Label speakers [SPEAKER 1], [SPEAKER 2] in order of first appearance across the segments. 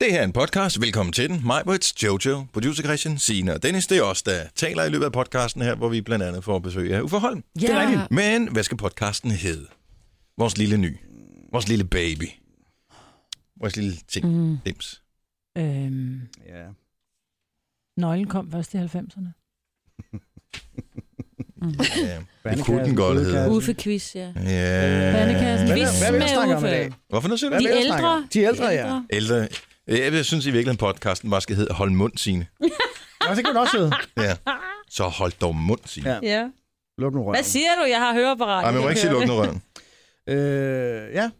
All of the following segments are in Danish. [SPEAKER 1] Det her er en podcast. Velkommen til den. Mig, Brits, Jojo, producer Christian, Sina og Dennis. Det er os, der taler i løbet af podcasten her, hvor vi blandt andet får besøg af Uffe Holm.
[SPEAKER 2] Ja. Det er rigtigt.
[SPEAKER 1] Men hvad skal podcasten hedde? Vores lille ny. Vores lille baby. Vores lille ting. Mm. Dims.
[SPEAKER 2] Øhm,
[SPEAKER 3] Ja.
[SPEAKER 2] nøglen kom først i 90'erne.
[SPEAKER 1] Ja, det kunne den godt hedde.
[SPEAKER 4] Uffe-quiz, ja.
[SPEAKER 1] Ja.
[SPEAKER 2] Vandekassen.
[SPEAKER 3] Hvad,
[SPEAKER 2] Vis
[SPEAKER 3] hvad, hvad vil
[SPEAKER 2] med
[SPEAKER 3] jeg snakke om i
[SPEAKER 2] Uffe.
[SPEAKER 3] dag?
[SPEAKER 1] Hvorfor nu siger du
[SPEAKER 3] Hvad
[SPEAKER 4] De
[SPEAKER 3] vil jeg
[SPEAKER 4] ældre.
[SPEAKER 3] snakke om? De ældre, ja.
[SPEAKER 4] Ældre.
[SPEAKER 1] ældre? Jeg jeg synes i virkeligheden, podcasten bare skal hedde Hold mund, Signe.
[SPEAKER 3] Nå, det kan du også hedde.
[SPEAKER 1] Ja. Så hold dog mund, Signe.
[SPEAKER 3] Ja.
[SPEAKER 1] Ja.
[SPEAKER 4] Ja.
[SPEAKER 3] Luk nu røven.
[SPEAKER 4] Hvad siger du? Jeg har høreapparat.
[SPEAKER 1] Ej, man må
[SPEAKER 4] Jeg
[SPEAKER 1] ikke sige
[SPEAKER 4] hører
[SPEAKER 1] lukke
[SPEAKER 4] det.
[SPEAKER 1] noget røven.
[SPEAKER 3] Øh, ja.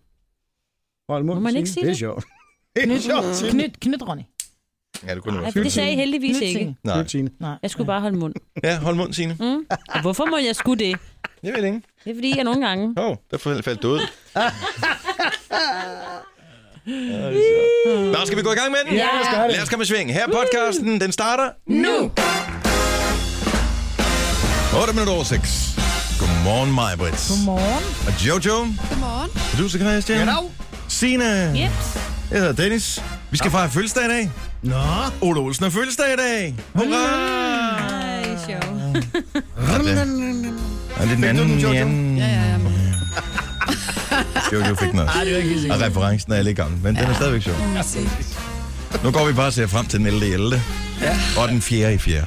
[SPEAKER 3] Hold munden,
[SPEAKER 4] Må man ikke
[SPEAKER 3] Signe.
[SPEAKER 4] sige
[SPEAKER 3] det?
[SPEAKER 4] det?
[SPEAKER 3] er sjovt. Det er sjovt, Signe.
[SPEAKER 2] Knyt, knyt, Ronny.
[SPEAKER 1] Ja, det kunne det
[SPEAKER 4] Ej,
[SPEAKER 1] være.
[SPEAKER 4] for det sagde I heldigvis
[SPEAKER 2] Knyt,
[SPEAKER 4] ikke.
[SPEAKER 2] Signe.
[SPEAKER 1] Nej.
[SPEAKER 3] Knyt, Signe.
[SPEAKER 2] Nej.
[SPEAKER 4] Jeg skulle bare holde mund.
[SPEAKER 1] Ja, hold mund, Signe.
[SPEAKER 4] Mm. Og hvorfor må jeg skulle det?
[SPEAKER 1] Jeg ved det ikke.
[SPEAKER 4] Det er fordi, jeg nogle gange...
[SPEAKER 1] Åh, oh, der faldt faldt du ud. Nå, skal vi gå i gang med den?
[SPEAKER 3] Ja, lad os gøre det.
[SPEAKER 1] Lad os komme i sving. Her er podcasten. Den starter nu. 8 minutter over 6. Godmorgen, mig, Brits.
[SPEAKER 2] Godmorgen.
[SPEAKER 1] Og Jojo. Godmorgen. Producer Christian. Goddag. Sina.
[SPEAKER 4] Jeps.
[SPEAKER 1] Jeg hedder Dennis. Vi skal fejre fødselsdag i dag.
[SPEAKER 3] Nå. Mm.
[SPEAKER 1] Ole Olsen har fødselsdag i dag. Hurra!
[SPEAKER 4] Ej, sjov.
[SPEAKER 1] Og det er den anden.
[SPEAKER 3] Jojo?
[SPEAKER 1] Ja, ja, ja. Jojo fik den også.
[SPEAKER 3] det er ikke helt
[SPEAKER 1] Og referencen er lidt gammel, men den er stadigvæk sjov.
[SPEAKER 2] Mm,
[SPEAKER 1] Nu går vi bare og ser frem til den 11. 11. Ja. Og den 4. i 4.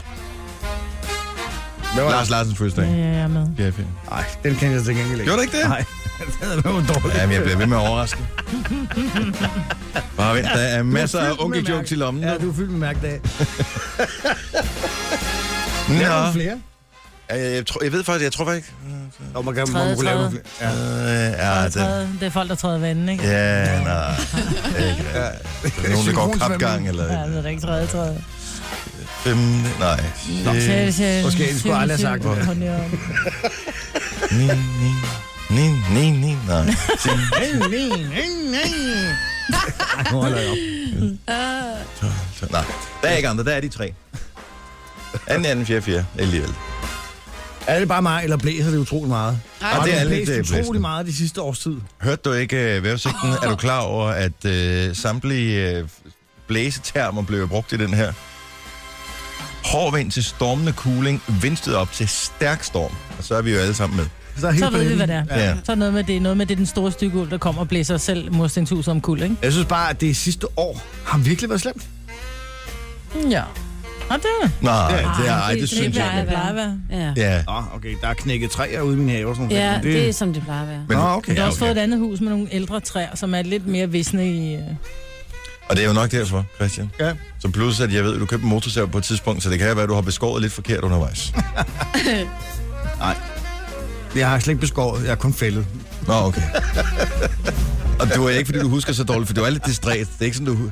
[SPEAKER 3] Hvad var Mm.
[SPEAKER 1] Lars Larsens fødselsdag.
[SPEAKER 2] Ja, jeg er med.
[SPEAKER 1] 4. i 4.
[SPEAKER 3] Ej, den kan jeg til gengæld ikke.
[SPEAKER 1] Gjorde du ikke det?
[SPEAKER 3] Nej, det var dårligt.
[SPEAKER 1] Ja, men jeg bliver ved med at overraske. Bare vent, der er masser af onkeljokes i lommen.
[SPEAKER 3] Ja,
[SPEAKER 1] Ja,
[SPEAKER 3] du er fyldt med mærkedag. Der er nogle
[SPEAKER 1] Nå,
[SPEAKER 3] flere.
[SPEAKER 1] jeg, jeg, tror, jeg ved faktisk, jeg tror faktisk...
[SPEAKER 3] Og man kan,
[SPEAKER 4] Tredje,
[SPEAKER 3] man kunne lave
[SPEAKER 4] tredje.
[SPEAKER 3] nogle flere. Ja.
[SPEAKER 1] Øh, ja, det,
[SPEAKER 2] Træde- Det er folk, der træder vandet, ikke?
[SPEAKER 1] ja, nej. Det er ikke rigtigt. Der er Nogen, der går
[SPEAKER 3] Synkronsvømning.
[SPEAKER 1] kapgang, eller...
[SPEAKER 2] Ja, det er da ikke træde, træde.
[SPEAKER 1] Femte, nej. Øh,
[SPEAKER 3] Måske jeg skulle aldrig have sagt det.
[SPEAKER 1] Ni, ni, ni, ni, ni, nej. Ti,
[SPEAKER 3] Ej, nu holder jeg op.
[SPEAKER 4] Øh,
[SPEAKER 1] Så, nej, der er ikke andre. Der er de tre. Anden, anden, fjerde, fjerde. Alligevel.
[SPEAKER 3] Er det bare mig, eller blæser det utrolig meget? Nej,
[SPEAKER 1] det er
[SPEAKER 3] det
[SPEAKER 1] lidt, øh,
[SPEAKER 3] blæst
[SPEAKER 1] blæsende.
[SPEAKER 3] utrolig meget de sidste års tid.
[SPEAKER 1] Hørte du ikke uh, vævesigten? Er du klar over, at uh, samtlige uh, blæsetermer blev brugt i den her? Hård vind til stormende kuling, vindstød op til stærk storm. Og så er vi jo alle sammen med.
[SPEAKER 3] Så, er helt
[SPEAKER 2] Så
[SPEAKER 3] på
[SPEAKER 2] ved vi,
[SPEAKER 3] enden.
[SPEAKER 2] hvad det er.
[SPEAKER 1] Ja.
[SPEAKER 2] Så er noget med det, noget med det er den store stykke uld, der kommer og blæser selv murstenshuset om kul, ikke?
[SPEAKER 3] Jeg synes bare, at det sidste år har virkelig været slemt.
[SPEAKER 2] Ja. Og det er det.
[SPEAKER 1] Nej, det, er, ej, det
[SPEAKER 4] det
[SPEAKER 1] synes
[SPEAKER 4] plejer
[SPEAKER 1] jeg
[SPEAKER 4] at
[SPEAKER 1] ikke.
[SPEAKER 4] være. Ja.
[SPEAKER 1] Ja.
[SPEAKER 3] Nå, okay, der er knækket træer ude i min have og sådan noget.
[SPEAKER 4] Ja,
[SPEAKER 3] Men
[SPEAKER 4] det er som det plejer at være.
[SPEAKER 1] Men,
[SPEAKER 3] Nå, okay.
[SPEAKER 2] Du har
[SPEAKER 1] ja,
[SPEAKER 2] også fået
[SPEAKER 1] okay.
[SPEAKER 2] et andet hus med nogle ældre træer, som er lidt mere visne i... øh,
[SPEAKER 1] Og det er jo nok derfor, Christian.
[SPEAKER 3] Ja.
[SPEAKER 1] Så plus, at jeg ved, at du købte en motorsav på et tidspunkt, så det kan være, at du har beskåret lidt forkert undervejs.
[SPEAKER 3] Jeg har slet ikke beskåret, jeg har kun fældet.
[SPEAKER 1] Nå, okay. Og det var ikke, fordi du husker så dårligt, for det var lidt distræt. Det er ikke sådan, du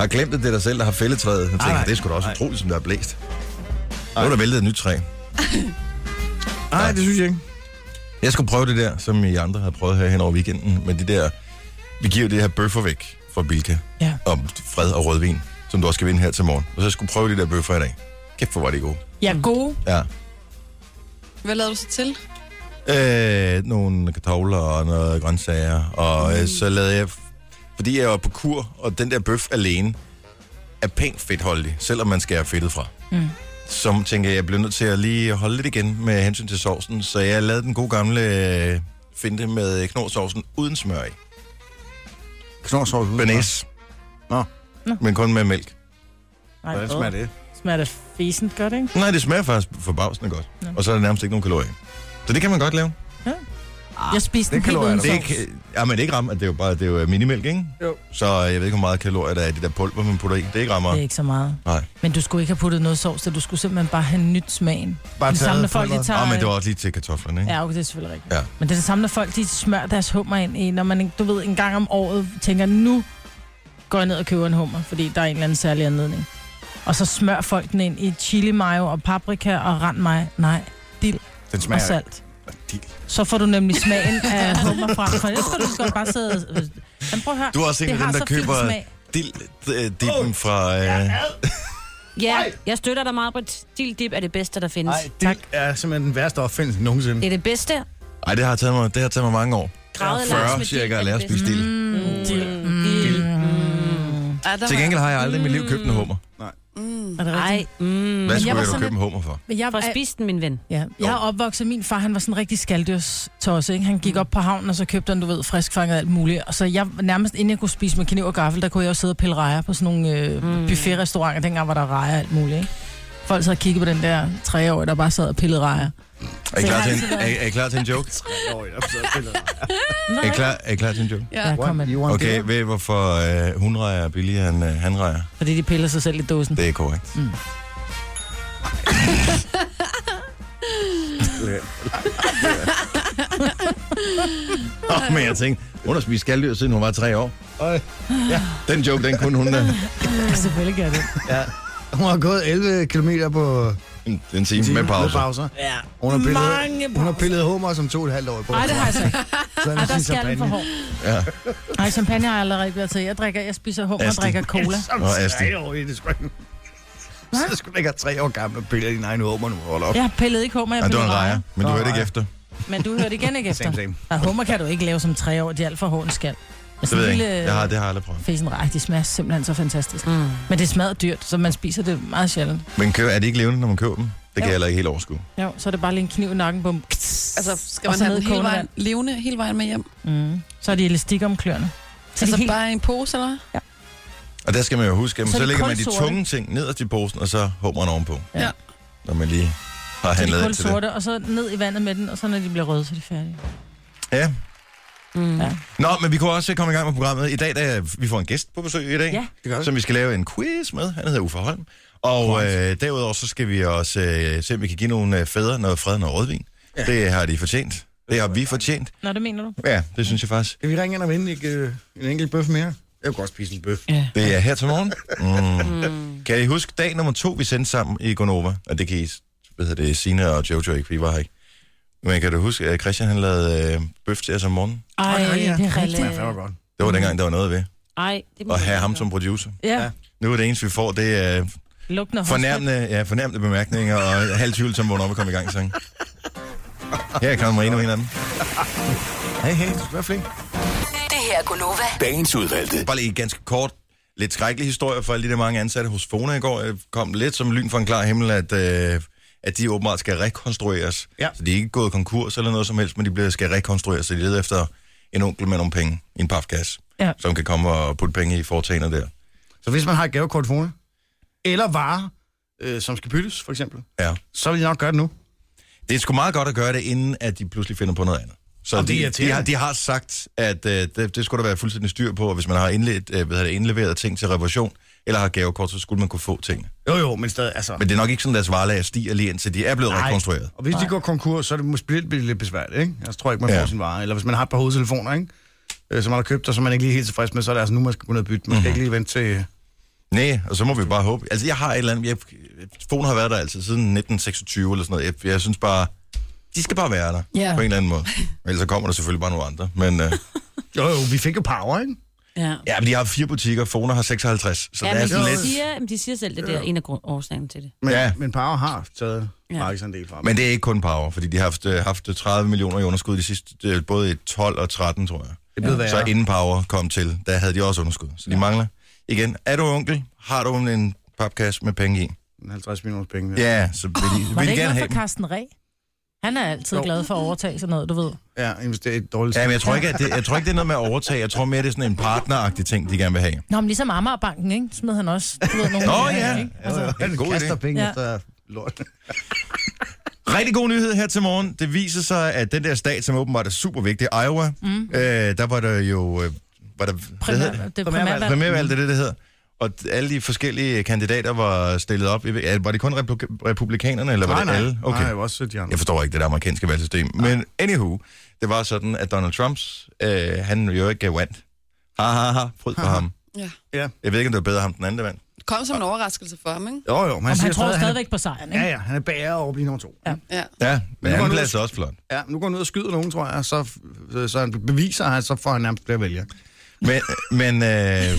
[SPEAKER 1] har glemt, at det er dig selv, der har fældetræet. Jeg tænker,
[SPEAKER 3] nej.
[SPEAKER 1] det er sgu da også
[SPEAKER 3] Nej.
[SPEAKER 1] utroligt, som der er blæst. Nu er der væltet et nyt træ.
[SPEAKER 3] Nej, det synes jeg ikke.
[SPEAKER 1] Jeg skulle prøve det der, som I andre havde prøvet her hen over weekenden, med det der, vi giver jo det her bøffer væk fra Bilka,
[SPEAKER 2] Ja.
[SPEAKER 1] om fred og rødvin, som du også skal vinde her til morgen. Og så jeg skulle prøve de der bøffer i dag. Kæft, hvor var det gode.
[SPEAKER 2] Ja, gode.
[SPEAKER 1] Ja.
[SPEAKER 5] Hvad lavede du så til?
[SPEAKER 1] Øh, nogle kartofler og noget grøntsager. Og
[SPEAKER 2] Mm.
[SPEAKER 1] øh, så lavede jeg, fordi jeg var på kur, og den der bøf alene er pænt fedtholdig, selvom man skærer fedtet fra. Mm. Så tænker jeg, jeg bliver nødt til at lige holde lidt igen med hensyn til sovsen, så jeg lavede den gode gamle øh, finte med knorsovsen uden smør i.
[SPEAKER 3] Knorsovs ude.
[SPEAKER 1] Banæs.
[SPEAKER 3] Nå.
[SPEAKER 2] Nå.
[SPEAKER 1] Men kun med mælk.
[SPEAKER 2] Nej,
[SPEAKER 3] Hvordan smager det?
[SPEAKER 2] Smager det fæsent godt, ikke?
[SPEAKER 1] Nej, det smager faktisk forbavsende godt.
[SPEAKER 2] Nå.
[SPEAKER 1] Og så er der nærmest ikke nogen kalorier. Så det kan man godt lave.
[SPEAKER 2] Jeg spiste
[SPEAKER 3] det
[SPEAKER 2] den helt
[SPEAKER 3] kalorier,
[SPEAKER 2] uden
[SPEAKER 1] Det er
[SPEAKER 2] sovs.
[SPEAKER 1] ikke, ja, men det er ikke ramme, det er jo bare det er jo øh, minimælk, ikke?
[SPEAKER 3] Jo.
[SPEAKER 1] Så jeg ved ikke, hvor meget kalorier der er i det der pulver, man putter i. Det er ikke rammer.
[SPEAKER 2] Det er ikke så meget.
[SPEAKER 1] Nej.
[SPEAKER 2] Men du skulle ikke have puttet noget sovs, så du skulle simpelthen bare have nyt smagen.
[SPEAKER 3] Bare
[SPEAKER 2] Det samme, når
[SPEAKER 3] taget
[SPEAKER 2] folk de
[SPEAKER 3] fra-
[SPEAKER 2] tager... øh,
[SPEAKER 1] Åh, Ah, men det var også lige til kartoflerne, ikke?
[SPEAKER 2] Ja, okay, det er selvfølgelig rigtigt.
[SPEAKER 1] Ja.
[SPEAKER 2] Men det er det samme, når folk de smører deres hummer ind i, når man, ikke- du ved, en gang om året tænker, nu går jeg ned og køber en hummer, fordi der er en eller anden særlig anledning. Og så smører folk den ind i chili mayo og paprika og rand mig. Nej,
[SPEAKER 3] Den
[SPEAKER 2] og
[SPEAKER 3] smager
[SPEAKER 2] salt.
[SPEAKER 3] dild.
[SPEAKER 2] Så får du nemlig smagen af øh, hummer frem, for ellers kan du sgu bare sidde... og- Men prøv at høre,
[SPEAKER 1] Du har også en
[SPEAKER 2] det
[SPEAKER 1] af dem,
[SPEAKER 2] har
[SPEAKER 1] der
[SPEAKER 2] så fin
[SPEAKER 1] køber
[SPEAKER 2] smag.
[SPEAKER 1] dild, øh, dippen fra... Øh,
[SPEAKER 4] Ja, jeg støtter dig meget, Britt. Dill dip er det bedste, der findes.
[SPEAKER 3] Nej, det er simpelthen den værste opfindelse nogensinde.
[SPEAKER 4] Det er det bedste.
[SPEAKER 2] Mm.
[SPEAKER 1] ej, det har taget mig, det har taget mig mange år.
[SPEAKER 4] Gravet laks med
[SPEAKER 1] 40
[SPEAKER 4] dill
[SPEAKER 1] cirka
[SPEAKER 4] er
[SPEAKER 1] at
[SPEAKER 4] det
[SPEAKER 1] lære at
[SPEAKER 4] bedste.
[SPEAKER 1] spise dild.
[SPEAKER 2] Mm, dild.
[SPEAKER 4] Dill.
[SPEAKER 2] Mm.
[SPEAKER 5] Ej, Ja, der
[SPEAKER 1] Til
[SPEAKER 5] var-
[SPEAKER 1] gengæld har jeg aldrig i mit liv købt en hummer.
[SPEAKER 5] Mm.
[SPEAKER 2] Er det
[SPEAKER 4] Ej,
[SPEAKER 2] rigtigt?
[SPEAKER 4] mm.
[SPEAKER 1] Hvad
[SPEAKER 2] jeg
[SPEAKER 1] skulle
[SPEAKER 2] var
[SPEAKER 1] jeg dog
[SPEAKER 2] sådan
[SPEAKER 1] købe en hummer for?
[SPEAKER 2] Men jeg,
[SPEAKER 4] For at spise den, min ven.
[SPEAKER 2] Ja, jeg er opvokset, min far han var sådan en rigtig skaldyrstos, ikke? Han gik op på havnen, og så købte han, du ved, friskfanget og alt muligt. Og så jeg, nærmest inden jeg kunne spise med kniv og gaffel, der kunne jeg jo sidde og pille rejer på sådan nogle øh,
[SPEAKER 4] Mm.
[SPEAKER 2] mm. buffetrestauranter, dengang var der rejer og alt muligt, ikke? Folk sad og kiggede på den der treårige, der bare sad og pillede rejer.
[SPEAKER 1] Er I
[SPEAKER 2] Så
[SPEAKER 1] klar
[SPEAKER 2] jeg
[SPEAKER 1] til
[SPEAKER 2] har
[SPEAKER 1] en, er, er I klar til en joke?
[SPEAKER 3] Nå, jeg så spiller jeg.
[SPEAKER 2] Nej,
[SPEAKER 1] Er I klar, er I klar til en joke?
[SPEAKER 5] Ja.
[SPEAKER 2] Ja, kom med.
[SPEAKER 3] You
[SPEAKER 2] den.
[SPEAKER 3] want
[SPEAKER 1] Okay,
[SPEAKER 3] dinner?
[SPEAKER 1] ved I, hvorfor øh, hundrejer er billigere end øh, hanrejer?
[SPEAKER 2] Fordi de piller sig selv i dåsen.
[SPEAKER 1] Det er korrekt.
[SPEAKER 2] Mm.
[SPEAKER 1] Nå, men jeg tænkte, hun har spist skalddyr, siden hun var tre år.
[SPEAKER 3] Øj,
[SPEAKER 1] Den joke, den kunne hun. øh,
[SPEAKER 2] Altså Ja, selvfølgelig gør det.
[SPEAKER 3] Hun har gået 11 km på
[SPEAKER 1] en- En time med pause.
[SPEAKER 3] pauser.
[SPEAKER 2] Ja.
[SPEAKER 3] Hun har pillet,
[SPEAKER 2] Mange
[SPEAKER 3] hun har
[SPEAKER 2] pauser.
[SPEAKER 3] pillet hummer som to og et halvt år på.
[SPEAKER 2] Nej, det har jeg så ikke.
[SPEAKER 3] Så er
[SPEAKER 2] Ej,
[SPEAKER 3] det
[SPEAKER 2] der
[SPEAKER 3] sin
[SPEAKER 2] skal den for
[SPEAKER 3] champagne.
[SPEAKER 2] hård.
[SPEAKER 1] Ja.
[SPEAKER 2] Nej, champagne har jeg allerede været til. Jeg drikker, jeg spiser hummer og
[SPEAKER 1] Astrid.
[SPEAKER 2] drikker cola.
[SPEAKER 3] Som
[SPEAKER 1] Nå, Astrid.
[SPEAKER 3] år i det spring. Så skulle du ikke have tre år gammel og pille din egen hummer nu. Hold op.
[SPEAKER 2] Jeg har pillet ikke hummer, jeg
[SPEAKER 1] Ja,
[SPEAKER 2] har
[SPEAKER 1] du er
[SPEAKER 2] pillet
[SPEAKER 1] en
[SPEAKER 2] rejer.
[SPEAKER 1] rejer, men du
[SPEAKER 3] Nå,
[SPEAKER 1] hørte ikke
[SPEAKER 3] rejer.
[SPEAKER 1] efter.
[SPEAKER 2] Men du hørte igen ikke efter.
[SPEAKER 3] Same, same.
[SPEAKER 2] Og hummer kan du ikke lave som tre år, de er alt for hård en skal. Men
[SPEAKER 1] Det ved
[SPEAKER 2] sådan en
[SPEAKER 1] jeg ikke.
[SPEAKER 2] lille-
[SPEAKER 1] Jeg har, det har jeg aldrig prøvet.
[SPEAKER 2] Fesen, ej, de smager simpelthen så fantastisk.
[SPEAKER 4] Mm.
[SPEAKER 2] Men det smager dyrt, så man spiser det meget sjældent.
[SPEAKER 1] Men køber, er det ikke levende, når man køber dem? Det kan
[SPEAKER 2] Jo.
[SPEAKER 1] jeg heller ikke helt overskue.
[SPEAKER 2] Jo, så er det bare lige en kniv i nakken, bum.
[SPEAKER 5] Altså, skal
[SPEAKER 2] Og
[SPEAKER 5] man
[SPEAKER 2] så
[SPEAKER 5] have
[SPEAKER 2] ned
[SPEAKER 5] den
[SPEAKER 2] i
[SPEAKER 5] hele
[SPEAKER 2] kogende
[SPEAKER 5] vejen, levende hele vejen med hjem?
[SPEAKER 2] Mm. Så er de elastik om kløerne. Så,
[SPEAKER 5] altså
[SPEAKER 2] altså, de helt...
[SPEAKER 5] bare i en pose, eller hvad?
[SPEAKER 1] Og der skal man jo huske, at
[SPEAKER 2] Så
[SPEAKER 1] så,
[SPEAKER 2] er
[SPEAKER 1] så
[SPEAKER 2] det
[SPEAKER 1] lægger man de
[SPEAKER 2] kulsorte.
[SPEAKER 1] tunge ting nederst i posen, og så hummeren ovenpå.
[SPEAKER 2] Ja.
[SPEAKER 1] Når man lige har
[SPEAKER 2] så de
[SPEAKER 1] handlet
[SPEAKER 2] kul
[SPEAKER 1] ind til det.
[SPEAKER 2] sorte, og så ned i vandet med den, og så når de bliver røde, så er de færdige.
[SPEAKER 1] Ja.
[SPEAKER 4] Mm.
[SPEAKER 2] Ja.
[SPEAKER 1] Nå, men vi kunne også komme i gang med programmet. I dag, da vi får en gæst på besøg i dag,
[SPEAKER 4] Ja.
[SPEAKER 3] Det gør vi.
[SPEAKER 1] som vi skal lave en quiz med. Han hedder Uffe Holm. Og øh, derudover så skal vi også øh, se, om vi kan give nogle øh, fædre noget fred og noget rødvin. Ja. Det har de fortjent. Det har vi fortjent.
[SPEAKER 2] Nå, det mener du?
[SPEAKER 1] Ja, det synes jeg faktisk.
[SPEAKER 3] Kan vi ringe ind og vinde ikke, øh, en enkelt bøf mere? Jeg kunne også spise en bøf.
[SPEAKER 4] Ja.
[SPEAKER 1] Det er her til morgen. Mm. Kan I huske dag nummer to, vi sendte sammen i Gonova? Og det kan I, hvad hedder det, Sina og Jojo ikke, fordi I var her ikke. Men kan du huske, at Christian han lavede øh, bøf til os om morgenen?
[SPEAKER 2] Ej,
[SPEAKER 3] det er rigtigt, ja.
[SPEAKER 2] det er
[SPEAKER 3] Det
[SPEAKER 2] rigtigt.
[SPEAKER 3] er fandme godt.
[SPEAKER 1] Det var dengang, der var noget ved.
[SPEAKER 4] Ej, Mm. det må
[SPEAKER 1] Og
[SPEAKER 4] man
[SPEAKER 1] have
[SPEAKER 4] ikke
[SPEAKER 1] ham
[SPEAKER 4] gøre.
[SPEAKER 1] som producer.
[SPEAKER 2] Ja,
[SPEAKER 3] Ja.
[SPEAKER 1] Nu er det eneste, vi får, det er øh,
[SPEAKER 2] lugtende
[SPEAKER 1] fornærmende, ja, fornærmende bemærkninger og halv tvivl, som vågner op og kommer i gang sang. Her kommer endnu en af dem.
[SPEAKER 3] Hey, hey, du skal være flink.
[SPEAKER 6] Det her er Gunova.
[SPEAKER 7] Dagens udvalgte.
[SPEAKER 1] Bare lige en ganske kort, lidt skrækkelig historie for alle de der mange ansatte hos Fona i går. Det kom lidt som lyn fra en klar himmel, at, øh, at de åbenbart skal rekonstrueres.
[SPEAKER 3] Ja.
[SPEAKER 1] Så de er ikke gået konkurs eller noget som helst, men de bliver, skal rekonstrueres, så de leder efter en onkel med nogle penge i en papkasse,
[SPEAKER 2] Ja.
[SPEAKER 1] som kan komme og putte penge i foretagendet der.
[SPEAKER 3] Så hvis man har et gavekort fone, eller varer, øh, som skal byttes, for eksempel,
[SPEAKER 1] Ja.
[SPEAKER 3] så vil jeg nok gøre det nu.
[SPEAKER 1] Det er sgu meget godt at gøre det, inden at de pludselig finder på noget andet. Så
[SPEAKER 3] Og det
[SPEAKER 1] de,
[SPEAKER 3] er
[SPEAKER 1] de,
[SPEAKER 3] irriterende.
[SPEAKER 1] har, de har sagt, at øh, det, det skulle der være fuldstændig styr på, og hvis man har indledt, øh, hvad hedder det, indleveret ting til reparation, eller har gavekort, så skulle man kunne få ting.
[SPEAKER 3] Jo, jo, men stadig, altså...
[SPEAKER 1] Men det er nok ikke sådan, deres varelager stiger lige indtil de er blevet
[SPEAKER 3] Nej.
[SPEAKER 1] rekonstrueret.
[SPEAKER 3] Og hvis de går konkurs, så er det måske lidt, bliver det lidt besværligt, ikke? Jeg tror ikke, man
[SPEAKER 1] Ja.
[SPEAKER 3] får sin vare. Eller hvis man har et par hovedtelefoner, ikke? Øh, som man har købt, og som man ikke lige er helt tilfreds med, så er det altså nu, man skal gå ned og bytte. Man skal ikke lige vente til...
[SPEAKER 1] Nej, og så må vi bare håbe. Altså, jeg har et eller andet... Jeg, telefonen har været der altid siden 1926 eller sådan noget. Jeg, jeg synes bare... De skal bare være der,
[SPEAKER 2] Ja.
[SPEAKER 1] på en eller anden måde. Ellers så kommer der selvfølgelig bare nogle andre. Men, øh,
[SPEAKER 3] Jo, jo, vi fik jo power, ikke?
[SPEAKER 4] Ja.
[SPEAKER 1] ja, men de har fire butikker, Fona har 56, så
[SPEAKER 4] Ja,
[SPEAKER 1] det er
[SPEAKER 4] men
[SPEAKER 1] sådan
[SPEAKER 4] de,
[SPEAKER 1] lidt...
[SPEAKER 4] siger, men de siger selv, det der er en af grund- årsagerne til det.
[SPEAKER 3] Men,
[SPEAKER 1] Ja.
[SPEAKER 3] ja. men power har taget
[SPEAKER 4] Ja.
[SPEAKER 3] ja. markedsandel fra dem.
[SPEAKER 1] Men det er ikke kun Power, fordi de har haft, øh, haft 30 millioner i underskud de sidste, øh, både i 12 og 13, tror jeg.
[SPEAKER 3] det blev værre.
[SPEAKER 1] Så inden Power kom til, der havde de også underskud. Så de mangler. Igen, er du onkel, har du en papkasse med penge i?
[SPEAKER 3] 50 millioner penge. Ja.
[SPEAKER 1] Ja, så vil de,
[SPEAKER 2] Var
[SPEAKER 1] vil
[SPEAKER 2] det ikke
[SPEAKER 1] de gerne
[SPEAKER 2] noget
[SPEAKER 1] have
[SPEAKER 2] for
[SPEAKER 1] dem.
[SPEAKER 2] Carsten Ræ? Han er altid
[SPEAKER 3] Jo.
[SPEAKER 2] glad for at overtage sådan noget, du ved.
[SPEAKER 3] ja, investere i et dårligt
[SPEAKER 1] Ja, men jeg tror, ikke, at det, jeg tror ikke, det er noget med at overtage. Jeg tror mere, det er sådan en partneragtig ting, de gerne vil have.
[SPEAKER 2] Nå, men ligesom Amagerbanken, ikke? Smed han også. Du ved, nogle
[SPEAKER 1] Nå
[SPEAKER 2] gange,
[SPEAKER 1] ja,
[SPEAKER 2] ikke?
[SPEAKER 3] Altså,
[SPEAKER 1] det er en god
[SPEAKER 3] kaster
[SPEAKER 1] idé.
[SPEAKER 3] penge
[SPEAKER 2] Ja.
[SPEAKER 3] ja. efter lort.
[SPEAKER 1] Rigtig god nyhed her til morgen. Det viser sig, at den der stat, som åbenbart er super vigtig, Iowa, mm. øh, der var der jo... Øh, var der, hvad hedder
[SPEAKER 2] Primær,
[SPEAKER 1] det?
[SPEAKER 2] det er
[SPEAKER 3] Primærvalg.
[SPEAKER 2] primærvalg.
[SPEAKER 1] Primærvalg, det er det, det hedder. Og d- alle de forskellige kandidater var stillet op. Jeg ved- ja, Var det kun republik- republikanerne, eller var det alle?
[SPEAKER 3] Okay. Nej, også de andre.
[SPEAKER 1] Jeg forstår ikke det der amerikanske valgsystem. Men anywho, det var sådan, at Donald Trumps, øh, han jo ikke vandt. Ha, ha, ha, fryd for ham.
[SPEAKER 5] Ja.
[SPEAKER 1] Jeg ved ikke, om det var bedre ham, den anden der vandt.
[SPEAKER 5] Det kom som en overraskelse for ham, ikke?
[SPEAKER 3] Jo, jo, men
[SPEAKER 2] Om
[SPEAKER 3] han,
[SPEAKER 2] han
[SPEAKER 3] siger
[SPEAKER 2] tror
[SPEAKER 3] stadig,
[SPEAKER 2] stadigvæk på sejren,
[SPEAKER 3] han,
[SPEAKER 2] ikke?
[SPEAKER 3] Ja, ja, han er bærer over at blive nummer to.
[SPEAKER 2] Ja.
[SPEAKER 3] Ja.
[SPEAKER 5] Ja.
[SPEAKER 1] Ja, men
[SPEAKER 3] nu var
[SPEAKER 1] han
[SPEAKER 3] han
[SPEAKER 1] blev
[SPEAKER 3] ude-
[SPEAKER 1] altså også flot.
[SPEAKER 3] ja, nu går han ud og skyder nogen, tror jeg, så, så han beviser, at han, så får han nærmest flere vælgere.
[SPEAKER 1] Men, men øh,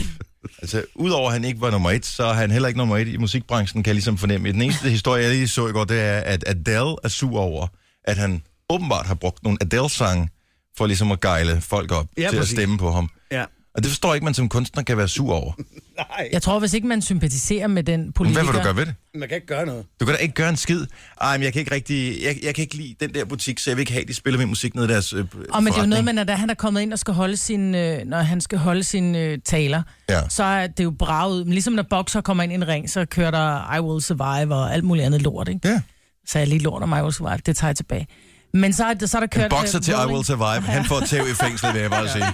[SPEAKER 1] altså, udover at han ikke var nummer et, så er han heller ikke nummer et i musikbranchen, kan jeg ligesom fornemme. Den eneste historie, jeg lige så i går, det er, at Adele er sur over, at han åbenbart har brugt nogle Adele-sange for ligesom at gejle folk op
[SPEAKER 3] Ja,
[SPEAKER 1] til
[SPEAKER 3] præcis.
[SPEAKER 1] at stemme på ham.
[SPEAKER 3] Ja.
[SPEAKER 1] Og det forstår jeg ikke, man som kunstner kan være sur over.
[SPEAKER 3] Nej,
[SPEAKER 2] Jeg tror, hvis ikke man sympatiserer med den
[SPEAKER 1] Men
[SPEAKER 2] politiker...
[SPEAKER 1] hvad vil du gøre ved det?
[SPEAKER 3] man kan ikke gøre noget.
[SPEAKER 1] Du kan da ikke gøre en skid. Ej, men jeg kan ikke rigtig... Jeg, jeg kan ikke lide den der butik, så jeg vil ikke have, at de spiller min musik ned i deres øh,
[SPEAKER 2] Og men det er jo noget
[SPEAKER 1] forretning.
[SPEAKER 2] med, når der- han er kommet ind og skal holde sin, øh, når han skal holde sin øh, taler,
[SPEAKER 1] Ja.
[SPEAKER 2] så er det jo braget. Men ligesom når bokser kommer ind i en ring, så kører der I Will Survive og alt muligt andet lort, ikke?
[SPEAKER 1] Ja.
[SPEAKER 2] Så jeg lige lort om I Will Survive, det tager jeg tilbage. Men så er, det, så er der kørt...
[SPEAKER 1] En bokser
[SPEAKER 2] øh,
[SPEAKER 1] til I
[SPEAKER 2] rolling-
[SPEAKER 1] Will Survive. Han får tæv i fængslet, vil jeg bare sige.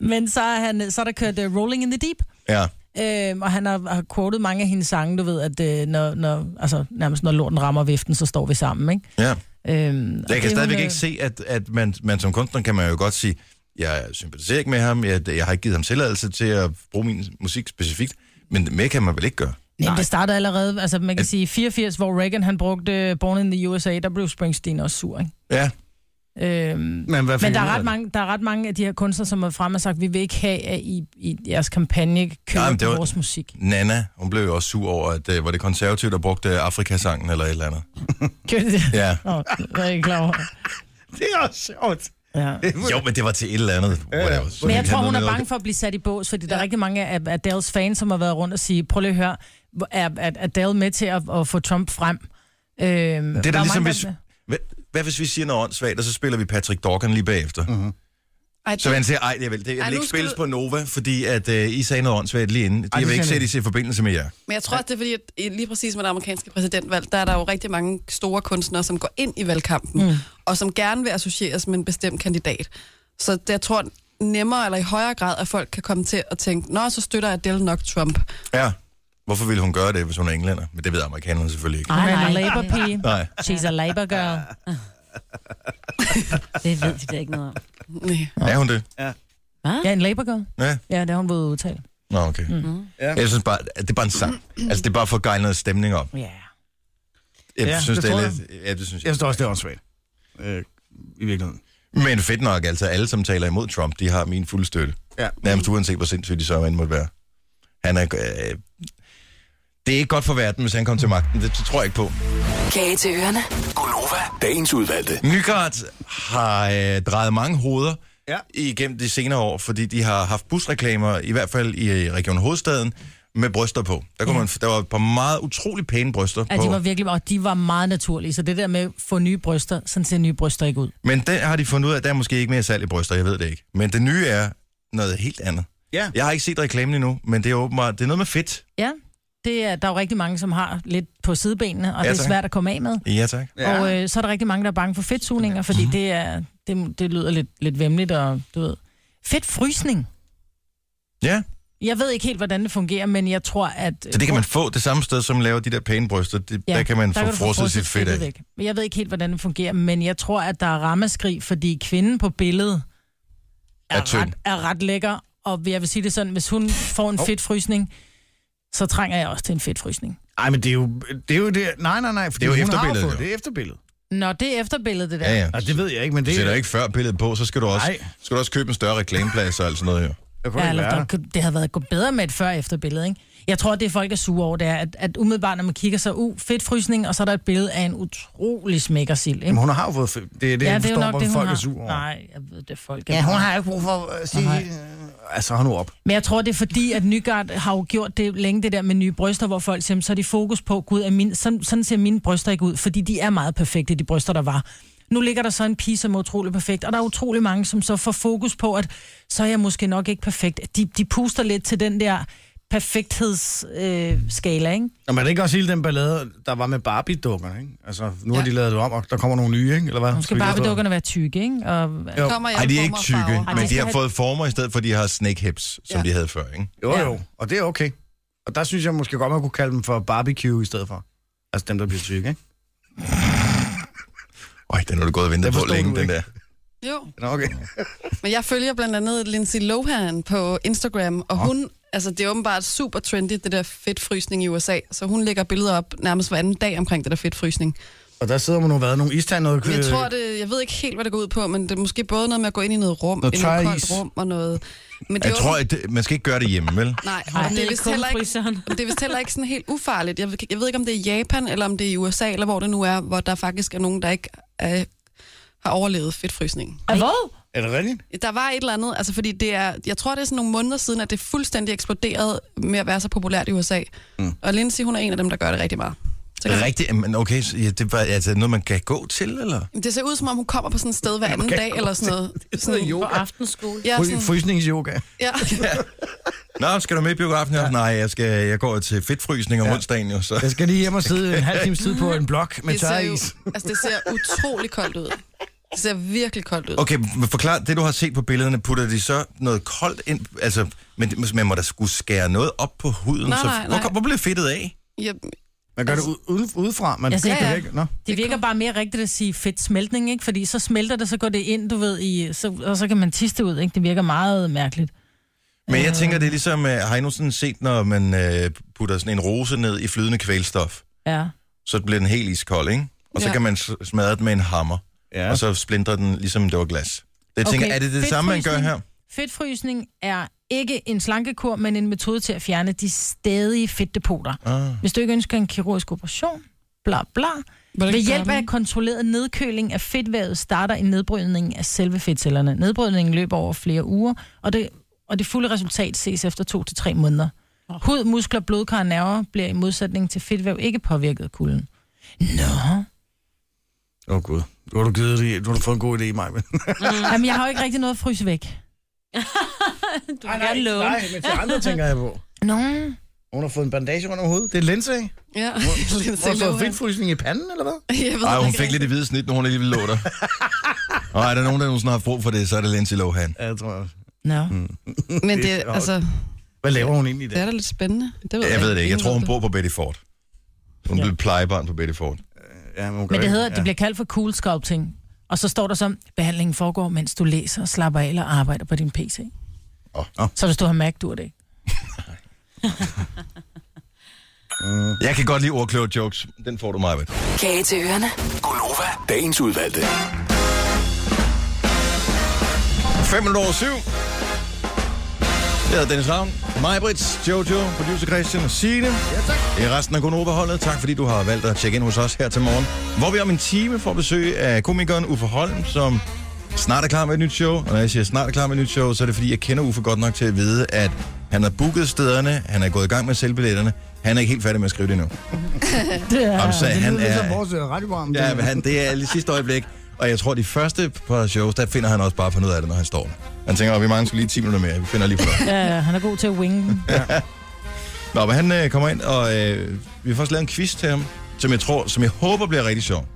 [SPEAKER 2] Men så er, han, så er der kørt uh, Rolling in the Deep,
[SPEAKER 1] Ja.
[SPEAKER 2] Øhm, og han har, har quoted mange af hendes sange, du ved, at øh, når, når, altså, nærmest når lorten rammer viften, så står vi sammen, ikke?
[SPEAKER 1] ja.
[SPEAKER 2] Øhm, og
[SPEAKER 1] Jeg
[SPEAKER 2] det er
[SPEAKER 1] kan stadigvæk
[SPEAKER 2] hun,
[SPEAKER 1] ikke se, at, at man, man som kunstner kan man jo godt sige, jeg sympatiserer ikke med ham, jeg, jeg har ikke givet ham tilladelse til at bruge min musik specifikt, men med kan man vel ikke gøre?
[SPEAKER 2] Jamen, det startede allerede, altså man kan sige, 84, hvor Reagan han brugte øh, Born in the USA, der blev Springsteen også sur, ikke?
[SPEAKER 1] Ja,
[SPEAKER 2] Øhm,
[SPEAKER 3] Men, hvad fik
[SPEAKER 2] men der
[SPEAKER 3] hun ud
[SPEAKER 2] er,
[SPEAKER 3] af
[SPEAKER 2] ret
[SPEAKER 3] det?
[SPEAKER 2] mange, der er ret mange af de her kunstnere, som har frem og sagt, vi vil ikke have, at I, I jeres kampagne kører
[SPEAKER 1] Jamen,
[SPEAKER 2] Jamen,
[SPEAKER 1] det var-
[SPEAKER 2] var... vores musik.
[SPEAKER 1] Nana, hun blev jo også sur over, at øh, var det konservativt, der brugte Afrikasangen eller et eller andet.
[SPEAKER 2] Kører det? Ja.
[SPEAKER 1] Ja.
[SPEAKER 2] Nå, det er jeg ikke klar over.
[SPEAKER 3] Det er også sjovt.
[SPEAKER 2] Ja.
[SPEAKER 1] Jo, men det var til et eller andet. Whatever. Så
[SPEAKER 2] Men
[SPEAKER 1] vi
[SPEAKER 2] jeg
[SPEAKER 1] kan
[SPEAKER 2] tror, hun
[SPEAKER 1] noget
[SPEAKER 2] er
[SPEAKER 1] med
[SPEAKER 2] bange for at blive sat i bås, fordi der er rigtig mange af Adele's fans, som har været rundt og sige, prøv lige at høre, hvor- er, er Adele med til at, at få Trump frem? Øhm,
[SPEAKER 1] Det er
[SPEAKER 2] der
[SPEAKER 1] da ligesom,
[SPEAKER 2] mange,
[SPEAKER 1] hvis,
[SPEAKER 2] der-
[SPEAKER 1] hvad, hvad hvis vi siger noget åndssvagt, og så spiller vi Patrick Dorgan lige bagefter? Mm-hmm.
[SPEAKER 5] Ej,
[SPEAKER 1] Så vil han sige, ej, jeg vil, det, jeg
[SPEAKER 5] Ej, nu
[SPEAKER 1] vil ikke
[SPEAKER 5] skal
[SPEAKER 1] spilles
[SPEAKER 5] du-
[SPEAKER 1] på Nova, fordi at, øh, I sagde noget åndssvagt lige inden. De
[SPEAKER 3] det
[SPEAKER 1] vil ikke
[SPEAKER 3] skal
[SPEAKER 1] sætte
[SPEAKER 3] vi-
[SPEAKER 1] i sig i forbindelse med jer.
[SPEAKER 5] Men jeg tror også, det er fordi, at i- lige præcis med det amerikanske præsidentvalg, der er der jo rigtig mange store kunstnere, som går ind i valgkampen, mm. og som gerne vil associeres med en bestemt kandidat. Så det, jeg tror nemmere eller i højere grad, at folk kan komme til at tænke, nå, så støtter Adele nok Trump.
[SPEAKER 1] Ja. Hvorfor ville hun gøre det, hvis hun er englænder? Men det ved amerikanerne selvfølgelig ikke.
[SPEAKER 2] Hun
[SPEAKER 4] Nej,
[SPEAKER 2] er en
[SPEAKER 4] nej.
[SPEAKER 2] Labour-pige.
[SPEAKER 1] Nej.
[SPEAKER 2] She's a Labour girl.
[SPEAKER 4] Det ved de da ikke noget om.
[SPEAKER 5] Nej.
[SPEAKER 1] Er hun det?
[SPEAKER 2] Ja, en Labour girl.
[SPEAKER 1] Ja.
[SPEAKER 2] Ja, det har hun været ude udtale.
[SPEAKER 1] Nå, okay.
[SPEAKER 2] Mm.
[SPEAKER 1] Mm-hmm. Jeg synes bare, at det er bare en sang. Altså, det er bare for at gejle noget stemning op.
[SPEAKER 2] Ja.
[SPEAKER 1] Jeg
[SPEAKER 3] Ja,
[SPEAKER 1] synes,
[SPEAKER 3] det
[SPEAKER 1] det,
[SPEAKER 3] tror
[SPEAKER 1] er
[SPEAKER 3] jeg.
[SPEAKER 1] lidt... Ja, det synes
[SPEAKER 3] Jeg
[SPEAKER 1] jeg.
[SPEAKER 3] synes også, det er åndssvagt. Øh, I virkeligheden.
[SPEAKER 1] Men fedt nok, altså alle, som taler imod Trump, de har min fulde støtte.
[SPEAKER 3] Ja.
[SPEAKER 1] Nærmest uanset, hvor sindssygt de så end måtte være. Han er... Øh, det er ikke godt for verden, hvis han kommer til magten. Det tror jeg ikke på.
[SPEAKER 6] Kage til ørerne.
[SPEAKER 7] Gonova, dagens udvalgte.
[SPEAKER 1] Nygaard har øh, drejet mange hoveder ja.
[SPEAKER 3] Ja.
[SPEAKER 1] igennem de senere år, fordi de har haft busreklamer, i hvert fald i øh, Region Hovedstaden, med bryster på. Der, kunne man, der var et par meget utrolig pæne bryster
[SPEAKER 2] Ja,
[SPEAKER 1] på.
[SPEAKER 2] de var virkelig, og de var meget naturlige, så det der med at få nye bryster, sådan ser nye bryster ikke ud.
[SPEAKER 1] Men der har de fundet ud af, at der er måske ikke mere salg i bryster, jeg ved det ikke. Men det nye er noget helt andet.
[SPEAKER 3] Ja.
[SPEAKER 1] Jeg har ikke set reklamen endnu, men det er åbenbart, det er noget med fedt.
[SPEAKER 2] Ja, det er, der er jo rigtig mange, som har lidt på sidebenene, og
[SPEAKER 1] Ja,
[SPEAKER 2] ja, det er
[SPEAKER 1] tak.
[SPEAKER 2] svært at komme af med.
[SPEAKER 1] Ja, Mhm. tak.
[SPEAKER 3] Ja.
[SPEAKER 2] Og øh, så er der rigtig mange, der er bange for fedtsugninger, fordi det, er, det, det lyder lidt, lidt vemmeligt, og du ved... Fedtfrysning.
[SPEAKER 1] Ja,
[SPEAKER 2] Jeg ved ikke helt, hvordan det fungerer, men jeg tror, at...
[SPEAKER 1] så det kan man få det samme sted, som laver de der pæne bryster. Det, ja, der kan man få
[SPEAKER 2] du
[SPEAKER 1] frosset sit fedt
[SPEAKER 2] fedtet
[SPEAKER 1] af.
[SPEAKER 2] væk. Men Jeg ved ikke helt, hvordan det fungerer, men jeg tror, at der er ramaskrig, fordi kvinden på billedet er,
[SPEAKER 1] Er tynd.
[SPEAKER 2] ret, er ret lækker, og jeg vil sige det sådan, hvis hun får en fedtfrysning, så trænger jeg også til en fedtfrysning.
[SPEAKER 3] Ej, men det er jo det. Er jo det. Nej, nej, nej. Fordi
[SPEAKER 1] Det er jo
[SPEAKER 3] hun har
[SPEAKER 1] efterbilledet,
[SPEAKER 3] fået-
[SPEAKER 1] jo.
[SPEAKER 3] Det er efterbilledet.
[SPEAKER 2] Nå, det er efterbilledet, det der.
[SPEAKER 1] Ja, ja.
[SPEAKER 3] Ja, det ved jeg ikke, men det
[SPEAKER 1] Du
[SPEAKER 3] er...
[SPEAKER 1] sætter ikke før billedet på, så skal du også,
[SPEAKER 3] Nej.
[SPEAKER 1] skal du også købe en større reklameplads og alt sådan noget. Jo.
[SPEAKER 3] Jeg kunne
[SPEAKER 2] Ja,
[SPEAKER 3] ikke
[SPEAKER 2] eller
[SPEAKER 3] være
[SPEAKER 2] der,
[SPEAKER 3] der.
[SPEAKER 2] kunne- det havde været gået bedre med et før efter billede, ikke? Jeg tror, det folk er sure over, det er, at, at umiddelbart, når man kigger så u, fedtfrysning, og så er der et billede af en utrolig smækker sild, ikke?
[SPEAKER 3] Jamen, hun har jo fået... fe- Det er det, ja,
[SPEAKER 2] ja,
[SPEAKER 3] jeg
[SPEAKER 2] det er jo
[SPEAKER 3] forstår,
[SPEAKER 2] nok det, hun
[SPEAKER 3] hvorfor folk
[SPEAKER 2] har.
[SPEAKER 3] er sure over.
[SPEAKER 2] Nej, jeg ved det, folk er
[SPEAKER 3] Ja, hun
[SPEAKER 2] bare-
[SPEAKER 3] har ikke brug for at sige... Øh, Altså, hold nu op.
[SPEAKER 2] Men jeg tror, det er fordi, at Nygaard har jo gjort det længe, det der med nye bryster, hvor folk siger, "Jamen, så er de fokus på, gud, er min, sådan, sådan ser mine bryster ikke ud, fordi de er meget perfekte, de bryster, der var. Nu ligger der så en pige, som er utrolig perfekt, og der er utrolig mange, som så får fokus på, at så er jeg måske nok ikke perfekt. De, de puster lidt til den der perfekthedsskala, øh, skala, ikke?
[SPEAKER 3] Nå, men er det ikke også hele den ballade, der var med Barbie-dukker, ikke? Altså, nu ja. har de lavet det om, og der kommer nogle nye, ikke? Eller hvad?
[SPEAKER 2] Nu skal bare dukkerne være tykke, ikke? Og,
[SPEAKER 3] Jo.
[SPEAKER 5] Kommer i
[SPEAKER 1] Ej,
[SPEAKER 5] alle
[SPEAKER 1] de er ikke
[SPEAKER 5] former og
[SPEAKER 1] tykke,
[SPEAKER 5] farver.
[SPEAKER 2] Ej,
[SPEAKER 1] men
[SPEAKER 2] de
[SPEAKER 1] de
[SPEAKER 2] skal
[SPEAKER 1] har
[SPEAKER 2] have-
[SPEAKER 1] fået former i stedet for, de har snake hips, som
[SPEAKER 5] Ja.
[SPEAKER 1] de havde før, ikke?
[SPEAKER 3] Jo,
[SPEAKER 2] Ja.
[SPEAKER 3] jo. Og det er okay. Og der synes jeg måske godt, man kunne kalde dem for barbecue i stedet for. Altså dem, der bliver syge, ikke?
[SPEAKER 1] Øj, den har du gået og ventet
[SPEAKER 3] Den
[SPEAKER 1] på
[SPEAKER 3] forstod
[SPEAKER 1] længe,
[SPEAKER 3] du
[SPEAKER 1] den
[SPEAKER 3] ikke.
[SPEAKER 1] der.
[SPEAKER 5] Jo.
[SPEAKER 3] Nå, okay.
[SPEAKER 5] Men jeg følger blandt andet Lindsay Lohan på Instagram, og hun, altså det er åbenbart super trendy, det der fedtfrysning i USA, så hun lægger billeder op nærmest hver anden dag omkring det der fedtfrysning.
[SPEAKER 3] Og der sidder man jo været nogle istand noget
[SPEAKER 5] Men jeg
[SPEAKER 1] Øh.
[SPEAKER 5] tror det, jeg ved ikke helt, hvad det går ud på, men det er måske både noget med at gå ind i noget rum,
[SPEAKER 3] Noget
[SPEAKER 5] noget, noget koldt
[SPEAKER 3] tøjis.
[SPEAKER 5] rum og noget... Men det
[SPEAKER 1] Jeg
[SPEAKER 5] er
[SPEAKER 1] tror,
[SPEAKER 5] åben-
[SPEAKER 1] at det- man skal ikke gøre det hjemme, vel?
[SPEAKER 5] Nej,
[SPEAKER 2] Ej,
[SPEAKER 5] og det er vist heller ikke...
[SPEAKER 4] ikke...
[SPEAKER 5] Det er vist heller ikke sådan helt ufarligt. Jeg, ved- jeg ved ikke, om det er i Japan, eller om det er i USA, eller hvor det nu er, hvor der faktisk er nogen, der ikke er, har overlevet fedtfrysningen.
[SPEAKER 2] Hvor?
[SPEAKER 3] Er det rigtigt?
[SPEAKER 5] Der var et eller andet, altså fordi det er, jeg tror det er sådan nogle måneder siden, at det fuldstændig eksploderede med at være så populært i USA. Mm. Og Lindsay, hun er en af dem, der gør det rigtig meget. Så kan
[SPEAKER 1] Rigtigt, men okay, så, ja, det var altså noget, man kan gå til, eller?
[SPEAKER 5] det ser ud som om, hun kommer på sådan et sted hver anden
[SPEAKER 3] kan
[SPEAKER 5] dag,
[SPEAKER 3] godt
[SPEAKER 5] eller sådan noget.
[SPEAKER 3] Sådan
[SPEAKER 5] Sådan,
[SPEAKER 4] På
[SPEAKER 3] yoga.
[SPEAKER 4] aftenskole.
[SPEAKER 5] ja,
[SPEAKER 3] Fry-
[SPEAKER 5] sådan,
[SPEAKER 3] Frysningsyoga.
[SPEAKER 5] ja.
[SPEAKER 1] Nå, skal du med i biografen? Ja. Nej, jeg, skal, jeg går til fedtfrysning om ja.
[SPEAKER 3] Ja.
[SPEAKER 1] onsdagen, jo, så.
[SPEAKER 3] Jeg skal lige hjem og sidde en halv times tid på en blok med
[SPEAKER 5] Det ser, jo,
[SPEAKER 3] tøjis.
[SPEAKER 5] altså, det ser utrolig koldt ud. Det ser virkelig koldt ud.
[SPEAKER 1] Okay, men forklar, det du har set på billederne, putter de så noget koldt ind? Altså, men man må da skulle skære noget op på huden,
[SPEAKER 5] Nej,
[SPEAKER 1] så
[SPEAKER 5] nej,
[SPEAKER 1] hvor,
[SPEAKER 5] nej.
[SPEAKER 1] hvor blev fedtet af?
[SPEAKER 5] Ja,
[SPEAKER 3] Man gør det ud, ude- udefra. Man
[SPEAKER 2] Jeg ser-
[SPEAKER 3] det
[SPEAKER 5] Ja, ja.
[SPEAKER 3] ikke. Nå.
[SPEAKER 2] Det virker bare mere rigtigt at sige fedt smeltning, ikke? Fordi så smelter det, så går det ind, du ved, i, så, og så kan man tiste ud, ikke? Det virker meget mærkeligt.
[SPEAKER 1] Men jeg tænker, det er ligesom, øh, har I nu sådan set, når man øh, putter sådan en rose ned i flydende kvælstof,
[SPEAKER 2] Ja.
[SPEAKER 1] så bliver den helt iskold, ikke? Og så
[SPEAKER 5] Ja.
[SPEAKER 1] kan man s- smadre den med en hammer,
[SPEAKER 3] Ja.
[SPEAKER 1] og så splindrer den ligesom det var glas. Det tænker,
[SPEAKER 2] Okay,
[SPEAKER 1] er det det samme, man gør her?
[SPEAKER 2] fedtfrysning. Fedtfrysning er ikke en slankekur, men en metode til at fjerne de stadige fedtdepoter.
[SPEAKER 1] Ah.
[SPEAKER 2] Hvis du ikke ønsker en kirurgisk operation, bla bla,
[SPEAKER 5] Hvordan
[SPEAKER 2] ved
[SPEAKER 5] gør
[SPEAKER 2] hjælp
[SPEAKER 5] man?
[SPEAKER 2] af kontrolleret nedkøling af fedtvævet starter en nedbrydning af selve fedtcellerne. Nedbrydningen løber over flere uger, og det, og det fulde resultat ses efter to til tre måneder. Hud, muskler, blodkar og nerver bliver i modsætning til fedtvæv ikke påvirket af kulden. Nå.
[SPEAKER 3] Åh oh, gud. Nu har du givet det. Nu har du fået en god idé i mig. Men...
[SPEAKER 5] Mm.
[SPEAKER 2] Jamen, jeg har jo ikke rigtig noget at fryse væk.
[SPEAKER 4] Du kan gerne låne.
[SPEAKER 3] nej, men til andre tænker jeg på.
[SPEAKER 2] Nå.
[SPEAKER 3] Hun har fået en bandage rundt om hovedet. Det er linse. Hun
[SPEAKER 5] ja.
[SPEAKER 3] har fået fedtfrysning i panden, eller hvad?
[SPEAKER 5] Jeg ved
[SPEAKER 1] Ej,
[SPEAKER 5] det
[SPEAKER 1] hun
[SPEAKER 5] ikke
[SPEAKER 1] fik lidt det hvide snit, når hun alligevel lå der. Og er der nogen, der nogensinde har haft brug for det, så er det Lindsay Lohan.
[SPEAKER 3] Ja, jeg tror jeg også.
[SPEAKER 2] Nå.
[SPEAKER 5] rigtigt. Men det,
[SPEAKER 3] Det er-
[SPEAKER 5] altså,
[SPEAKER 3] Hvad laver hun egentlig i
[SPEAKER 5] det
[SPEAKER 3] dag?
[SPEAKER 5] er da lidt spændende. Det ved
[SPEAKER 1] Jeg ved det ikke. Jeg tror, hun bor på Betty Ford. Hun
[SPEAKER 2] Ja.
[SPEAKER 1] blev plejebarn på Betty Ford.
[SPEAKER 3] Øh, Ja, hun gør
[SPEAKER 2] Men det
[SPEAKER 3] ikke-
[SPEAKER 2] hedder, ja. det bliver kaldt for cool sculpting. Og så står der som, behandlingen foregår, mens du læser, slapper af eller arbejder på din PC.
[SPEAKER 1] Åh.
[SPEAKER 3] Åh.
[SPEAKER 2] Så hvis du har Mac, dur det ikke.
[SPEAKER 1] Jeg kan godt lide ordkloge jokes. Den får du mig med.
[SPEAKER 6] Kage til ørerne.
[SPEAKER 7] Gonova, dagens udvalgte.
[SPEAKER 1] 5 minutter over 7. Jeg hedder Dennis Ravn, Majbrits, Jojo, producer Christian og Signe. Ja, tak. I resten af Gunova-holdet, tak fordi du har valgt at tjekke ind hos os her til morgen. Hvor vi om en time får besøg af øh, komikeren Uffe Holm, som snart er klar med et nyt show. Og når jeg siger snart er klar med et nyt show, så er det fordi, jeg kender Uffe godt nok til at vide, at han har booket stederne, han er gået i gang med selvbilletterne, han er ikke helt færdig med at skrive det endnu.
[SPEAKER 2] Det er...
[SPEAKER 1] Om, så
[SPEAKER 3] Det
[SPEAKER 1] han
[SPEAKER 3] lyder lidt
[SPEAKER 1] er...
[SPEAKER 3] som vores øh, radioprogram.
[SPEAKER 1] Ja,
[SPEAKER 3] Det-
[SPEAKER 1] men han, det er lige sidste øjeblik. Og jeg tror, de første par shows, der finder han også bare for noget af det, når han står der. Han tænker, at vi mangler skulle lige 10 minutter mere. Vi finder lige på noget.
[SPEAKER 2] Ja, ja, han er god til at winge. den.
[SPEAKER 1] Nå, men han øh, kommer ind, og øh, vi har faktisk lavet en quiz til ham, som jeg tror, som jeg håber bliver rigtig sjov.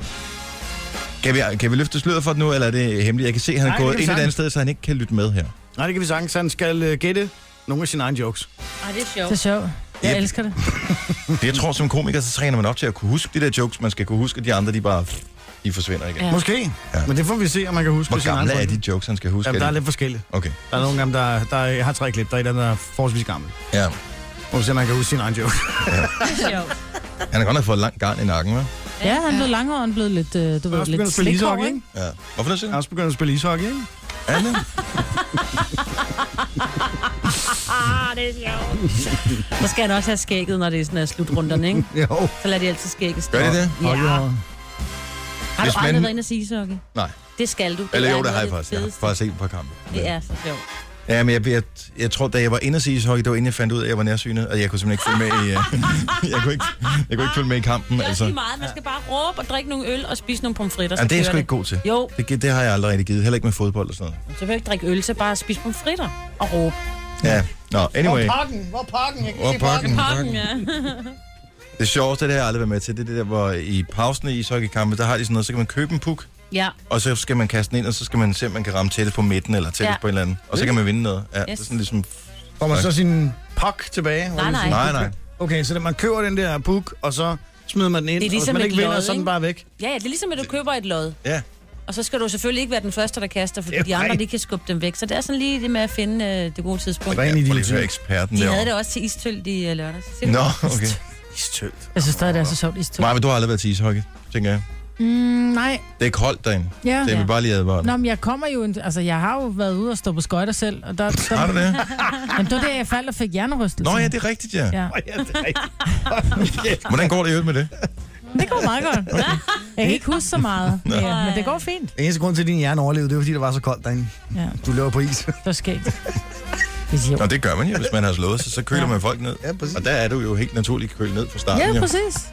[SPEAKER 1] Kan vi, kan vi løfte sløret for det nu, eller er det hemmeligt? Jeg kan se, at han er
[SPEAKER 3] Nej, det
[SPEAKER 1] gået
[SPEAKER 3] kan
[SPEAKER 1] et
[SPEAKER 3] vi
[SPEAKER 1] eller andet
[SPEAKER 3] sagtens.
[SPEAKER 1] sted, så han ikke kan lytte med her.
[SPEAKER 3] Nej, det kan vi sagtens. Han skal øh, gætte nogle af sine egne jokes.
[SPEAKER 4] Ej, det er
[SPEAKER 2] Det er
[SPEAKER 4] sjovt.
[SPEAKER 2] sjovt. Jeg
[SPEAKER 1] Yep.
[SPEAKER 2] elsker det.
[SPEAKER 1] Det jeg tror, som komiker, så træner man op til at kunne huske de der jokes. Man skal kunne huske, at de andre, de bare de forsvinder igen.
[SPEAKER 4] Ja.
[SPEAKER 1] Ja.
[SPEAKER 3] Måske.
[SPEAKER 1] Ja.
[SPEAKER 3] Ja. Men det får vi se, om man kan huske.
[SPEAKER 1] Hvor
[SPEAKER 3] sine egne
[SPEAKER 1] gamle er
[SPEAKER 3] pointe.
[SPEAKER 1] de jokes, han skal huske?
[SPEAKER 3] Jamen, der
[SPEAKER 1] Er
[SPEAKER 3] er
[SPEAKER 1] de-
[SPEAKER 3] lidt forskellige.
[SPEAKER 1] Okay,
[SPEAKER 3] Der er nogle gange, der, der er, jeg har tre klip. Der er et af dem, der er forholdsvis gammel.
[SPEAKER 1] ja.
[SPEAKER 3] Og så man kan huske sin egen joke.
[SPEAKER 4] Det er sjovt.
[SPEAKER 1] Han har godt nok fået langt garn i nakken, hva'?
[SPEAKER 2] Ja, han blev langhåret, han blev lidt, øh, du
[SPEAKER 3] Jeg har
[SPEAKER 2] ved,
[SPEAKER 3] også begyndt
[SPEAKER 2] lidt
[SPEAKER 3] at spille
[SPEAKER 2] slikhåret,
[SPEAKER 3] ishockey,
[SPEAKER 2] ikke?
[SPEAKER 3] ikke?
[SPEAKER 1] Ja. Hvorfor det
[SPEAKER 3] Jeg
[SPEAKER 1] siger?
[SPEAKER 3] har også begyndt at spille ishockey, ikke?
[SPEAKER 1] Anne?
[SPEAKER 4] Ah, det er sjovt. Så skal han også have skægget, når det er sådan er slutrunderne, ikke?
[SPEAKER 3] Jo.
[SPEAKER 4] Så lader de altid skægget stå.
[SPEAKER 1] Gør de det?
[SPEAKER 4] Ja. Har
[SPEAKER 1] Hvis
[SPEAKER 4] du
[SPEAKER 1] man-
[SPEAKER 4] aldrig været inde og sige ishockey?
[SPEAKER 1] Nej.
[SPEAKER 4] Det skal du. Det
[SPEAKER 1] Eller
[SPEAKER 4] er
[SPEAKER 1] jo, det
[SPEAKER 4] noget
[SPEAKER 1] har
[SPEAKER 4] af
[SPEAKER 1] Altså- jeg faktisk. Jeg har
[SPEAKER 4] fedeste.
[SPEAKER 1] faktisk set et par kampe.
[SPEAKER 4] Det er så sjovt.
[SPEAKER 1] Ja, men jeg, jeg, jeg tror, da jeg var inde og sige ishockey, det var inden jeg fandt ud af, at jeg var nærsynet, og jeg kunne simpelthen ikke følge med i, øh, jeg kunne ikke, jeg kunne ikke følge med i kampen.
[SPEAKER 4] Det er
[SPEAKER 1] Altså.
[SPEAKER 4] også lige meget. Man skal bare råbe og drikke nogle øl og spise nogle pomfritter. så
[SPEAKER 1] Jamen, det er jeg
[SPEAKER 4] kører
[SPEAKER 1] sgu ikke god til.
[SPEAKER 4] Jo,
[SPEAKER 1] Det, gi- det har jeg aldrig rigtig givet. Heller ikke med fodbold og sådan noget.
[SPEAKER 4] så behøver ikke drikke øl, så bare spise pomfritter og råbe.
[SPEAKER 1] Ja, nå, anyway.
[SPEAKER 4] Oh,
[SPEAKER 3] Parken. Hvor er parken? Jeg kan
[SPEAKER 1] Hvor er parken?
[SPEAKER 4] Pakken, ja.
[SPEAKER 1] Det sjoveste, det har jeg aldrig været med til, det er det der, hvor i pausen i ishockeykampe, der har de sådan noget, så kan man købe en puk,
[SPEAKER 4] Ja,
[SPEAKER 1] og så skal man kaste den ind, og så skal man se, om man kan ramme tættest på midten, eller tættest
[SPEAKER 4] Ja.
[SPEAKER 1] på en eller anden. Og så kan man vinde noget. Ja, det er
[SPEAKER 4] Yes.
[SPEAKER 1] sådan ligesom...
[SPEAKER 3] Får man så sin pak tilbage? Hvor
[SPEAKER 4] Nej,
[SPEAKER 3] man
[SPEAKER 4] nej.
[SPEAKER 1] Nej,
[SPEAKER 3] siger,
[SPEAKER 1] nej.
[SPEAKER 3] Okay, så det- man køber den der puk, og så smider man den ind.
[SPEAKER 4] Det er
[SPEAKER 3] og hvis
[SPEAKER 4] ligesom
[SPEAKER 3] man
[SPEAKER 4] et
[SPEAKER 3] ikke vinder,
[SPEAKER 4] lod,
[SPEAKER 3] så er den
[SPEAKER 4] ikke?
[SPEAKER 3] bare væk.
[SPEAKER 4] ja, ja, det er ligesom, at du køber et lod.
[SPEAKER 1] Ja.
[SPEAKER 4] Og så skal du selvfølgelig ikke være den første, der kaster, fordi
[SPEAKER 3] Det er
[SPEAKER 4] de andre
[SPEAKER 3] rigtigt.
[SPEAKER 4] de kan skubbe dem væk. Så det er sådan lige det med at finde øh, det gode tidspunkt.
[SPEAKER 3] Ren
[SPEAKER 1] Jeg prøver lige at
[SPEAKER 3] idioti.
[SPEAKER 1] høre eksperten
[SPEAKER 4] De
[SPEAKER 1] derovre.
[SPEAKER 4] havde det også til Istølt i øh, lørdags. Se det.
[SPEAKER 1] Nå, okay.
[SPEAKER 3] Istølt.
[SPEAKER 2] Jeg synes stadig, det er så sjovt istøv.
[SPEAKER 1] Maja, du har aldrig været til ishockey, tænker jeg.
[SPEAKER 2] Mm, nej,
[SPEAKER 1] Det er koldt derinde.
[SPEAKER 2] ja.
[SPEAKER 1] Det er vi
[SPEAKER 4] Ja.
[SPEAKER 1] bare lige advare. dig.
[SPEAKER 2] Nå, men jeg kommer jo... En, altså, jeg har jo været ude og stå på skøjter selv, og der... der
[SPEAKER 1] Har du det?
[SPEAKER 2] Jamen, det var der, jeg faldt og fik hjernerystelse.
[SPEAKER 1] Nå ja, det er rigtigt, ja.
[SPEAKER 2] Ja.
[SPEAKER 3] Åh, ja, det er rigtigt.
[SPEAKER 1] Hvordan går det i øvrigt med det?
[SPEAKER 2] Det går meget godt. Jeg kan ikke huske så meget, ja, men det går fint.
[SPEAKER 3] Den eneste grund til, at din hjerne overlevede, det var, fordi det var så koldt derinde.
[SPEAKER 2] Ja,
[SPEAKER 3] Du løber på is.
[SPEAKER 2] det var skægt.
[SPEAKER 1] Nå, det gør man jo, hvis man har slået sig. Så køler
[SPEAKER 2] Ja.
[SPEAKER 1] man folk ned.
[SPEAKER 3] Ja, præcis.
[SPEAKER 1] Og der er du jo helt naturligt kølet ned fra starten.
[SPEAKER 2] Ja,
[SPEAKER 1] jo.
[SPEAKER 2] præcis.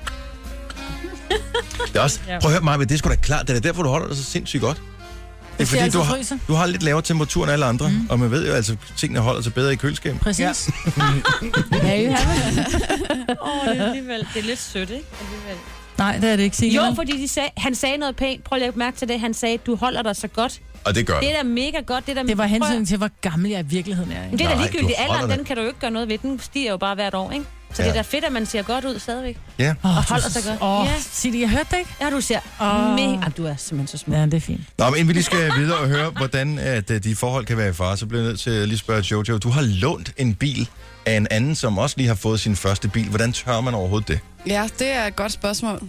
[SPEAKER 1] Det er også, prøv at høre mig, men det er sgu da klart. Det er da derfor, du holder dig så sindssygt godt. Det er
[SPEAKER 2] Det
[SPEAKER 1] fordi,
[SPEAKER 2] altid
[SPEAKER 1] du har,
[SPEAKER 2] fryser. Mhm.
[SPEAKER 1] du har lidt lavere temperatur end alle andre, mm. og man ved jo, altså, tingene holder sig bedre i køleskab.
[SPEAKER 2] Præcis. Ja, you have it.
[SPEAKER 4] Åh, det er alligevel... Det er lidt sødt, ikke? Alligevel.
[SPEAKER 2] Nej, det er det ikke, Signe.
[SPEAKER 4] Jo, fordi de sag, han sagde noget pænt. Prøv at lægge mærke til det. Han sagde, du holder dig så godt.
[SPEAKER 1] Og det gør
[SPEAKER 4] Det
[SPEAKER 1] det.
[SPEAKER 4] er da mega godt. Det, er da,
[SPEAKER 2] Det var
[SPEAKER 4] Prøv at-
[SPEAKER 2] hensyn til, hvor gammel jeg i virkeligheden er.
[SPEAKER 4] Men
[SPEAKER 2] Ikke?
[SPEAKER 4] det er da
[SPEAKER 1] Nej,
[SPEAKER 4] ligegyldigt.
[SPEAKER 1] du holder
[SPEAKER 4] Alderen,
[SPEAKER 1] dig.
[SPEAKER 4] den kan du jo ikke gøre noget ved. Den stiger jo bare hvert år, ikke? Så ja. det
[SPEAKER 1] Ja.
[SPEAKER 4] er da fedt, at man ser godt ud stadigvæk.
[SPEAKER 1] Ja.
[SPEAKER 2] Åh,
[SPEAKER 4] Og
[SPEAKER 2] du-
[SPEAKER 4] holder sig godt.
[SPEAKER 2] Åh,
[SPEAKER 4] Ja.
[SPEAKER 2] sig det, jeg hørte det ikke?
[SPEAKER 4] Ja, du ser
[SPEAKER 2] Åh.
[SPEAKER 4] mega... Jamen, du er simpelthen så smuk.
[SPEAKER 2] Ja, det er fint.
[SPEAKER 1] Nå, men inden vi lige skal videre og høre, hvordan at, øh, de forhold kan være i fare, så bliver jeg nødt til at lige spørge Jojo. Du har lånt en bil af en anden, som også lige har fået sin første bil. Hvordan tør man overhovedet det?
[SPEAKER 5] Ja, det er et godt spørgsmål.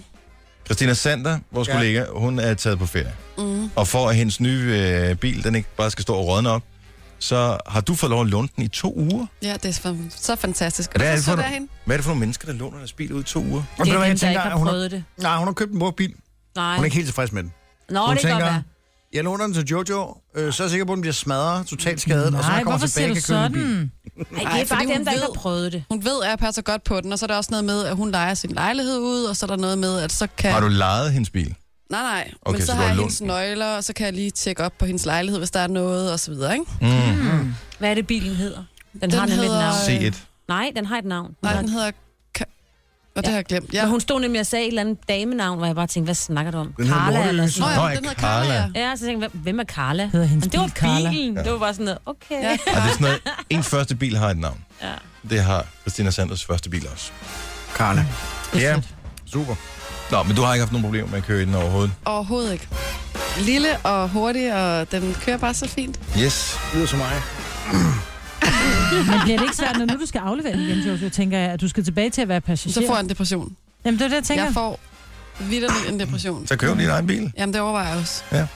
[SPEAKER 1] Christina Sander, vores ja.
[SPEAKER 3] Ja.
[SPEAKER 1] kollega, hun er taget på ferie. Mm. Og for at hendes nye øh, bil, den ikke bare skal stå og rådne op, så har du fået lov at låne den i to uger.
[SPEAKER 5] Ja, det er så- så fantastisk. Og
[SPEAKER 1] Hvad er, det
[SPEAKER 5] så
[SPEAKER 1] for,
[SPEAKER 5] sødt af hende.
[SPEAKER 1] hvad er det for nogle mennesker, der låner deres bil ud i to uger?
[SPEAKER 3] Og
[SPEAKER 4] Det
[SPEAKER 3] ved du
[SPEAKER 4] er dem,
[SPEAKER 3] hvad, jeg
[SPEAKER 4] der ikke
[SPEAKER 3] tænker,
[SPEAKER 4] har
[SPEAKER 3] hun
[SPEAKER 4] prøvet det.
[SPEAKER 3] Nej, hun har købt en brugt bil.
[SPEAKER 4] Nej.
[SPEAKER 3] Hun er ikke helt tilfreds med den.
[SPEAKER 4] Nå,
[SPEAKER 3] hun
[SPEAKER 4] det kan godt være.
[SPEAKER 3] jeg låner den til Jojo, øh, så er jeg sikker på, at den bliver smadret, totalt skadet, og så når
[SPEAKER 2] Nej,
[SPEAKER 3] jeg kommer
[SPEAKER 2] hvorfor siger
[SPEAKER 3] tilbage,
[SPEAKER 2] du
[SPEAKER 3] kan købe en bil.
[SPEAKER 2] sådan?
[SPEAKER 4] Ej, det er
[SPEAKER 5] fordi
[SPEAKER 4] bare dem,
[SPEAKER 5] hun
[SPEAKER 4] der ikke
[SPEAKER 5] ved-
[SPEAKER 4] har prøvet det.
[SPEAKER 5] Hun ved, at jeg passer godt på den, og så er der også noget med, at hun lejer sin lejlighed ud, og så er der noget med, at så kan...
[SPEAKER 1] Har du lejet hendes bil?
[SPEAKER 5] Nej, nej.
[SPEAKER 1] Okay,
[SPEAKER 5] Okay, men
[SPEAKER 1] så
[SPEAKER 5] så,
[SPEAKER 1] du
[SPEAKER 5] har
[SPEAKER 1] har
[SPEAKER 5] jeg
[SPEAKER 1] lånt
[SPEAKER 5] hendes
[SPEAKER 1] den.
[SPEAKER 5] nøgler, og så kan jeg lige tjekke op på hendes lejlighed, hvis der er noget, og så videre, ikke?
[SPEAKER 1] Mm.
[SPEAKER 4] Mm. Hvad er det, bilen hedder? Den,
[SPEAKER 5] Den
[SPEAKER 4] har nemlig et
[SPEAKER 5] hedder-
[SPEAKER 4] navn.
[SPEAKER 5] Øh.
[SPEAKER 1] C1.
[SPEAKER 4] Nej, den har et navn.
[SPEAKER 5] Nej,
[SPEAKER 4] har-
[SPEAKER 5] den hedder... Ka- og det har jeg glemt. Ja.
[SPEAKER 4] Men hun stod nemlig og sagde et eller andet damenavn, hvor jeg bare tænkte, hvad snakker du om?
[SPEAKER 3] Den hedder
[SPEAKER 4] Carla eller
[SPEAKER 3] Nordlys.
[SPEAKER 4] sådan
[SPEAKER 5] Nå
[SPEAKER 1] Nå,
[SPEAKER 5] ja,
[SPEAKER 1] ja,
[SPEAKER 5] den hedder Carla,
[SPEAKER 1] Carla.
[SPEAKER 5] ja.
[SPEAKER 4] noget. Ja, så tænkte jeg, hvem er Carla?
[SPEAKER 2] Hedder hendes
[SPEAKER 4] Men det var
[SPEAKER 2] bil Carla?
[SPEAKER 4] bilen. Det var bare sådan noget, okay.
[SPEAKER 5] Ja.
[SPEAKER 1] Og det er sådan noget, en første bil har et navn.
[SPEAKER 4] Ja.
[SPEAKER 1] Det har Christina Sanders første bil også.
[SPEAKER 3] Karla.
[SPEAKER 1] Ja.
[SPEAKER 3] Super.
[SPEAKER 1] Nå, men du har ikke haft nogen problemer med at køre i den overhovedet.
[SPEAKER 5] Overhovedet ikke. Lille og hurtig, og den kører bare så fint.
[SPEAKER 1] Yes.
[SPEAKER 3] Lyder som mig.
[SPEAKER 2] Men bliver det ikke svært, når nu du skal aflevere den igen, Jojo, tænker jeg, at du skal tilbage til at være passager?
[SPEAKER 5] Så får jeg en depression.
[SPEAKER 2] Jamen, det er det, jeg tænker.
[SPEAKER 5] Jeg får vidderligt en depression.
[SPEAKER 1] Så køb din egen bil.
[SPEAKER 5] Jamen, det overvejer jeg også.
[SPEAKER 1] Ja.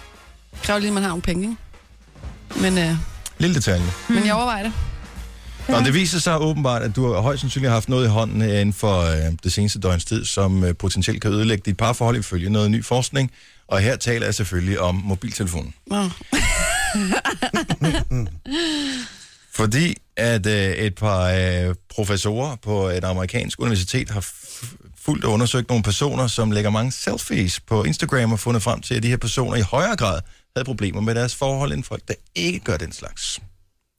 [SPEAKER 5] Kræver lige, at man har nogle penge, ikke? Men, øh,
[SPEAKER 1] Lille detalje.
[SPEAKER 5] men
[SPEAKER 4] Mm.
[SPEAKER 5] jeg overvejer det.
[SPEAKER 1] Nå, det viser sig åbenbart, at du højst sandsynligt har haft noget i hånden øh, inden for øh, det seneste døgns tid, som øh, potentielt kan ødelægge dit parforhold ifølge noget ny forskning. Og her taler jeg selvfølgelig om mobiltelefonen.
[SPEAKER 5] Nå.
[SPEAKER 1] Mm. Fordi at øh, et par øh, professorer på et amerikansk universitet har f- fuldt og undersøgt nogle personer, som lægger mange selfies på Instagram og fundet frem til, at de her personer i højere grad havde problemer med deres forhold end folk, der ikke gør den slags.
[SPEAKER 3] Det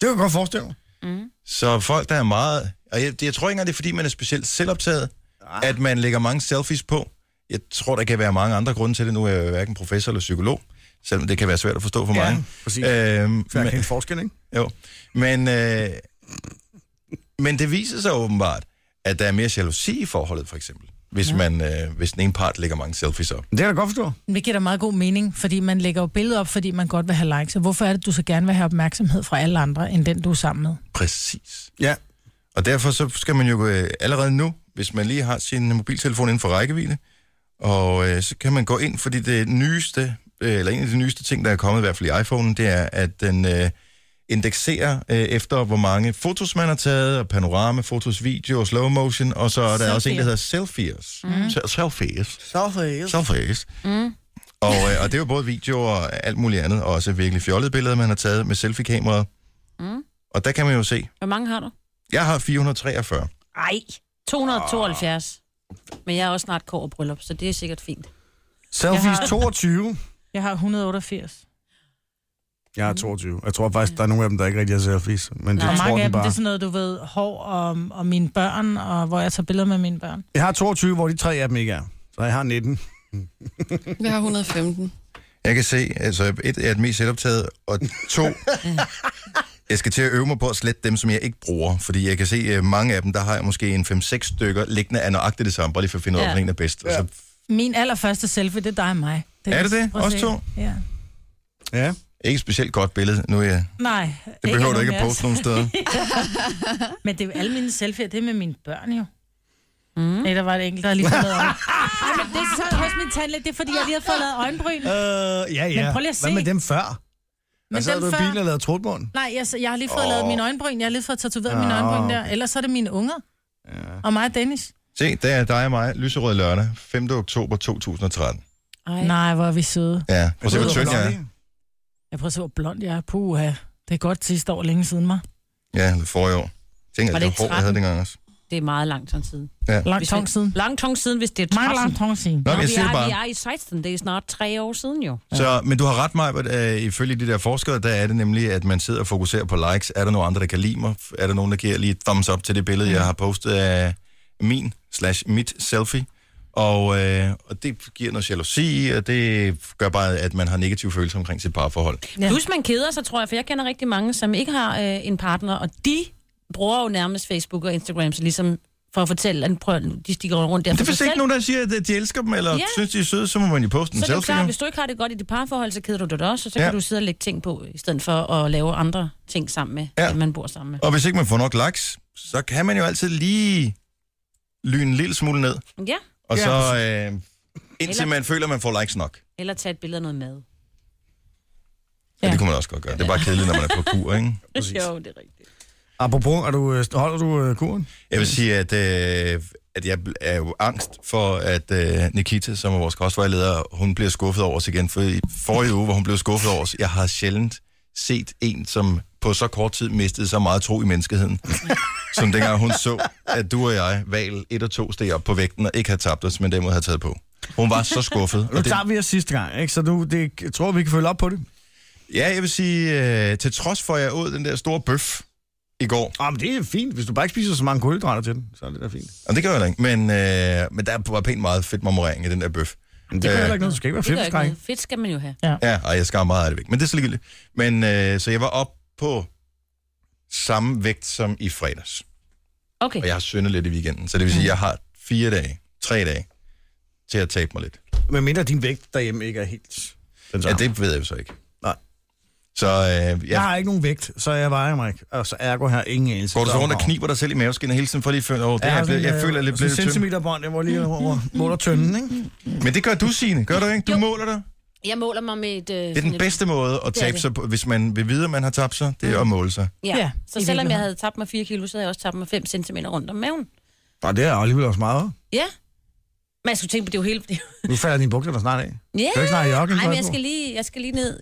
[SPEAKER 3] kan jeg godt forestille mig.
[SPEAKER 4] Mm.
[SPEAKER 1] Så folk, der er meget... Og jeg, jeg tror ikke engang, det er, fordi man er specielt selvoptaget, at man lægger mange selfies på. Jeg tror, der kan være mange andre grunde til det. Nu er jeg jo hverken professor eller psykolog, selvom det kan være svært at forstå for
[SPEAKER 3] Ja,
[SPEAKER 1] mange.
[SPEAKER 3] præcis.
[SPEAKER 1] Øhm,
[SPEAKER 3] For jeg
[SPEAKER 1] men-
[SPEAKER 3] kan helt forskel, ikke?
[SPEAKER 1] jo, men, øh, men det viser sig åbenbart, at der er mere jalousi i forholdet, for eksempel. Hvis, ja. man, øh, hvis den ene part lægger mange selfies op.
[SPEAKER 3] Det kan jeg da godt forstå.
[SPEAKER 2] Men Det giver da meget god mening, fordi man lægger jo billeder op, fordi man godt vil have likes. Og hvorfor er det, du så gerne vil have opmærksomhed fra alle andre, end den, du er sammen med?
[SPEAKER 1] Præcis.
[SPEAKER 3] Ja.
[SPEAKER 1] Og derfor så skal man jo øh, allerede nu, hvis man lige har sin mobiltelefon inden for rækkevidde, og øh, så kan man gå ind, fordi det nyeste, øh, eller en af de nyeste ting, der er kommet, i hvert fald i iPhone, det er, at den øh, indekserer øh, efter, hvor mange fotos man har taget, og panorama, fotos, video, slow motion, og så er der også en, der hedder selfies. Mm. Selfies.
[SPEAKER 3] Så for
[SPEAKER 1] Selfies. Mm. Og, øh, og det er jo både video og alt muligt andet, og også virkelig fjollede billeder, man har taget med selfie-kameraet. Mm. Og der kan man jo se,
[SPEAKER 4] Hvor mange har du?
[SPEAKER 1] jeg har 443.
[SPEAKER 4] Ej, 272. Men jeg er også snart kår og bryllup, så det er sikkert fint.
[SPEAKER 3] Selfies
[SPEAKER 2] Jeg har-
[SPEAKER 3] 22.
[SPEAKER 2] Jeg har 188.
[SPEAKER 3] Jeg er 22. Jeg tror faktisk, der er nogle af dem, der ikke rigtig har selfies. Men det
[SPEAKER 2] Og
[SPEAKER 3] tror
[SPEAKER 2] mange af
[SPEAKER 3] den
[SPEAKER 2] dem, det
[SPEAKER 3] bare.
[SPEAKER 2] er sådan noget, du ved, hår og, og mine børn, og hvor jeg tager billeder med mine børn.
[SPEAKER 3] Jeg har 22, hvor de tre af dem ikke er. Så jeg har 19.
[SPEAKER 5] Jeg har 115.
[SPEAKER 1] Jeg kan se, altså et er det mest selvoptaget, og to, jeg skal til at øve mig på at slette dem, som jeg ikke bruger. Fordi jeg kan se, at mange af dem, der har jeg måske en 5-6 stykker liggende af nøjagtigt det samme, bare lige for at finde ud af,
[SPEAKER 4] Ja.
[SPEAKER 1] ja. hvilken er bedst. Altså, Ja. Så
[SPEAKER 2] Min allerførste selfie, det er dig og mig.
[SPEAKER 1] Er
[SPEAKER 2] vist-
[SPEAKER 1] det det?
[SPEAKER 2] Prøv at
[SPEAKER 1] Os
[SPEAKER 2] se.
[SPEAKER 1] to?
[SPEAKER 2] Ja.
[SPEAKER 3] Ja.
[SPEAKER 1] ikke et specielt godt billede. Nu øh, er jeg,
[SPEAKER 2] Nej.
[SPEAKER 1] det behøver du
[SPEAKER 2] nogen
[SPEAKER 1] ikke at
[SPEAKER 2] af
[SPEAKER 1] poste
[SPEAKER 2] os.
[SPEAKER 1] nogen steder.
[SPEAKER 2] Men det er jo alle mine selfies, det er med mine børn jo. Mm. Nej, der var et enkelt, der lige fået lavet øjen- Ej, men det er så hos min tandlæge, det er fordi, jeg lige har fået lavet øjenbryn.
[SPEAKER 3] Øh, ja, ja.
[SPEAKER 2] Men prøv lige at
[SPEAKER 3] Hvad
[SPEAKER 2] se.
[SPEAKER 3] med dem før? Men altså,
[SPEAKER 2] dem
[SPEAKER 3] dem du i
[SPEAKER 2] før-
[SPEAKER 3] bilen og lavede trutbånd?
[SPEAKER 2] Nej, jeg, jeg
[SPEAKER 1] Ah,
[SPEAKER 2] har lige fået oh. lavet mine øjenbryn. Jeg har lige fået tatoveret oh. mine
[SPEAKER 3] Nå,
[SPEAKER 2] øjenbryn der. Ellers så er det mine unger. Ja. Og mig og Dennis.
[SPEAKER 1] Se, det er dig og mig, lyserød lørdag, 5. oktober 2013.
[SPEAKER 4] Ej.
[SPEAKER 2] Nej, hvor er vi søde.
[SPEAKER 1] Ja, prøv at se, hvor tynd jeg er.
[SPEAKER 2] Jeg prøver at se, hvor blond jeg er. Puha. Det er godt sidste år længe siden mig.
[SPEAKER 1] Ja, det er forrige år. Tænk,
[SPEAKER 4] Var
[SPEAKER 1] at
[SPEAKER 4] det
[SPEAKER 1] det
[SPEAKER 4] ikke
[SPEAKER 1] var hår, jeg havde
[SPEAKER 4] 13?
[SPEAKER 1] dengang også.
[SPEAKER 4] Det er meget langt sådan siden.
[SPEAKER 2] Langt tong siden.
[SPEAKER 4] Langt tong siden, hvis det er
[SPEAKER 2] Meget
[SPEAKER 4] 13.
[SPEAKER 2] langt tong siden.
[SPEAKER 1] Nå,
[SPEAKER 4] Nå,
[SPEAKER 1] men jeg
[SPEAKER 4] vi,
[SPEAKER 1] siger det
[SPEAKER 4] er, vi
[SPEAKER 1] bare.
[SPEAKER 4] er i 16. Det er snart tre år siden jo.
[SPEAKER 1] Så, men du har ret meget, at øh, ifølge de der forskere, der er det nemlig, at man sidder og fokuserer på likes. Er der nogen andre, der kan lide mig? Er der nogen, der giver lige et thumbs up til det billede,
[SPEAKER 4] Mm.
[SPEAKER 1] jeg har postet af min slash mit selfie? Og, øh, og det giver noget jalousi, og det gør bare, at man har negative følelser omkring sit parforhold.
[SPEAKER 4] Ja. Plus man keder sig, tror jeg, for jeg kender rigtig mange, som ikke har øh, en partner, og de bruger jo nærmest Facebook og Instagram, så ligesom for at fortælle, at prøv, at- de stikker rundt der
[SPEAKER 1] Men
[SPEAKER 4] for
[SPEAKER 1] det
[SPEAKER 4] sig
[SPEAKER 1] er vist ikke
[SPEAKER 4] selv.
[SPEAKER 1] nogen, der siger, at øh, de elsker dem, eller
[SPEAKER 4] Ja.
[SPEAKER 1] synes, de er søde, så må man jo poste en
[SPEAKER 4] Så er det jo
[SPEAKER 1] selfie.
[SPEAKER 4] klart,
[SPEAKER 1] jo.
[SPEAKER 4] hvis du ikke har det godt i dit parforhold, så keder du dig da også, og så
[SPEAKER 1] Ja.
[SPEAKER 4] ja. kan du sidde og lægge ting på, i stedet for at lave andre ting sammen med,
[SPEAKER 1] Ja.
[SPEAKER 4] ja. man bor sammen med.
[SPEAKER 1] Og hvis ikke man får nok likes, så kan man jo altid lige lyne en lille smule ned.
[SPEAKER 4] Ja,
[SPEAKER 1] Og
[SPEAKER 3] Ja.
[SPEAKER 1] så øh, indtil
[SPEAKER 4] Eller-
[SPEAKER 1] man føler, at man får likes nok.
[SPEAKER 4] eller tage et billede af noget mad.
[SPEAKER 1] Ja.
[SPEAKER 2] Ja.
[SPEAKER 1] Det kunne man også godt gøre. Det er bare kedeligt, når man er på kur, ikke?
[SPEAKER 3] Præcis.
[SPEAKER 4] Jo, det er rigtigt.
[SPEAKER 3] Apropos, er du, øh, holder du øh, kuren?
[SPEAKER 1] Jeg vil sige, at, øh, at jeg er jo angst for, at øh, Nikita, som er vores kostvejleder, hun bliver skuffet over os igen. For i forrige uge, hvor hun blev skuffet over os, jeg har sjældent set en, som på så kort tid mistede så meget tro i menneskeheden. som dengang hun så, at du og jeg, Val 1 og 2, steg op på vægten og ikke havde tabt os, men derimod havde taget på. Hun var så skuffet.
[SPEAKER 3] Nu
[SPEAKER 1] og det,
[SPEAKER 3] tager vi os sidste gang, ikke? så du, det, jeg tror, vi kan følge op på det.
[SPEAKER 1] ja, jeg vil sige, øh, til trods for, at jeg åd den der store bøf i går,
[SPEAKER 3] Ah, men det er fint. Hvis du bare ikke spiser så mange kulhydrater til den, så er det da fint.
[SPEAKER 1] Og det gør jeg da ikke, men, øh, men der var pænt meget fedt marmorering i den der bøf.
[SPEAKER 3] Men det gør
[SPEAKER 1] Øh.
[SPEAKER 3] heller ikke noget. Du skal ikke være
[SPEAKER 4] Det gør ikke
[SPEAKER 3] flæbeskræk.
[SPEAKER 4] noget. Fedt skal man jo have.
[SPEAKER 1] Ja, og jeg skar meget af det væk, men det er så ligegyldigt. Men øh, så jeg var op på samme vægt som i fredags,
[SPEAKER 4] Okay, Mm.
[SPEAKER 1] og jeg har syndet lidt i weekenden, så det vil sige, at jeg har fire dage, tre dage til at tabe mig lidt.
[SPEAKER 3] Men mindre din vægt derhjemme ikke er helt
[SPEAKER 1] Ja,
[SPEAKER 3] den samme.
[SPEAKER 1] det ved jeg jo så ikke.
[SPEAKER 3] Nej.
[SPEAKER 1] Så øh,
[SPEAKER 3] Jeg
[SPEAKER 1] jeg,
[SPEAKER 3] har ikke nogen vægt, så jeg vejer mig ikke. Og så ergo har jeg ingen anelse.
[SPEAKER 1] går du så rundt og kniber dig selv i maveskinnet hele tiden for lige at føle, åh, det her, jeg, jeg føler, at det bliver lidt tyndt.
[SPEAKER 3] centimeter bånd, øh, jeg må lige over, måler tynden, ikke?
[SPEAKER 1] Men det gør du, Signe, gør du ikke? Du måler dig.
[SPEAKER 4] jeg måler mig med et... Øh,
[SPEAKER 1] Det er den bedste måde at
[SPEAKER 4] Det er
[SPEAKER 1] tabe
[SPEAKER 4] det. Mm.
[SPEAKER 1] sig på, hvis man vil vide, at man har tabt sig, det er at måle sig.
[SPEAKER 4] Ja.
[SPEAKER 2] Ja,
[SPEAKER 4] ja.
[SPEAKER 2] i
[SPEAKER 4] Så selvom jeg
[SPEAKER 2] virkeligheden.
[SPEAKER 4] havde tabt mig 4 kilo, så havde jeg også tabt mig 5 cm rundt om maven.
[SPEAKER 3] Og det er alligevel også meget.
[SPEAKER 4] Ja. Men jeg skulle tænke på, det er jo hele...
[SPEAKER 3] Nu falder dine bukser der snart af.
[SPEAKER 4] Ja.
[SPEAKER 3] Skal du ikke snart i jokken,
[SPEAKER 4] Nej, men jeg
[SPEAKER 3] Cosmo?
[SPEAKER 4] skal lige, jeg skal lige ned.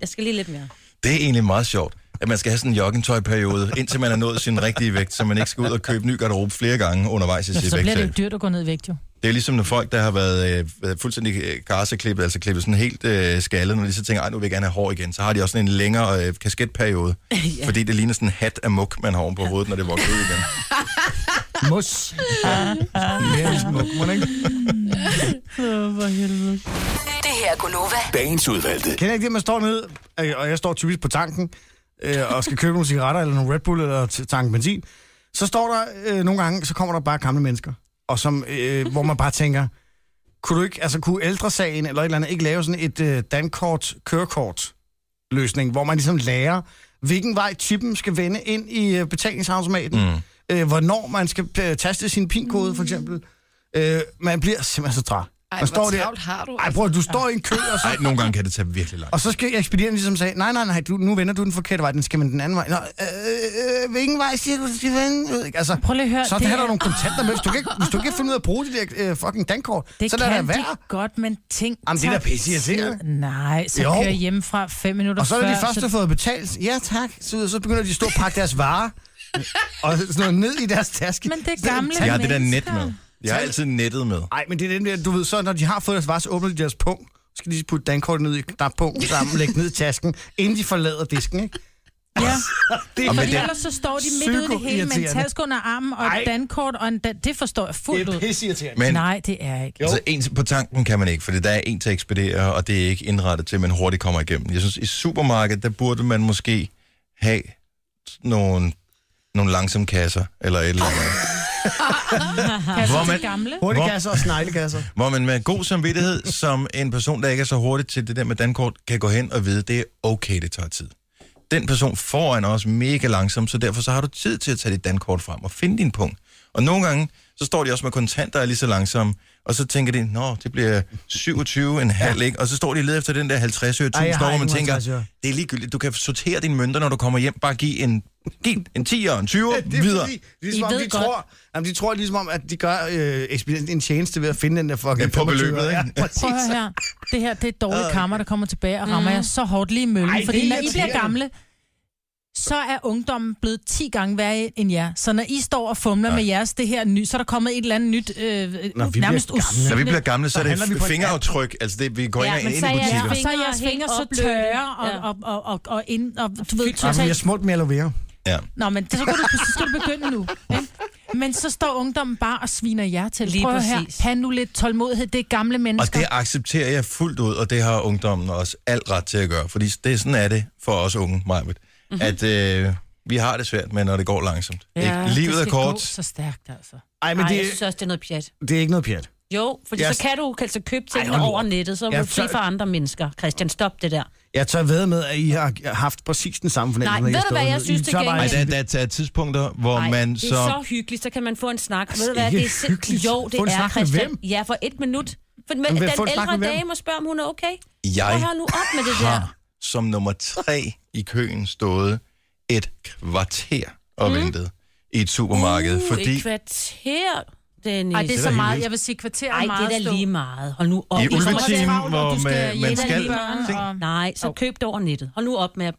[SPEAKER 4] Jeg skal lige lidt mere.
[SPEAKER 1] Det er egentlig meget sjovt, at man skal have sådan en joggentøjperiode, indtil man har nået sin rigtige vægt, så man ikke skal ud og købe ny garderobe flere gange undervejs i
[SPEAKER 2] Ja,
[SPEAKER 1] sit
[SPEAKER 2] så bliver det
[SPEAKER 1] vægttab.
[SPEAKER 2] jo dyrt at gå ned i vægt, jo.
[SPEAKER 1] Det er ligesom, når folk, der har været øh, været fuldstændig øh, karseklippet, altså klippet sådan helt øh, skaldet, når de så tænker, ej, nu vil jeg gerne have hår igen, så har de også sådan en længere øh, kasketperiode, ja. fordi det ligner sådan en hat af muk, man har oven på hovedet, når det vokser ud igen.
[SPEAKER 3] Mos. Mere end smuk, må den ikke?
[SPEAKER 2] Åh, for helvede.
[SPEAKER 6] Det her er Gunova.
[SPEAKER 7] Dagens udvalgte.
[SPEAKER 3] Kender I ikke det, man står ned, øh, og jeg står typisk på tanken, øh, og skal købe nogle cigaretter eller nogle Red Bull eller t- tanke benzin. Så står der øh, nogle gange, så kommer der bare gamle mennesker, og som, øh, hvor man bare tænker, kunne du ikke, altså kunne ældresagen eller et eller andet ikke lave sådan et øh, dankort, kørekort løsning, hvor man ligesom lærer, hvilken vej chippen skal vende ind i øh, betalingsautomaten, mm. øh, hvornår man skal øh, taste sin pin-kode for eksempel. Øh, man bliver simpelthen så træt.
[SPEAKER 5] Ej,
[SPEAKER 3] man
[SPEAKER 5] hvor travlt har du,
[SPEAKER 3] Ej,
[SPEAKER 5] altså.
[SPEAKER 3] bror, du står i en kø, og så
[SPEAKER 1] Ej, nogle gange kan det tage virkelig lang
[SPEAKER 3] og så skal ekspedienten ligesom sige, nej, nej, nej, du, nu vender du den forkerte vej, den skal vende den anden vej. Nå, øh, øh, hvilken vej siger du, du skal vende? Øh, ikke? Altså,
[SPEAKER 2] Prøv lige at høre,
[SPEAKER 3] så
[SPEAKER 2] det
[SPEAKER 3] det er der
[SPEAKER 2] er-
[SPEAKER 3] nogle kontanter med. Hvis du kan ikke, hvis du kan ikke finde ud af at bruge det der øh, fucking dankort,
[SPEAKER 2] Det
[SPEAKER 3] så lad
[SPEAKER 2] kan
[SPEAKER 3] det
[SPEAKER 2] de
[SPEAKER 3] være.
[SPEAKER 2] godt, men tænk...
[SPEAKER 3] Jamen, det er da
[SPEAKER 2] tak-
[SPEAKER 3] pisseirriterende.
[SPEAKER 2] Nej, så
[SPEAKER 3] Jo.
[SPEAKER 2] kører jeg hjemmefra fem minutter
[SPEAKER 3] Og så er det
[SPEAKER 2] før,
[SPEAKER 3] de første, der har fået betalt. Ja, tak. Så, så begynder de at stå og pakke deres varer. Og sådan noget ned i deres taske.
[SPEAKER 2] Men det er gamle
[SPEAKER 1] Jeg har det der net
[SPEAKER 2] mennesker.
[SPEAKER 1] med. Jeg har altid nettet med.
[SPEAKER 3] Nej, men det er den der, du ved, så når de har fået deres varer, så åbner de deres punkt. Så skal de lige putte dankortet ned i knap punkt sammen, lægge ned i tasken, inden de forlader disken, ikke?
[SPEAKER 2] Ja,
[SPEAKER 3] Det er
[SPEAKER 1] men
[SPEAKER 2] fordi
[SPEAKER 1] det-
[SPEAKER 2] ellers så står de midt ude i det hele med en
[SPEAKER 3] Psykoirriterende.
[SPEAKER 2] task under armen og
[SPEAKER 3] Ej.
[SPEAKER 2] et dankort, og en dan- det forstår jeg fuldt
[SPEAKER 3] det er
[SPEAKER 2] ud.
[SPEAKER 3] pisseirriterende.
[SPEAKER 1] Men
[SPEAKER 2] Nej, det er jeg ikke.
[SPEAKER 1] Altså, en på tanken kan man ikke, for der er en til at ekspedere, og det er ikke indrettet til, at man hurtigt kommer igennem. Jeg synes, i supermarkedet, der burde man måske have nogle, nogle langsomme kasser, eller et eller andet.
[SPEAKER 2] Kasser
[SPEAKER 1] Hvor
[SPEAKER 2] til
[SPEAKER 1] man-
[SPEAKER 2] gamle.
[SPEAKER 3] Hurtigkasser og sneglekasser.
[SPEAKER 1] Hvor man med god samvittighed, som en person, der ikke er så hurtig til det der med dankort, kan gå hen og vide, det er okay, det tager tid. Den person foran er også mega langsom, så derfor så har du tid til at tage dit dankort frem og finde din punkt. Og nogle gange, så står de også med kontanter og er lige så langsomme, og så tænker de, nå, det bliver 27 en halv, ikke? Og så står de og leder efter den der 50 øre,
[SPEAKER 3] Ej, jeg
[SPEAKER 1] 1000
[SPEAKER 3] har
[SPEAKER 1] år, hvor man
[SPEAKER 3] ikke nogen
[SPEAKER 1] tænker,
[SPEAKER 3] 50 øre.
[SPEAKER 1] det er ligegyldigt, du kan sortere dine mønter, når du kommer hjem, bare giv en Giv en 10'er, en 20'er,
[SPEAKER 3] Det er
[SPEAKER 1] videre.
[SPEAKER 3] fordi, ligesom om,
[SPEAKER 4] I ved
[SPEAKER 3] de
[SPEAKER 4] godt.
[SPEAKER 3] tror, jamen, de tror ligesom om, at de gør øh, ekspedienten en tjeneste ved at finde den der fucking...
[SPEAKER 1] Ja, på
[SPEAKER 3] 25'er.
[SPEAKER 1] beløbet, ikke?
[SPEAKER 3] Ja, præcis.
[SPEAKER 2] Prøv at høre her. Det her, det er dårlige karma, der kommer tilbage og
[SPEAKER 4] Mm.
[SPEAKER 2] rammer jer så hårdt lige i møllen.
[SPEAKER 3] Ej, det
[SPEAKER 2] Ej,
[SPEAKER 3] er
[SPEAKER 2] fordi når I
[SPEAKER 3] irriterende.
[SPEAKER 2] bliver gamle, så er ungdommen blevet 10 gange værre end jer. Så når I står og fumler med jeres det her ny, så er der kommet et eller andet nyt, øh,
[SPEAKER 3] Når vi
[SPEAKER 2] nærmest
[SPEAKER 3] bliver gamle.
[SPEAKER 1] Når vi
[SPEAKER 2] usynligt.
[SPEAKER 1] bliver gamle, så er
[SPEAKER 3] handler vi
[SPEAKER 1] det
[SPEAKER 3] på en
[SPEAKER 1] fingeraftryk. Altså, det, vi går
[SPEAKER 4] Ja,
[SPEAKER 1] ind, og
[SPEAKER 4] men
[SPEAKER 1] ind
[SPEAKER 4] så
[SPEAKER 1] i
[SPEAKER 4] er jeg-
[SPEAKER 1] butikker.
[SPEAKER 2] Ja, og så er
[SPEAKER 4] Fingre
[SPEAKER 2] jeres
[SPEAKER 4] helt
[SPEAKER 2] fingre så
[SPEAKER 4] opløste.
[SPEAKER 2] tørre, og,
[SPEAKER 4] Ja.
[SPEAKER 2] og, og, og, og, ind, og du ved,
[SPEAKER 3] Ej,
[SPEAKER 2] tør
[SPEAKER 3] men
[SPEAKER 2] tage
[SPEAKER 3] jeg er smurt med aloe vera.
[SPEAKER 1] Ja.
[SPEAKER 2] Nå, men så, kunne du, så skal du begynde nu. Ikke? Men så står ungdommen bare og sviner jer til.
[SPEAKER 4] Lige
[SPEAKER 2] Prøv at høre,
[SPEAKER 4] præcis.
[SPEAKER 2] have nu lidt tålmodighed. Det er gamle
[SPEAKER 1] Og
[SPEAKER 2] mennesker.
[SPEAKER 1] det accepterer jeg fuldt ud, og det har ungdommen også alt ret til at gøre. Fordi det, sådan er det for os unge, Majbet. Mm-hmm. At øh, vi har det svært med, når det går langsomt.
[SPEAKER 4] Mhm. Ja,
[SPEAKER 1] Ja, ikke? Livet
[SPEAKER 2] det
[SPEAKER 1] er
[SPEAKER 2] skal
[SPEAKER 1] kort.
[SPEAKER 2] Gå så stærkt, altså.
[SPEAKER 3] Ej, men
[SPEAKER 4] Ej,
[SPEAKER 3] det,
[SPEAKER 4] jeg synes også, det er noget pjat.
[SPEAKER 3] det er ikke noget pjat.
[SPEAKER 4] Jo, for
[SPEAKER 3] Jeg-
[SPEAKER 4] så kan du altså købe
[SPEAKER 3] hold
[SPEAKER 4] tingene
[SPEAKER 3] nu
[SPEAKER 4] over
[SPEAKER 3] op.
[SPEAKER 4] nettet, så er
[SPEAKER 3] Ja,
[SPEAKER 4] du fri
[SPEAKER 3] så-
[SPEAKER 4] for andre mennesker. Christian, stop det der.
[SPEAKER 3] Jeg tør ved med, at I har haft præcis den samme fornemmelse,
[SPEAKER 4] Nej,
[SPEAKER 3] når I
[SPEAKER 4] ved
[SPEAKER 3] har
[SPEAKER 4] du,
[SPEAKER 3] stået
[SPEAKER 4] hvad jeg
[SPEAKER 3] ned. I
[SPEAKER 4] synes til
[SPEAKER 3] tør bare
[SPEAKER 1] Ej,
[SPEAKER 4] gengæld?
[SPEAKER 1] der, der, der er tidspunkter, hvor
[SPEAKER 4] Ej,
[SPEAKER 1] man
[SPEAKER 4] det er
[SPEAKER 1] så...
[SPEAKER 4] så hyggeligt, så kan man få en snak. Altså, Ved du
[SPEAKER 3] det er
[SPEAKER 4] hvad,
[SPEAKER 3] ikke
[SPEAKER 4] det er
[SPEAKER 3] hyggeligt.
[SPEAKER 4] sind... Jo, det
[SPEAKER 3] Få en
[SPEAKER 4] er,
[SPEAKER 3] snak med
[SPEAKER 4] Christian.
[SPEAKER 3] hvem?
[SPEAKER 4] Ja, for et minut. For, men,
[SPEAKER 3] Men
[SPEAKER 4] den
[SPEAKER 3] hvem- få en snak
[SPEAKER 4] ældre
[SPEAKER 3] med hvem?
[SPEAKER 4] dame og spørge, om hun er okay. Prøv at
[SPEAKER 1] Jeg
[SPEAKER 4] holde nu op med det der.
[SPEAKER 1] har som nummer tre i køen stået et kvarter og mm. ventet i et supermarked,
[SPEAKER 4] Uh,
[SPEAKER 1] fordi...
[SPEAKER 4] Et kvarter, Dennis.
[SPEAKER 2] Ej, det er
[SPEAKER 1] da
[SPEAKER 2] så
[SPEAKER 1] helt
[SPEAKER 2] meget.
[SPEAKER 1] vildt.
[SPEAKER 2] Jeg vil sige, kvarter er
[SPEAKER 4] Ej,
[SPEAKER 2] meget
[SPEAKER 4] det er da
[SPEAKER 2] stort.
[SPEAKER 4] lige meget. Hold nu op.
[SPEAKER 1] I
[SPEAKER 4] I kommer til-
[SPEAKER 1] ulvetimen, hvor
[SPEAKER 2] du skal
[SPEAKER 1] man, man
[SPEAKER 2] hjælpe
[SPEAKER 1] skal...
[SPEAKER 2] dine børn,
[SPEAKER 1] Tænk,
[SPEAKER 2] og-
[SPEAKER 4] Nej, så køb det over nettet. Hold nu op med at...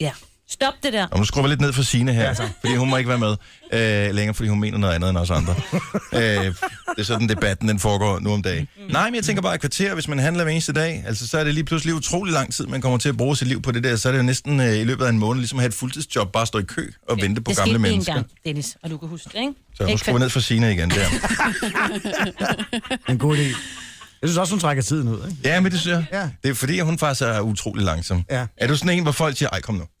[SPEAKER 4] Ja, stop det der.
[SPEAKER 1] Og nu skruer vi lidt ned for Sine her, ja, fordi hun må ikke være med øh, længere, fordi hun mener noget andet end os andre. øh, det er sådan debatten, den foregår nu om dagen. Nej, men jeg tænker bare et kvarter, hvis man handler hver eneste dag, altså så er det lige pludselig utrolig lang tid, man kommer til at bruge sit liv på det der, så er det jo næsten øh, i løbet af en måned, ligesom at have et fuldtidsjob, bare stå i kø og vente på
[SPEAKER 4] det
[SPEAKER 1] gamle
[SPEAKER 4] skete lige
[SPEAKER 1] mennesker.
[SPEAKER 4] en gang, Dennis, og du kan huske det, ikke?
[SPEAKER 1] Så nu
[SPEAKER 4] Ikke
[SPEAKER 1] skruer vi ned for Sine igen der.
[SPEAKER 3] En god idé. Jeg synes også, hun trækker tiden ud, ikke?
[SPEAKER 1] Ja, men det synes jeg.
[SPEAKER 3] Ja.
[SPEAKER 1] Det er fordi, at hun faktisk er utrolig langsom.
[SPEAKER 3] Ja.
[SPEAKER 1] Er du sådan en, hvor folk siger, ej kom nu.
[SPEAKER 4] fandme-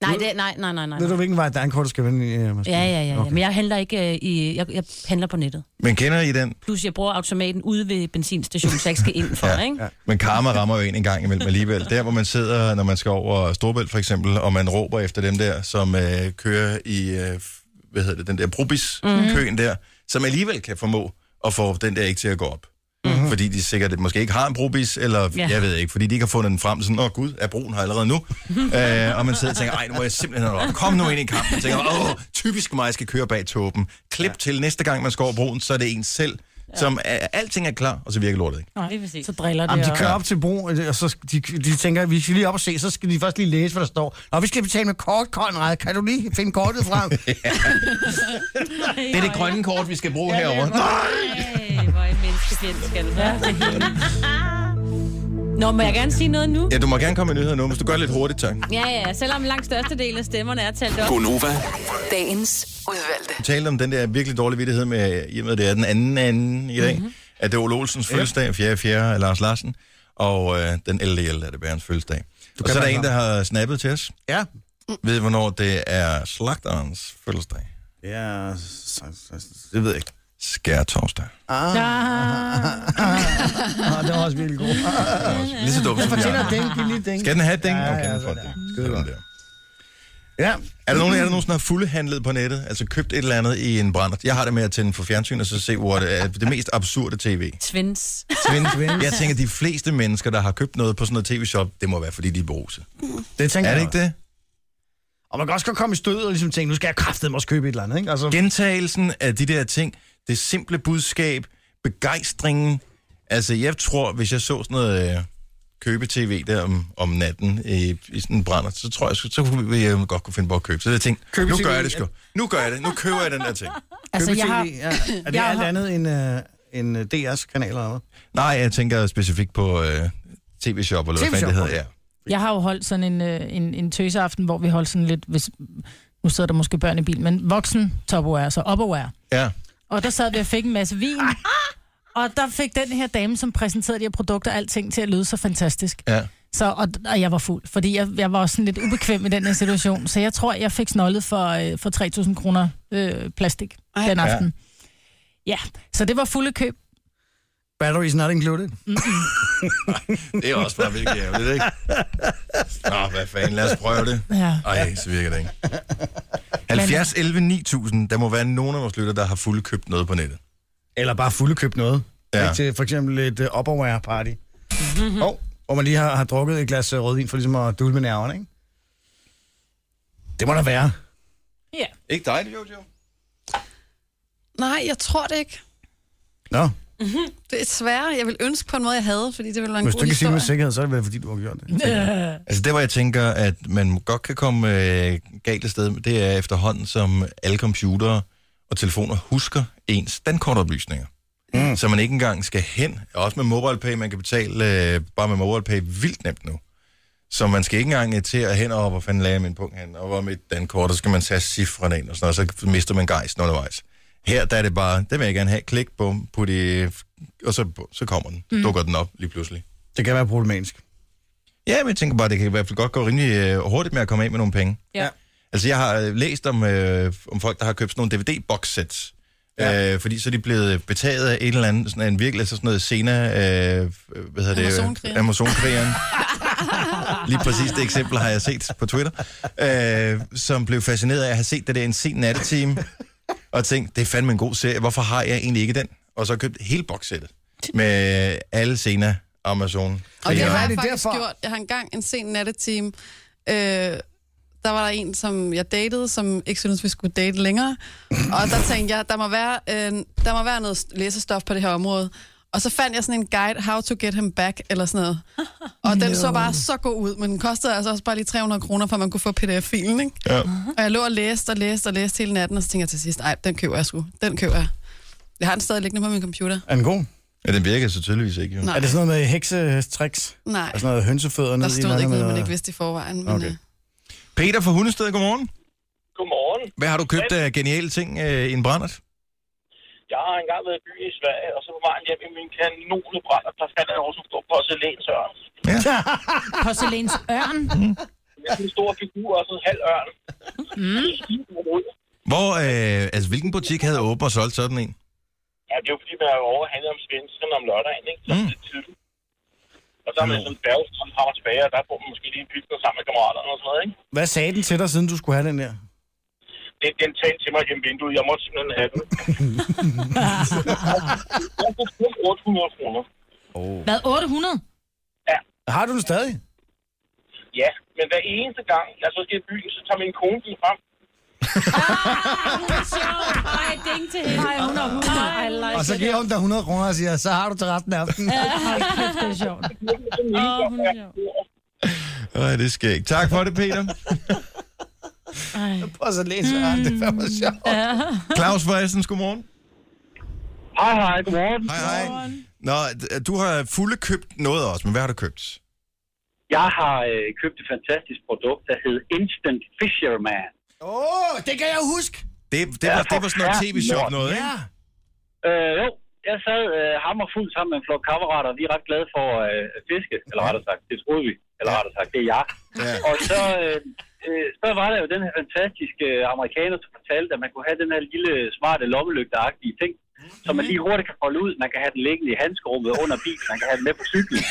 [SPEAKER 4] Nej, det, nej, nej, nej, nej.
[SPEAKER 3] Ved du, hvilken vej der du skal vende? i, øh, måske?
[SPEAKER 4] Ja, ja, ja, ja.
[SPEAKER 3] Okay.
[SPEAKER 4] Men jeg handler ikke øh, i... Jeg, jeg handler på nettet.
[SPEAKER 1] Men kender I den?
[SPEAKER 4] Plus, jeg bruger automaten ude ved benzinstationen, så jeg ikke skal ind for,
[SPEAKER 1] Ja.
[SPEAKER 4] ja. ikke?
[SPEAKER 1] Men karma rammer jo en en gang imellem alligevel. Der, hvor man sidder, når man skal over Storbælt for eksempel, og man råber efter dem der, som øh, kører i, øh, f- hvad hedder det, den der brubis-køen der, som alligevel kan formå at få den der ikke til at gå op. Mm-hmm. Fordi de sikkert måske ikke har en brubis, eller ja.
[SPEAKER 4] Ja.
[SPEAKER 1] jeg ved ikke, fordi de ikke har fundet den frem. Sådan, åh gud, er broen her allerede nu? øh, og man sidder og tænker, ej, nu må jeg simpelthen holde op. Kom nu ind i kampen. Og tænker, åh, typisk mig, jeg skal køre bag tåben. Klip ja. til næste gang, man skal over broen, så er det en selv, ja. som er, alting er klar, og så virker lortet ikke.
[SPEAKER 4] Lige præcis.
[SPEAKER 2] Så driller det.
[SPEAKER 3] Jamen, de
[SPEAKER 2] og-
[SPEAKER 3] kører op til bro, øh, og så sk- de, de tænker, at vi skal lige op og se, så skal de først lige læse, hvad der står. Og vi skal betale med kort, Konrad. Kan du lige finde kortet frem?
[SPEAKER 1] Det er det grønne kort, vi skal bruge ja, herovre. Nej!
[SPEAKER 4] Ej, hvor er et menneskefjend, skal det være. Nå, må jeg gerne sige noget nu?
[SPEAKER 1] Ja, du må gerne komme med nyheder nu, hvis du gør det lidt hurtigt, tak.
[SPEAKER 4] Ja, ja, selvom langt størstedelen af stemmerne er talt op.
[SPEAKER 7] Gonova,
[SPEAKER 6] Dagens udvalgte.
[SPEAKER 1] Vi talte om den der virkelig dårlige vittighed med, i og med det er den anden anden i dag,
[SPEAKER 3] Mhm.
[SPEAKER 1] mm-hmm. at det er Ole Olsens fødselsdag, 4. 4. af Lars Larsen, og øh, den 11. 11. er det Bærens fødselsdag. Og
[SPEAKER 3] kan
[SPEAKER 1] så er der
[SPEAKER 3] bare
[SPEAKER 1] en, der har snappet til os.
[SPEAKER 3] ja.
[SPEAKER 1] Ved I, hvornår det er slagterens fødselsdag?
[SPEAKER 3] Ja, så- så- så- det ved jeg ikke.
[SPEAKER 1] Skær torsdag.
[SPEAKER 4] Ah.
[SPEAKER 3] Ah, det var også virkelig godt.
[SPEAKER 1] Lige så dumt som de
[SPEAKER 3] Fortæller
[SPEAKER 1] andre.
[SPEAKER 3] den, giv lige den.
[SPEAKER 1] Skal den have et ding?
[SPEAKER 3] Ja,
[SPEAKER 1] Okay,
[SPEAKER 3] ja,
[SPEAKER 1] den får et
[SPEAKER 3] sådan
[SPEAKER 1] ding.
[SPEAKER 3] der.
[SPEAKER 1] Sådan der.
[SPEAKER 3] Ja.
[SPEAKER 1] Er der nogen af jer, der nogensinde har fuldehandlet på nettet? Altså købt et eller andet i en brænder? Jeg har det med at tænde for fjernsyn og så se, hvor det er det mest absurde tv.
[SPEAKER 4] Twins.
[SPEAKER 1] Twins. Jeg tænker, de fleste mennesker, der har købt noget på sådan noget tv-shop, det må være, fordi de er bruse.
[SPEAKER 3] Det tænker
[SPEAKER 1] Er det
[SPEAKER 3] jeg
[SPEAKER 1] ikke det?
[SPEAKER 3] Og man kan også godt komme i stød og ligesom tænke, nu skal jeg kraftedeme også købe et eller andet, ikke? Altså,
[SPEAKER 1] Gentagelsen af de der ting, det simple budskab, begejstringen. Altså, jeg tror, hvis jeg så sådan noget øh, købe-tv der om, om natten i, i sådan en brænder, så tror jeg, så, så kunne vi- jeg godt kunne finde på at købe. Så jeg tænkte, nu
[SPEAKER 3] Købe-tv,
[SPEAKER 1] gør jeg det sgu. Nu gør jeg det. Nu køber jeg den der ting.
[SPEAKER 2] Altså, jeg
[SPEAKER 3] købe
[SPEAKER 2] har...
[SPEAKER 3] TV, ja. Er det
[SPEAKER 2] jeg
[SPEAKER 3] alt
[SPEAKER 2] har-
[SPEAKER 3] andet end, øh, end øh, DR's kanaler eller hvad?
[SPEAKER 1] Nej, jeg tænker specifikt på øh, tv-shop, eller hvad fanden det
[SPEAKER 3] TV-shop,
[SPEAKER 1] hedder. Ja.
[SPEAKER 2] Jeg har jo holdt sådan en, øh, en, en tøseaften, hvor vi holdt sådan lidt, hvis, nu sidder der måske børn i bilen, men voksen topware, så upperware.
[SPEAKER 1] ja.
[SPEAKER 2] Og der sad vi og fik en masse vin, og der fik den her dame, som præsenterede de her produkter, alting til at lyde så fantastisk.
[SPEAKER 1] Ja.
[SPEAKER 2] Så, og, og jeg var fuld, fordi jeg, jeg var også sådan lidt ubekvem i den her situation. Så jeg tror, jeg fik snollet for, øh, for 3.000 kroner øh, plastik
[SPEAKER 5] Ej.
[SPEAKER 2] Ej, den aften. Ja. ja, så det var fulde køb.
[SPEAKER 3] Batteries not included.
[SPEAKER 1] Det er også bare virkelig ærgerligt, ikke? Nå, hvad fanden, lad os prøve det.
[SPEAKER 2] Ja.
[SPEAKER 1] Ej, så virker det ikke. 70, 11, 9000. Der må være nogen af vores lytter, der har fuldkøbt noget på nettet.
[SPEAKER 3] Eller bare fuldkøbt noget.
[SPEAKER 1] Ja.
[SPEAKER 3] Ja. Ikke til for eksempel et uh, Upperware party.
[SPEAKER 2] Mm-hmm.
[SPEAKER 3] oh, hvor man lige har, har drukket et glas øh, rødvin for ligesom at dulme nerverne, ikke? Det må der være.
[SPEAKER 2] Ja.
[SPEAKER 1] Ikke dig, Jojo?
[SPEAKER 5] Nej, jeg tror det ikke.
[SPEAKER 3] Nå,
[SPEAKER 5] Det er svært. Jeg vil ønske på en måde, jeg havde, fordi det ville være en
[SPEAKER 3] hvis
[SPEAKER 5] god
[SPEAKER 3] du ikke kan sige det med
[SPEAKER 5] historie.
[SPEAKER 3] sikkerhed, så er det vel, fordi du har gjort det.
[SPEAKER 1] Altså det, hvor jeg tænker, at man godt kan komme øh, galt af sted, det er efterhånden, som alle computere og telefoner husker ens dankortoplysninger. Mm. Så man ikke engang skal hen. Også med MobilePay, man kan betale øh, bare med MobilePay vildt nemt nu. Så man skal ikke engang øh, til at hen over, hvor fanden lagde jeg min punkt hen, og hvor er mit dankort, og så skal man tage cifrene ind, og sådan noget, så mister man gejsten undervejs. Her der er det bare, det vil jeg gerne have, klik, bum, put i, og så, bum, så kommer den. Mm. Dukker den op lige pludselig.
[SPEAKER 3] Det kan være problematisk.
[SPEAKER 1] Ja, men jeg tænker bare, det kan i hvert fald godt gå rimelig øh, hurtigt med at komme af med nogle penge.
[SPEAKER 4] Ja.
[SPEAKER 1] Altså, jeg har øh, læst om, øh, om folk, der har købt sådan nogle DVD-box-sets, ja. øh, fordi så er de blevet betaget af en eller anden, sådan en virkelig altså sådan noget Sena, øh, hvad hedder det?
[SPEAKER 5] Amazonkrigeren.
[SPEAKER 1] Amazonkrigeren. Lige præcis det eksempel har jeg set på Twitter, øh, som blev fascineret af at have set det der en sen nattetime, og tænkte, det er fandme en god serie, hvorfor har jeg egentlig ikke den? Og så købt hele boxsættet med alle Sena, Amazon.
[SPEAKER 5] Og det
[SPEAKER 3] Ja.
[SPEAKER 5] har
[SPEAKER 3] Er
[SPEAKER 5] jeg
[SPEAKER 3] det
[SPEAKER 5] faktisk
[SPEAKER 3] derfor?
[SPEAKER 5] gjort. Jeg har engang en sen nattetime. Øh, der var der en, som jeg datede, som ikke syntes, vi skulle date længere. Og der tænkte jeg, der må være, øh, der må være noget læsestof på det her område. Og så fandt jeg sådan en guide, How to get him back, eller sådan noget. Og den så bare så god ud, men den kostede altså også bare lige 300 kroner, for at man kunne få pdf-filen, ikke?
[SPEAKER 1] Ja.
[SPEAKER 5] Og jeg lå og læste og læste og læste hele natten, og så tænkte jeg til sidst, nej, den køber jeg sgu. Den køber jeg. Jeg har den stadig liggende på min computer.
[SPEAKER 3] Er den god?
[SPEAKER 1] Ja, den virker så tydeligvis ikke, jo.
[SPEAKER 5] Nej.
[SPEAKER 3] Er det sådan noget med heksetricks?
[SPEAKER 5] Nej,
[SPEAKER 3] Er sådan noget hønsefødder
[SPEAKER 5] der
[SPEAKER 3] nede i
[SPEAKER 5] stod ikke noget,
[SPEAKER 3] med-
[SPEAKER 5] man ikke vidste i forvejen. Men,
[SPEAKER 3] Okay.
[SPEAKER 5] okay.
[SPEAKER 1] øh, Peter fra Hundested, godmorgen.
[SPEAKER 8] Godmorgen.
[SPEAKER 1] Hvad har du købt af geniale ting øh, i en brændert?
[SPEAKER 8] Jeg har engang været i byen i Sverige, og så på vejen hjem i min kanonebrænder, der fandt jeg også en stor porcelænsørn.
[SPEAKER 2] Porcelænsørn.
[SPEAKER 8] Jeg er en stor figur og sådan en halv ørn. Mm.
[SPEAKER 1] Hvor, øh, altså, hvilken butik havde åbent og solgt sådan en?
[SPEAKER 8] Ja, det er jo fordi, man er jo overhandlet om svenskerne om lørdagen, ikke? Så
[SPEAKER 1] Mm.
[SPEAKER 8] mm. det er tidligt. Og så er man sådan en bærge, som har tilbage, og der får man måske lige en pilsner sammen med kammeraterne og sådan noget, ikke?
[SPEAKER 3] Hvad sagde den til dig, siden du skulle have den der?
[SPEAKER 8] Det, den talte til mig gennem vinduet. Jeg måtte simpelthen have den. Jeg kunne bruge 800 kroner.
[SPEAKER 2] Hvad, 800?
[SPEAKER 3] Har du den stadig?
[SPEAKER 8] Ja, men hver eneste gang, jeg så skal i byen, så tager min kone den frem.
[SPEAKER 2] Ah,
[SPEAKER 4] Ej, ding til hende. Ej, hun er I like
[SPEAKER 3] Og så giver hun dig 100 kroner og siger, så har du til resten af aftenen.
[SPEAKER 2] Hold kæft, det er sjovt.
[SPEAKER 4] Åh, hun er sjov.
[SPEAKER 1] Øj, det skal ikke. Tak for det, Peter.
[SPEAKER 4] Ej.
[SPEAKER 3] Og så læser jeg, det er fandme sjovt.
[SPEAKER 1] Claus fra Assens, godmorgen.
[SPEAKER 8] Hej, hej, godmorgen.
[SPEAKER 1] Hej, hej. Nå, d- du har fulde købt noget også, men hvad har du købt?
[SPEAKER 8] Jeg har øh, købt et fantastisk produkt, der hedder Instant Fisherman.
[SPEAKER 3] Åh, det kan jeg jo huske.
[SPEAKER 1] Det, det, var, det var sådan noget tv-shop noget, ikke?
[SPEAKER 3] Ja.
[SPEAKER 8] Øh, jo, jeg sad øh, hammer fuld sammen med en flok kammerater, og vi er ret glade for øh, at fiske, eller rettere sagt, det troede vi, eller rettere sagt, det er jeg.
[SPEAKER 1] Ja.
[SPEAKER 8] Og så, øh, øh, så var der jo den her fantastiske øh, amerikaner, som fortalte, at man kunne have den her lille, smarte, lommelygteagtige ting, som
[SPEAKER 1] Mhm.
[SPEAKER 8] man lige hurtigt kan folde ud. Man kan have den liggende i handskerummet under bilen, man kan have den med på cyklen.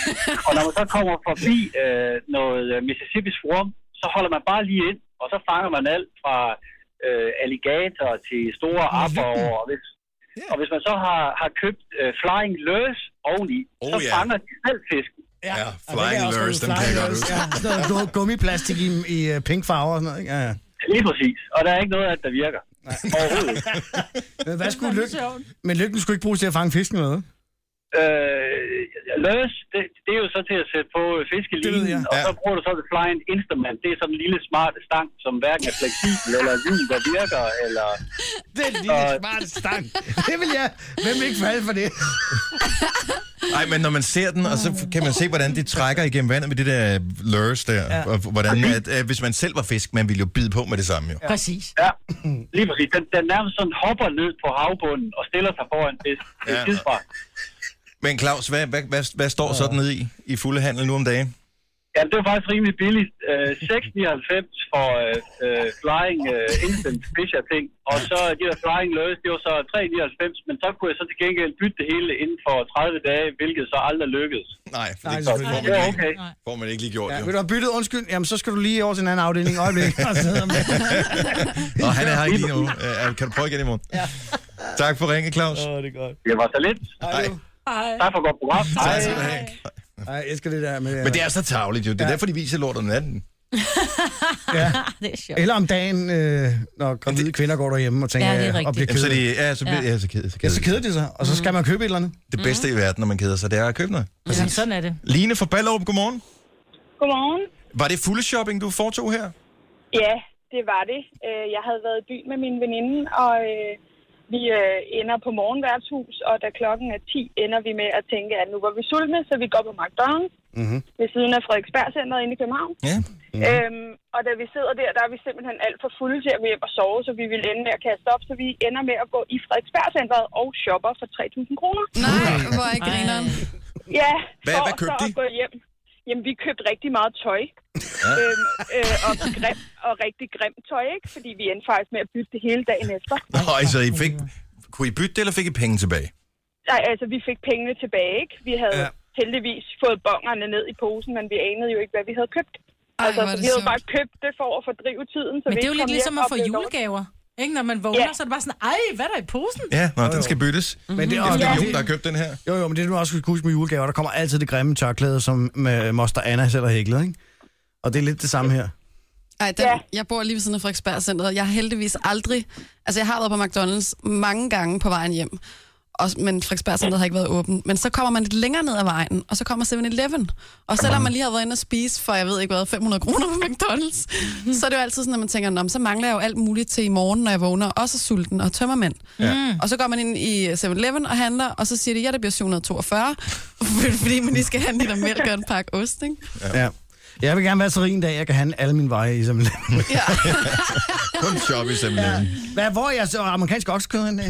[SPEAKER 8] Og når man så kommer forbi øh, noget øh, Mississippi Swarm, så holder man bare lige ind, og så fanger man alt fra øh, alligator til store apper. Og hvis, og hvis man så har, har købt øh, Flying Lures oveni,
[SPEAKER 1] Oh,
[SPEAKER 8] oh, så
[SPEAKER 1] ja.
[SPEAKER 8] fanger de selv fisken.
[SPEAKER 1] Ja,
[SPEAKER 3] Og det kan
[SPEAKER 1] flying
[SPEAKER 3] jeg også
[SPEAKER 1] lures,
[SPEAKER 3] huske.
[SPEAKER 1] dem kan jeg
[SPEAKER 3] Flying
[SPEAKER 1] godt
[SPEAKER 3] lures,
[SPEAKER 1] huske.
[SPEAKER 3] ja. Sådan noget gummi- gummiplastik i, i øh, pink farver og sådan noget. Ikke? Ja, ja.
[SPEAKER 8] Lige præcis. Og der er ikke noget af det, der virker. Overhovedet ikke.
[SPEAKER 3] Men Hvad skulle lykken? Men lykken skulle ikke bruges til at fange fisken med.
[SPEAKER 8] Øh, løs, det, det er jo så til at sætte på øh,
[SPEAKER 3] Det ved jeg.
[SPEAKER 8] fiskelinen, og
[SPEAKER 1] Ja.
[SPEAKER 8] så bruger du så det flying instrument. Det er sådan en lille smart stang, som hverken er fleksibel eller lyn, der virker, eller...
[SPEAKER 3] Den lille smarte stang. Det vil jeg. Hvem vil ikke falde for det?
[SPEAKER 1] Nej, men når man ser den, og så kan man se, hvordan det trækker igennem vandet med det der øh, lures der. Ja. Og hvordan, at, at, hvis man selv var fisk, man ville jo bide på med det samme, jo.
[SPEAKER 2] Præcis.
[SPEAKER 8] Ja, lige præcis. Den, den nærmest sådan hopper ned på havbunden og stiller sig foran fisk. Det
[SPEAKER 1] Ja.
[SPEAKER 8] er ja.
[SPEAKER 1] Men Claus, hvad, hvad, hvad, hvad står sådan nede i, i fulde handel nu om dagen?
[SPEAKER 8] Ja, det var faktisk rimelig billigt. Øh, 6,99 for øh, øh, flying øh, instant fisher ting, og så de der flying løs, det var så 3,99, men så kunne jeg så til gengæld bytte det hele inden for 30 dage, hvilket så aldrig lykkedes.
[SPEAKER 1] Nej, for
[SPEAKER 3] Nej,
[SPEAKER 1] det får
[SPEAKER 3] selvfølgelig
[SPEAKER 1] man,
[SPEAKER 8] Det var
[SPEAKER 1] ikke,
[SPEAKER 8] okay.
[SPEAKER 1] får man ikke lige gjort.
[SPEAKER 3] Ja,
[SPEAKER 1] jo.
[SPEAKER 3] vil du have byttet undskyld? Jamen, så skal du lige over til en anden afdeling. Øjeblik. Og sidde med.
[SPEAKER 1] Og han er her ikke lige nu. Øh, kan du prøve igen i morgen? Ja. Tak for ringe, Claus.
[SPEAKER 3] Åh, det er godt.
[SPEAKER 8] Det var så lidt.
[SPEAKER 1] Hej.
[SPEAKER 8] Tak for godt program.
[SPEAKER 1] Tak skal du have.
[SPEAKER 3] Ej, jeg elsker det der med... øh,
[SPEAKER 1] Men det er så tavligt jo. Det er
[SPEAKER 3] Ja.
[SPEAKER 1] derfor, de viser lort om natten.
[SPEAKER 3] ja.
[SPEAKER 4] det er sjovt.
[SPEAKER 3] Eller om dagen, øh, når gravide kvinder går derhjemme og tænker,
[SPEAKER 4] Ja, det er
[SPEAKER 3] øh, og
[SPEAKER 4] rigtigt.
[SPEAKER 3] bliver
[SPEAKER 1] Jamen, så, er
[SPEAKER 3] kedelige.
[SPEAKER 1] de, ja, så, bliver, ja. Ja, så, ked, så,
[SPEAKER 3] Ja,
[SPEAKER 1] ked,
[SPEAKER 3] så keder de sig, og så skal man købe et eller andet.
[SPEAKER 1] Det bedste i verden, når man keder sig, det er at købe noget.
[SPEAKER 2] Ja, sådan er det.
[SPEAKER 1] Line fra Ballerup, godmorgen.
[SPEAKER 9] Godmorgen.
[SPEAKER 1] Var det fulde shopping, du foretog her?
[SPEAKER 9] Ja, det var det. Øh, Jeg havde været i byen med min veninde, og øh, vi øh, ender på morgenværtshus, og da klokken er 10, ender vi med at tænke, at nu var vi sultne, så vi går på McDonald's
[SPEAKER 3] Mhm.
[SPEAKER 9] ved siden af Frederiksberg Centeret inde i København.
[SPEAKER 1] Ja.
[SPEAKER 9] Mm. Øhm, og da vi sidder der, der er vi simpelthen alt for fulde til at gå hjem og sove, så vi vil ende med at kaste op, så vi ender med at gå i Frederiksberg Centeret og shopper for 3.000 kroner.
[SPEAKER 5] Nej, hvor er ikke grineren.
[SPEAKER 9] Ja,
[SPEAKER 1] Hvad-
[SPEAKER 9] for
[SPEAKER 1] hvad
[SPEAKER 9] så
[SPEAKER 1] købte I?
[SPEAKER 9] at gå hjem. Jamen, vi købte rigtig meget tøj. Ja. Øhm, øh, og, grim, og rigtig grimt tøj, ikke? Fordi vi endte faktisk med at bytte det hele dagen efter.
[SPEAKER 1] Nej, så altså, I fik... Kunne I bytte det, eller fik I penge tilbage?
[SPEAKER 9] Nej, altså, vi fik pengene tilbage, ikke? Vi havde
[SPEAKER 3] Ja.
[SPEAKER 9] ja. heldigvis fået bongerne ned i posen, men vi anede jo ikke, hvad vi havde købt.
[SPEAKER 5] Ej,
[SPEAKER 9] altså,
[SPEAKER 5] hvor er
[SPEAKER 9] så
[SPEAKER 5] det
[SPEAKER 9] vi havde
[SPEAKER 5] sjovt.
[SPEAKER 9] bare købt det for at fordrive tiden, så
[SPEAKER 2] Men
[SPEAKER 9] vi
[SPEAKER 2] det er jo
[SPEAKER 9] ikke
[SPEAKER 2] lidt
[SPEAKER 9] kom
[SPEAKER 2] ligesom
[SPEAKER 9] hjem
[SPEAKER 2] at
[SPEAKER 9] og
[SPEAKER 2] få
[SPEAKER 9] blev dårlige.
[SPEAKER 2] julegaver. Ikke? Når man vågner,
[SPEAKER 9] Ja.
[SPEAKER 2] så er det bare sådan, ej, hvad er der i posen?
[SPEAKER 1] Ja, nå, den
[SPEAKER 3] jo.
[SPEAKER 1] skal byttes.
[SPEAKER 3] Men det,
[SPEAKER 1] Det
[SPEAKER 3] og,
[SPEAKER 1] er
[SPEAKER 3] ja.
[SPEAKER 1] Jon, der har købt den her.
[SPEAKER 3] Jo, jo, men det er du også skal huske med julegaver. Der kommer altid det grimme tørklæde, som med moster Anna selv har hæklet, ikke? Og det er lidt det samme her.
[SPEAKER 5] Ej, den, ja.
[SPEAKER 9] Ja.
[SPEAKER 5] jeg bor lige ved siden af Frederiksberg Centeret. Jeg har heldigvis aldrig... Altså, jeg har været på McDonald's mange gange på vejen hjem. Og, men Frederiksberg Centeret har ikke været åben. Men så kommer man lidt længere ned ad vejen, og så kommer 7-Eleven. Og selvom man lige har været inde og spise for, jeg ved ikke hvad, 500 kroner på McDonald's, så er det jo altid sådan, at man tænker, "Nå, men så mangler jeg jo alt muligt til i morgen, når jeg vågner, også er sulten og tømmermænd. Ja. Og så går man ind i 7-Eleven og handler, og så siger de, ja, det bliver 742, fordi man lige skal have en liter mælk og en pakke ost, ikke?
[SPEAKER 3] Ja. ja. Jeg vil gerne være så rig en dag, jeg kan handle alle mine veje i simpelthen.
[SPEAKER 5] Ja.
[SPEAKER 1] Kun shop i simpelthen.
[SPEAKER 3] Hvad, hvor er jeg så amerikansk oksekød henne?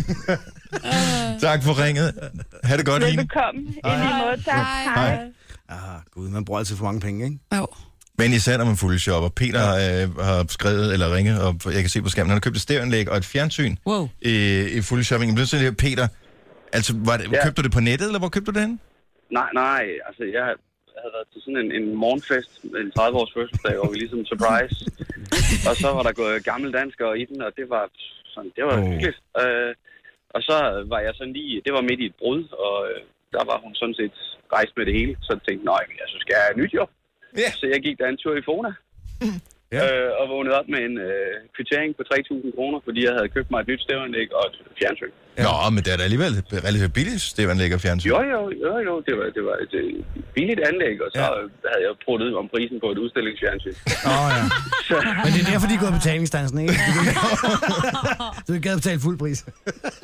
[SPEAKER 1] Tak for ringet. Ha' det godt, Line.
[SPEAKER 9] Velbekomme. I lige måde, tak. Hej.
[SPEAKER 3] Ah, gud, man bruger altid for mange penge, ikke?
[SPEAKER 5] Jo.
[SPEAKER 1] Men især når man fulde shopper. Peter øh, har skrevet eller ringet, og jeg kan se på skærmen, han har købt et stereoanlæg og et fjernsyn
[SPEAKER 4] Wow.
[SPEAKER 1] i, i fulde shopping. Jeg blev sådan lidt, Peter, altså, var det,
[SPEAKER 10] Ja.
[SPEAKER 1] købte du det på nettet, eller hvor købte du det henne?
[SPEAKER 10] Nej, nej, altså jeg havde været til sådan en, en morgenfest, en 30-års fødselsdag, hvor vi ligesom surprise. og så var der gået gammel danskere i den, og det var sådan, det var
[SPEAKER 1] Åh.
[SPEAKER 10] oh. hyggeligt. Øh, og så var jeg sådan lige, det var midt i et brud, og øh, der var hun sådan set rejst med det hele. Så jeg tænkte nej, jeg så skal jeg have nyt job.
[SPEAKER 1] Ja.
[SPEAKER 10] Så jeg gik der en tur i Fona.
[SPEAKER 3] Ja.
[SPEAKER 10] Ja. Øh, og vågnede op med en øh, kvittering på 3.000 kroner, fordi jeg havde købt mig et nyt stævanlæg og et fjernsyn.
[SPEAKER 1] Ja. Nå, men det er da alligevel relativt billigt, stereoanlæg og fjernsyn.
[SPEAKER 10] Jo, jo, jo, jo. Det var, det var et øh, billigt anlæg, og så
[SPEAKER 3] Ja.
[SPEAKER 10] ja. havde jeg pruttet om prisen på et udstillingsfjernsyn.
[SPEAKER 3] Åh, oh, ja. Men det er derfor, de er gået betalingsdansen, ikke? Du har ikke gad betale fuld pris.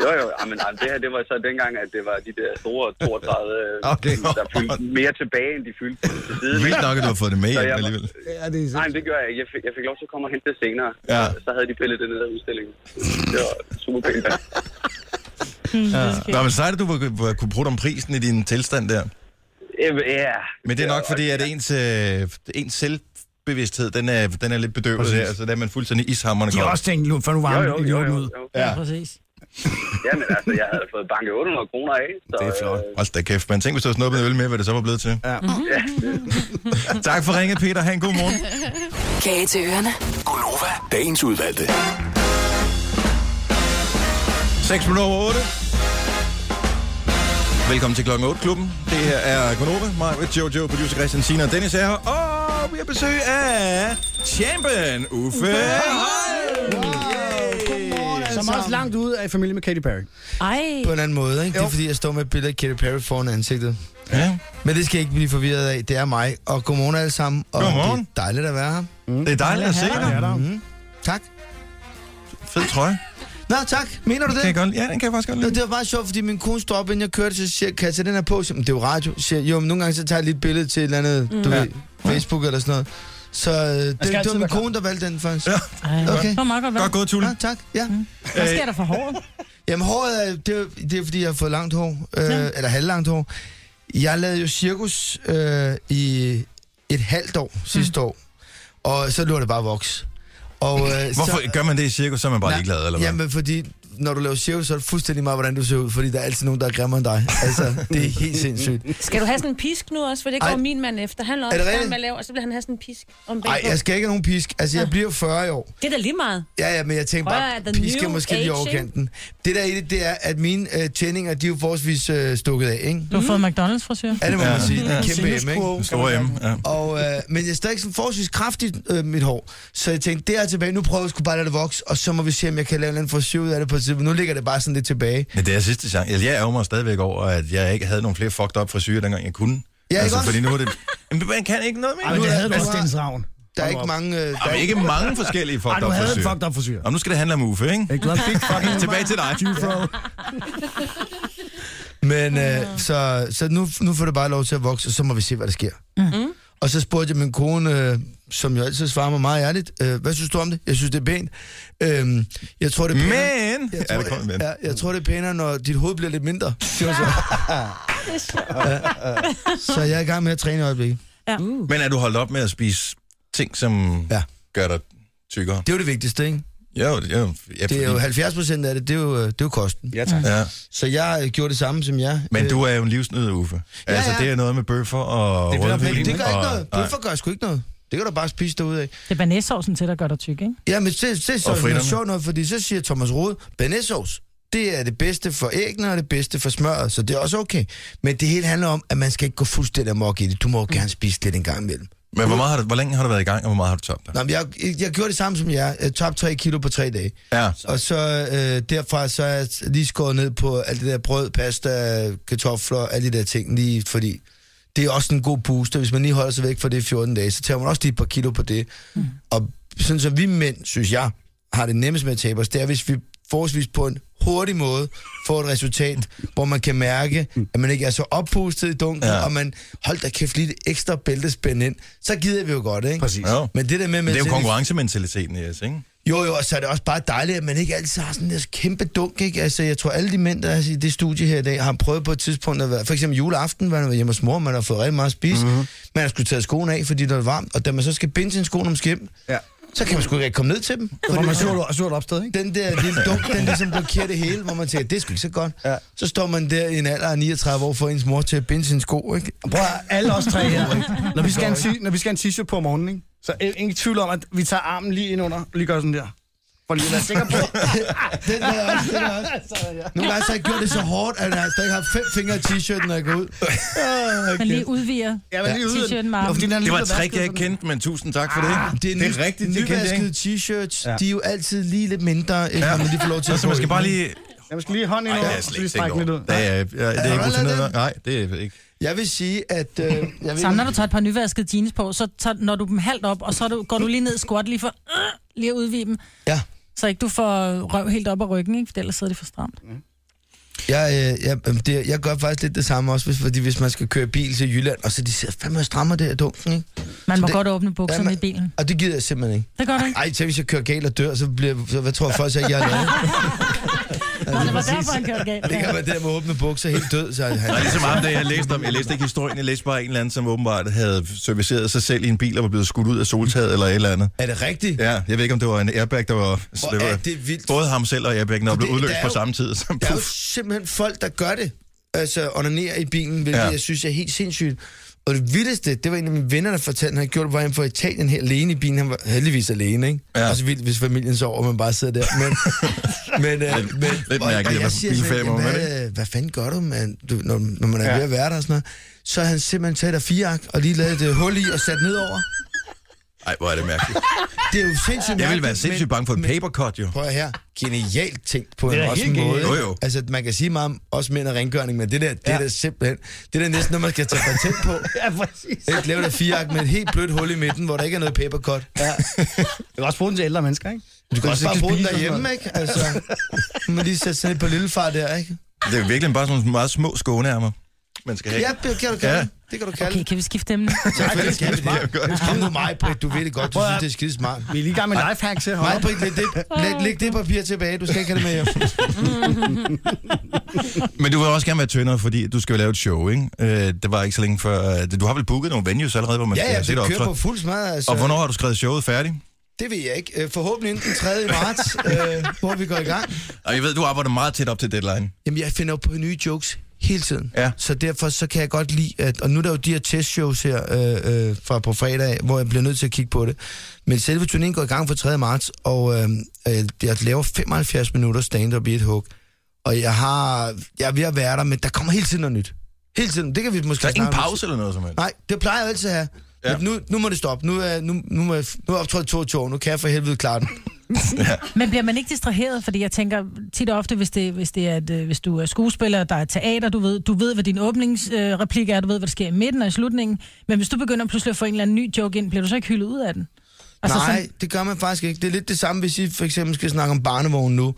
[SPEAKER 10] jo, jo. Jamen, jamen, det her, det var så dengang, at det var de der store 32, øh,
[SPEAKER 1] Okay.
[SPEAKER 10] der fyldte mere tilbage, end de fyldte til siden.
[SPEAKER 1] Vildt nok, at du har fået det med hjem
[SPEAKER 10] jeg var-
[SPEAKER 1] alligevel.
[SPEAKER 3] Ja, det er
[SPEAKER 10] Nej,
[SPEAKER 3] så...
[SPEAKER 10] men det gør jeg ikke. Jeg fik, jeg fik lov til at komme og hente det senere.
[SPEAKER 1] Ja.
[SPEAKER 10] Så, så havde de pillet det ned af udstillingen. Det var super pænt. ja.
[SPEAKER 1] Nå, men sejt, at du var- var- kunne bruge om prisen i din tilstand der.
[SPEAKER 10] Jamen, Ja.
[SPEAKER 1] Men det er nok
[SPEAKER 10] Ja, og-
[SPEAKER 1] fordi, at ens, øh, ens selvbevidsthed, den er, den er lidt bedøvet
[SPEAKER 3] Præcis.
[SPEAKER 1] her, så der er man fuldstændig ishammerne
[SPEAKER 3] De har også tænkt, "Nu- før nu
[SPEAKER 10] Jo,
[SPEAKER 3] varme
[SPEAKER 10] jo, jo,
[SPEAKER 3] idioten
[SPEAKER 10] jo,
[SPEAKER 3] ud.
[SPEAKER 10] jo.
[SPEAKER 1] Ja.
[SPEAKER 2] præcis.
[SPEAKER 10] Jamen, altså, jeg havde fået banket 800 kroner af. Så,
[SPEAKER 3] Det er flot.
[SPEAKER 10] Øh,
[SPEAKER 1] Hold da kæft, man. Tænk, hvis du havde snuppet en øl med, hvad det så var blevet til.
[SPEAKER 3] Ja.
[SPEAKER 10] ja.
[SPEAKER 1] Tak for ringet, Peter. Ha' en god morgen.
[SPEAKER 6] Kage til ørerne.
[SPEAKER 7] Gonova, dagens udvalgte.
[SPEAKER 1] 6 minutter over 8. Velkommen til klokken 8-klubben. Det her er Gonova, mig med Jojo, producer Christian Sina og Dennis er her. Og vi har besøg af champion Uffe Holm.
[SPEAKER 3] Som er også langt ude af familie med Katy Perry.
[SPEAKER 4] Ej,
[SPEAKER 11] på en anden måde, ikke? Jo. Det er fordi, jeg står med et billede af Katy Perry foran ansigtet.
[SPEAKER 1] Ja,
[SPEAKER 11] Men det skal jeg ikke blive forvirret af. Det er mig. Og godmorgen alle sammen. Og
[SPEAKER 1] Godmorgen. Mm.
[SPEAKER 11] det er dejligt at være her.
[SPEAKER 1] det er dejligt at se dig. Mhm.
[SPEAKER 3] der.
[SPEAKER 11] Mm. Tak.
[SPEAKER 1] Fed trøje.
[SPEAKER 11] Nå, tak. Mener du
[SPEAKER 1] Kan jeg
[SPEAKER 11] det?
[SPEAKER 1] godt, ja, den kan jeg faktisk godt
[SPEAKER 11] Nå,
[SPEAKER 1] lide.
[SPEAKER 11] det var bare sjovt, fordi min kone stod op, inden jeg kørte, så siger, jeg, kan jeg tage den her på? Så, "Men det er jo radio. Så Siger, jeg, jo, men nogle gange så tager jeg lige et billede til et eller andet, mm. du ved, Facebook eller sådan noget. Så øh, det,
[SPEAKER 3] altid
[SPEAKER 11] det var
[SPEAKER 3] være
[SPEAKER 11] min
[SPEAKER 3] klar.
[SPEAKER 11] kone, der valgte den først. Ja.
[SPEAKER 2] Ej.
[SPEAKER 11] Okay.
[SPEAKER 2] Det var meget godt,
[SPEAKER 1] Godt
[SPEAKER 2] hvad?
[SPEAKER 1] gået, Tulle.
[SPEAKER 11] Nå, tak. Ja.
[SPEAKER 2] Hvad sker der for håret?
[SPEAKER 11] Øh, Jamen håret er, det, er- det er fordi, jeg har fået langt hår, øh, ja. eller halvlangt hår. Jeg lavede jo cirkus øh, i et halvt år sidste år, og så lå det bare voks. Og, øh,
[SPEAKER 1] Hvorfor gør man det i cirkus, så er man bare ligeglad, eller hvad?
[SPEAKER 11] Jamen fordi, når du laver cirkus, så er det fuldstændig meget, hvordan du ser ud, fordi der er altid nogen, der er grimmere end dig. Altså, det er helt sindssygt.
[SPEAKER 4] Skal du have sådan en pisk nu også? For det går
[SPEAKER 11] Ej.
[SPEAKER 4] min mand efter. Han er også
[SPEAKER 11] Er det
[SPEAKER 4] gerne
[SPEAKER 11] rigtigt?
[SPEAKER 4] med lav, og så vil han have sådan en pisk om
[SPEAKER 11] Nej,
[SPEAKER 4] bagpå.
[SPEAKER 11] jeg skal ikke have nogen pisk. Altså, jeg
[SPEAKER 4] Ah.
[SPEAKER 11] bliver 40 i år.
[SPEAKER 4] Det er da lige meget.
[SPEAKER 11] Ja, ja, men jeg tænker
[SPEAKER 4] Prøv
[SPEAKER 11] bare,
[SPEAKER 4] at the
[SPEAKER 11] pisk er
[SPEAKER 4] new
[SPEAKER 11] måske lige
[SPEAKER 4] age,
[SPEAKER 11] overkanten. Det der er i det, det er, at mine øh, tændinger, de er jo forholdsvis øh, stukket af, ikke?
[SPEAKER 2] Du har fået McDonald's frisør.
[SPEAKER 11] Ja, det må man sige. Det er en
[SPEAKER 2] Ja.
[SPEAKER 11] kæmpe M, ikke?
[SPEAKER 1] Den store M, ja.
[SPEAKER 11] Og, øh, men jeg er stadig sådan forholdsvis kraftigt, øh, mit hår. Så jeg tænkte, det er tilbage. Nu prøver jeg sgu bare at lade det vokse, og så må vi se, om jeg kan lave en eller anden frisyr ud af det på et tidspunkt. Nu ligger det bare sådan lidt tilbage.
[SPEAKER 1] Men det er sidste chance. Altså, Jeg ærger mig stadigvæk over, at jeg ikke havde nogle flere fucked up frisyrer, dengang jeg kunne.
[SPEAKER 11] Ja, ikke
[SPEAKER 1] altså,
[SPEAKER 11] også?
[SPEAKER 1] fordi nu er det... Jamen, man kan ikke noget mere.
[SPEAKER 3] Ej, men
[SPEAKER 1] Nu
[SPEAKER 3] det
[SPEAKER 1] er-
[SPEAKER 3] havde du
[SPEAKER 1] altså,
[SPEAKER 3] også, Dennis Ravn.
[SPEAKER 11] Der er
[SPEAKER 3] Hold
[SPEAKER 11] ikke
[SPEAKER 3] op.
[SPEAKER 11] mange... Øh, der
[SPEAKER 1] Jamen, ikke mange forskellige
[SPEAKER 3] Ej,
[SPEAKER 1] fucked
[SPEAKER 3] du
[SPEAKER 1] up
[SPEAKER 3] havde en
[SPEAKER 1] frisyrer.
[SPEAKER 3] fucked up frisyr.
[SPEAKER 1] Og nu skal det handle om Uffe, ikke?
[SPEAKER 3] Ikke? Du havde en big fucking
[SPEAKER 1] Tilbage til dig.
[SPEAKER 3] Jufro.
[SPEAKER 11] Men øh, så, så nu, nu får det bare lov til at vokse, og så må vi se, hvad der sker.
[SPEAKER 4] Mm.
[SPEAKER 11] Og så spurgte jeg min kone, øh, som jo altid svarer mig meget ærligt, øh, hvad synes du om det? Jeg synes, det er pænt. Øh, jeg tror, det er pænere,
[SPEAKER 1] Men...
[SPEAKER 11] Jeg
[SPEAKER 1] Ja, det
[SPEAKER 11] tror,
[SPEAKER 1] kom med.
[SPEAKER 11] ja, jeg tror, det er pænere, når dit hoved bliver lidt mindre. Det var så. så jeg er i gang med at træne i øjeblikket.
[SPEAKER 1] Men er du holdt op med at spise ting, som
[SPEAKER 11] Ja.
[SPEAKER 1] gør dig tykkere?
[SPEAKER 11] Det er jo det vigtigste, ikke?
[SPEAKER 1] Jo, det er jo... Ja,
[SPEAKER 11] Det er jo
[SPEAKER 1] fordi-
[SPEAKER 11] 70 procent af det, det er jo, øh, det er jo kosten.
[SPEAKER 3] Ja, tak.
[SPEAKER 1] Ja.
[SPEAKER 11] Så jeg øh, gjorde det samme som jeg.
[SPEAKER 1] Men
[SPEAKER 11] Øh,
[SPEAKER 1] du er jo en livsnyd, Uffe.
[SPEAKER 11] Ja,
[SPEAKER 1] Altså,
[SPEAKER 11] ja.
[SPEAKER 1] det er noget med bøffer og
[SPEAKER 3] Det er det, der er
[SPEAKER 1] rødvin.
[SPEAKER 3] pænt.
[SPEAKER 11] Det gør
[SPEAKER 1] og,
[SPEAKER 11] ikke noget.
[SPEAKER 1] nej.
[SPEAKER 11] Bøffer gør sgu ikke noget. Det kan du bare spise derude af.
[SPEAKER 2] Det er banæssovsen til, der gør dig tyk, ikke?
[SPEAKER 11] Ja, men det, det er så
[SPEAKER 1] Og
[SPEAKER 11] noget
[SPEAKER 1] fritterne.
[SPEAKER 11] sjovt noget, fordi så siger Thomas Rode, banæssovs, det er det bedste for æggene og det bedste for smøret, så det er også okay. Men det hele handler om, at man skal ikke gå fuldstændig amok i det. Du må jo gerne spise lidt en gang imellem.
[SPEAKER 1] Men hvor, meget har du, hvor længe har du været i gang, og hvor meget har du tabt dig?
[SPEAKER 11] Nå, men jeg, jeg gjorde det samme som jeg. Jeg tabte 3 kilo på 3 dage.
[SPEAKER 1] Ja.
[SPEAKER 11] Og så øh, derfra så er jeg lige skåret ned på alt det der brød, pasta, kartofler, alle de der ting, lige fordi det er også en god booster. Hvis man lige holder sig væk fra det i 14 dage, så tager man også lige et par kilo på det. Mm. Og sådan så vi mænd, synes jeg, har det nemmest med at tabe os, det er, hvis vi forholdsvis på en hurtig måde får et resultat, hvor man kan mærke, at man ikke er så oppustet i dunken, ja.
[SPEAKER 1] Ja.
[SPEAKER 11] og man holder da kæft lige et ekstra bæltespænd ind, så gider vi jo godt, ikke?
[SPEAKER 3] Præcis.
[SPEAKER 1] Jo.
[SPEAKER 11] Men det der med, at
[SPEAKER 1] Men
[SPEAKER 11] man
[SPEAKER 1] det er jo
[SPEAKER 11] selv-
[SPEAKER 1] konkurrencementaliteten i os, ikke?
[SPEAKER 11] jo, jo, og så er det også bare dejligt, at man ikke altid har sådan en kæmpe dunk, ikke? Altså, jeg tror, alle de mænd, der er i det studie her i dag, har prøvet på et tidspunkt at være... For eksempel juleaften, hvor man var hjemme hos mor, man har fået rigtig meget at spise.
[SPEAKER 3] Mhm.
[SPEAKER 11] Mm-hmm. Man har skulle tage skoene af, fordi det var varmt. Og da man så skal binde sine sko, når man skal hjem,
[SPEAKER 3] Ja.
[SPEAKER 11] så kan man sgu ikke rigtig komme ned til dem.
[SPEAKER 3] Så var
[SPEAKER 11] Fordi
[SPEAKER 3] man surt, surt opstået, ikke?
[SPEAKER 11] den der lille dunk, den ligesom blokerer det hele, hvor man tænker, det er sgu ikke så godt. Ja. Så står man der i en alder af 39 år for ens mor til at binde sine sko, ikke?
[SPEAKER 3] Prøv at høre, alle os tre her, ikke? når vi skal have en, ti- når vi skal have en t-shirt på om morgenen, ikke? så er ingen tvivl om, at vi tager armen lige ind under, lige gør sådan der. For lige at være sikker på.
[SPEAKER 11] Den der også, den der også. Nogle gange så har jeg gjort det så hårdt, at jeg stadig har fem fingre i t-shirten, når jeg går ud.
[SPEAKER 1] Ah,
[SPEAKER 2] Han lige udviger.
[SPEAKER 3] Ja, men lige ude.
[SPEAKER 2] T-shirten med armen.
[SPEAKER 3] fordi den er lige
[SPEAKER 1] Det var et
[SPEAKER 3] blevet
[SPEAKER 1] trick,
[SPEAKER 3] vasket
[SPEAKER 1] jeg ikke
[SPEAKER 3] sådan.
[SPEAKER 1] kendte, men tusind tak for det.
[SPEAKER 11] Ah, Det er, ny, det er rigtigt, det
[SPEAKER 1] kendte jeg ikke.
[SPEAKER 11] nyvaskede t-shirts,
[SPEAKER 3] Ja.
[SPEAKER 11] ja. de er jo altid lige lidt mindre, end ja. man lige får lov til at
[SPEAKER 1] Så man
[SPEAKER 11] gå
[SPEAKER 1] skal
[SPEAKER 11] i
[SPEAKER 1] bare
[SPEAKER 11] dem.
[SPEAKER 1] lige...
[SPEAKER 3] Ja, man skal lige hånden ind
[SPEAKER 1] Nej, det
[SPEAKER 3] over,
[SPEAKER 1] er
[SPEAKER 3] og så lige
[SPEAKER 1] slet ikke
[SPEAKER 3] strække
[SPEAKER 1] over.
[SPEAKER 3] lidt ud.
[SPEAKER 1] Det er, jeg, jeg, det er
[SPEAKER 11] du allerede
[SPEAKER 1] ikke rutineret.
[SPEAKER 11] det?
[SPEAKER 1] nok. Nej, det er ikke.
[SPEAKER 11] Jeg vil sige, at... Øh, jeg ved,
[SPEAKER 2] Samme når du tager et par nyvaskede jeans på, så tager, når du dem halvt op, og så er du, går du lige ned i squat lige for øh, lige at udvide dem,
[SPEAKER 11] Ja,
[SPEAKER 2] så ikke du får røv helt op ad ryggen, ikke? for ellers sidder det for stramt.
[SPEAKER 11] Mm. jeg, øh, jeg, øhm, det, jeg gør faktisk lidt det samme også, hvis, fordi hvis man skal køre bil til Jylland, og så de siger, fandme jeg strammer det her dunken, ikke?
[SPEAKER 2] Man
[SPEAKER 11] det-
[SPEAKER 2] må det, godt åbne bukserne
[SPEAKER 11] Jamen-
[SPEAKER 2] i bilen.
[SPEAKER 11] Og det gider jeg simpelthen ikke.
[SPEAKER 2] Det gør du ikke.
[SPEAKER 11] Ej, tænk hvis jeg kører galt og dør, så, bliver, så hvad tror folk så, ikke, jeg har lavet?
[SPEAKER 2] Nå, det var derfor, han kørte galt.
[SPEAKER 11] Det kan være det der med åbne bukser helt død, så
[SPEAKER 1] Nej,
[SPEAKER 11] han...
[SPEAKER 1] ligesom ham, da jeg læste om. Jeg læste ikke historien, jeg læste bare en eller anden, som åbenbart havde serviceret sig selv i en bil og var blevet skudt ud af soltaget eller et eller andet.
[SPEAKER 11] Er det rigtigt?
[SPEAKER 1] Ja, jeg ved ikke, om det var en airbag, der var... Så
[SPEAKER 11] Hvor
[SPEAKER 1] det
[SPEAKER 11] er
[SPEAKER 1] var
[SPEAKER 11] det vildt.
[SPEAKER 1] både ham selv og airbaggen, der
[SPEAKER 11] For
[SPEAKER 1] blev
[SPEAKER 11] det-
[SPEAKER 1] udløst
[SPEAKER 11] der er
[SPEAKER 1] på
[SPEAKER 11] jo-
[SPEAKER 1] samme tid. Som
[SPEAKER 11] Der er jo
[SPEAKER 1] puff.
[SPEAKER 11] simpelthen folk, der gør det. Altså, onanerer i bilen, hvilket ja.
[SPEAKER 1] Ja.
[SPEAKER 11] jeg synes er helt sindssygt. Og det vildeste, det var en af mine venner, der fortalte, at han gjorde det, hvor han fra Italien her alene i bilen. Han var heldigvis alene, ikke?
[SPEAKER 1] Ja.
[SPEAKER 11] Og så vildt, hvis familien sover, og man bare sidder der. Men, men, øh, men,
[SPEAKER 1] lidt
[SPEAKER 11] og- og
[SPEAKER 1] mærkeligt,
[SPEAKER 11] jeg
[SPEAKER 1] at
[SPEAKER 11] siger
[SPEAKER 1] bilferie
[SPEAKER 11] sådan,
[SPEAKER 1] må man
[SPEAKER 11] hvad, hvad fanden gør du, man? Du, når, når man er ja.
[SPEAKER 3] Ja.
[SPEAKER 11] ved at være der og sådan noget. Så har han simpelthen taget der fire og lige lavet et øh, hul i og sat nedover.
[SPEAKER 1] Ej, hvor er det mærkeligt.
[SPEAKER 11] Det er jo sindssygt
[SPEAKER 1] Jeg ville være
[SPEAKER 11] mærkeligt,
[SPEAKER 1] sindssygt bange for en papercut, jo.
[SPEAKER 11] Prøv at høre her. Genialt tænkt på en
[SPEAKER 3] Det er da
[SPEAKER 11] også
[SPEAKER 3] helt
[SPEAKER 11] måde.
[SPEAKER 3] genialt.
[SPEAKER 1] Jo,
[SPEAKER 11] ikke?
[SPEAKER 1] jo.
[SPEAKER 11] Altså, at man kan sige meget om også mænd og rengøring, men det der, det ja. er da simpelthen... Det er da næsten noget, man skal tage patent på.
[SPEAKER 3] Ja, præcis.
[SPEAKER 11] Ikke lave der fireak med et helt blødt hul i midten, hvor der ikke er noget papercut. Ja.
[SPEAKER 3] Du kan også bruge den til ældre mennesker, ikke?
[SPEAKER 11] Du kan også
[SPEAKER 3] også
[SPEAKER 11] bare bruge den
[SPEAKER 3] spise og sådan
[SPEAKER 11] derhjemme,
[SPEAKER 3] noget.
[SPEAKER 11] ikke? Altså, man lige sætte sådan et par lillefar der, ikke?
[SPEAKER 1] Det er virkelig bare sådan nogle meget små skåneærmer. Man skal have.
[SPEAKER 11] Ja, det kan du kalde
[SPEAKER 1] Ja.
[SPEAKER 11] det. Det kan du kalde
[SPEAKER 2] Okay,
[SPEAKER 11] det.
[SPEAKER 2] kan vi skifte emne?
[SPEAKER 11] Okay. Det kan
[SPEAKER 1] jeg godt.
[SPEAKER 11] du Kom nu mig, Britt, du ved det godt. Du
[SPEAKER 3] Prøv
[SPEAKER 11] synes,
[SPEAKER 3] at-
[SPEAKER 11] det er skide smart.
[SPEAKER 3] Vi er lige i gang med lifehacks her.
[SPEAKER 11] Mig,
[SPEAKER 3] Hold op.
[SPEAKER 11] Britt, læg det, læg, læg det papir tilbage. Du skal ikke have det med hjem.
[SPEAKER 1] Men du vil også gerne være tyndere, fordi du skal jo lave et show, ikke? Øh, det var ikke så længe før... øh, Du har vel booket nogle venues allerede, hvor man
[SPEAKER 11] Ja,
[SPEAKER 1] skal
[SPEAKER 11] ja,
[SPEAKER 1] have set
[SPEAKER 11] du kører på
[SPEAKER 1] optræde.
[SPEAKER 11] fuld smad, altså.
[SPEAKER 1] Og hvornår har du skrevet showet færdigt?
[SPEAKER 11] Det ved jeg ikke. Øh, Forhåbentlig inden den 3. marts, øh, hvor vi går i gang.
[SPEAKER 1] Og jeg ved, du arbejder meget tæt op til deadline.
[SPEAKER 11] Jamen, jeg finder jo på nye jokes hele tiden.
[SPEAKER 1] Ja.
[SPEAKER 11] Så derfor så kan jeg godt lide, at, og nu er der jo de her testshows her øh, øh, fra på fredag, hvor jeg bliver nødt til at kigge på det. Men selve turneringen går i gang for 3. marts, og øh, øh, jeg laver 75 minutter stand-up i et hug. Og jeg har, jeg er ved at være der, men der kommer hele tiden noget nyt. Hele tiden. Det kan vi måske
[SPEAKER 1] Der er ingen
[SPEAKER 11] snakke om.
[SPEAKER 1] pause eller noget som helst.
[SPEAKER 11] Nej, det plejer jeg altid at have.
[SPEAKER 1] Ja.
[SPEAKER 11] Ja. Nu, nu må det stoppe. Nu er, nu, nu, må jeg, nu er jeg optrådt 22 år. Nu kan jeg for helvede klare den.
[SPEAKER 2] Men bliver man ikke distraheret? Fordi jeg tænker tit og ofte, hvis, det, hvis, det er, at, øh, hvis du er skuespiller, der er teater, du ved, du ved hvad din åbningsreplik er, du ved, hvad der sker i midten og i slutningen. Men hvis du begynder pludselig at få en eller anden ny joke ind, bliver du så ikke hyldet ud af den?
[SPEAKER 11] Altså, Nej,
[SPEAKER 2] sådan-
[SPEAKER 11] sådan... det gør man faktisk ikke. Det er lidt det samme, hvis I for eksempel skal snakke om barnevognen nu,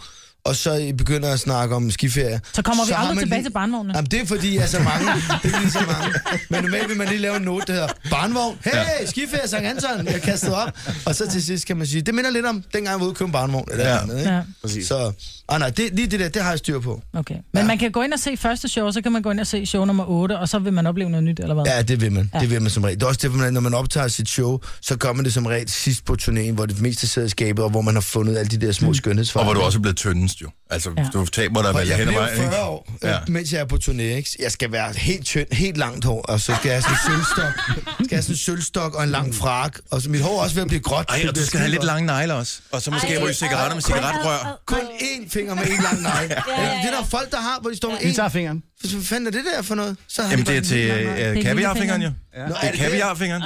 [SPEAKER 11] og så I begynder at snakke om skiferie.
[SPEAKER 2] Så kommer vi
[SPEAKER 11] har
[SPEAKER 2] aldrig
[SPEAKER 11] man
[SPEAKER 2] tilbage
[SPEAKER 11] lige-
[SPEAKER 2] til barnevognene.
[SPEAKER 11] Jamen, det er fordi, jeg er så mange. Det er lige så mange. Men normalt vil man lige lave en note, der hedder barnevogn. Hey, ja. skiferie, Sankt Anton, jeg kastede op. Og så til sidst kan man sige, det minder lidt om, dengang jeg var ude og købe en barnevogn. Eller
[SPEAKER 1] Ja.
[SPEAKER 11] ja. Andet, ikke?
[SPEAKER 2] Ja.
[SPEAKER 11] Præcis. Så, ah, nej, det, lige det der, det har jeg styr på.
[SPEAKER 2] Okay. Men ja. man kan gå ind og se første show, og så kan man gå ind og se show nummer 8, og så vil man opleve noget nyt, eller hvad?
[SPEAKER 11] Ja, det vil man.
[SPEAKER 2] Ja.
[SPEAKER 11] Ja. Det vil man som regel. Det er også derfor, man- når man optager sit show, så gør man det som regel sidst på turnéen, hvor det meste sidder i skabet, og hvor man har fundet alle de der
[SPEAKER 2] Mm.
[SPEAKER 11] små skønhedsfejl.
[SPEAKER 1] Og hvor du også er blevet tyndest jo. Altså, ja. du taber dig
[SPEAKER 11] Og
[SPEAKER 1] vel
[SPEAKER 11] jeg
[SPEAKER 1] hen ad
[SPEAKER 11] bliver
[SPEAKER 1] vejen,
[SPEAKER 11] 40
[SPEAKER 1] ikke?
[SPEAKER 11] år,
[SPEAKER 1] Ja.
[SPEAKER 11] ja. mens jeg er på turné, ikke? Jeg skal være helt tynd, helt langt hår, og så skal jeg have sådan en sølvstok, skal jeg have sådan en sølvstok og en lang frak, og så mit hår er også ved at blive gråt.
[SPEAKER 1] Ej, og du skal have lidt lange negle også. Og så måske
[SPEAKER 11] Ej,
[SPEAKER 1] ryge cigaretter med
[SPEAKER 11] ej, ej,
[SPEAKER 1] cigaretrør.
[SPEAKER 11] Kun én finger med én lang negle. ja, ja, ja. Det er der folk, der har, hvor de står med
[SPEAKER 3] Vi
[SPEAKER 11] én.
[SPEAKER 3] tager fingeren.
[SPEAKER 11] Hvad fanden er det der for noget? Så har
[SPEAKER 1] Jamen,
[SPEAKER 11] de bare
[SPEAKER 1] det er
[SPEAKER 11] en
[SPEAKER 1] til
[SPEAKER 11] lille lang negle.
[SPEAKER 1] øh, kaviarfingeren jo.
[SPEAKER 11] Ja.
[SPEAKER 1] Det er kaviarfingeren.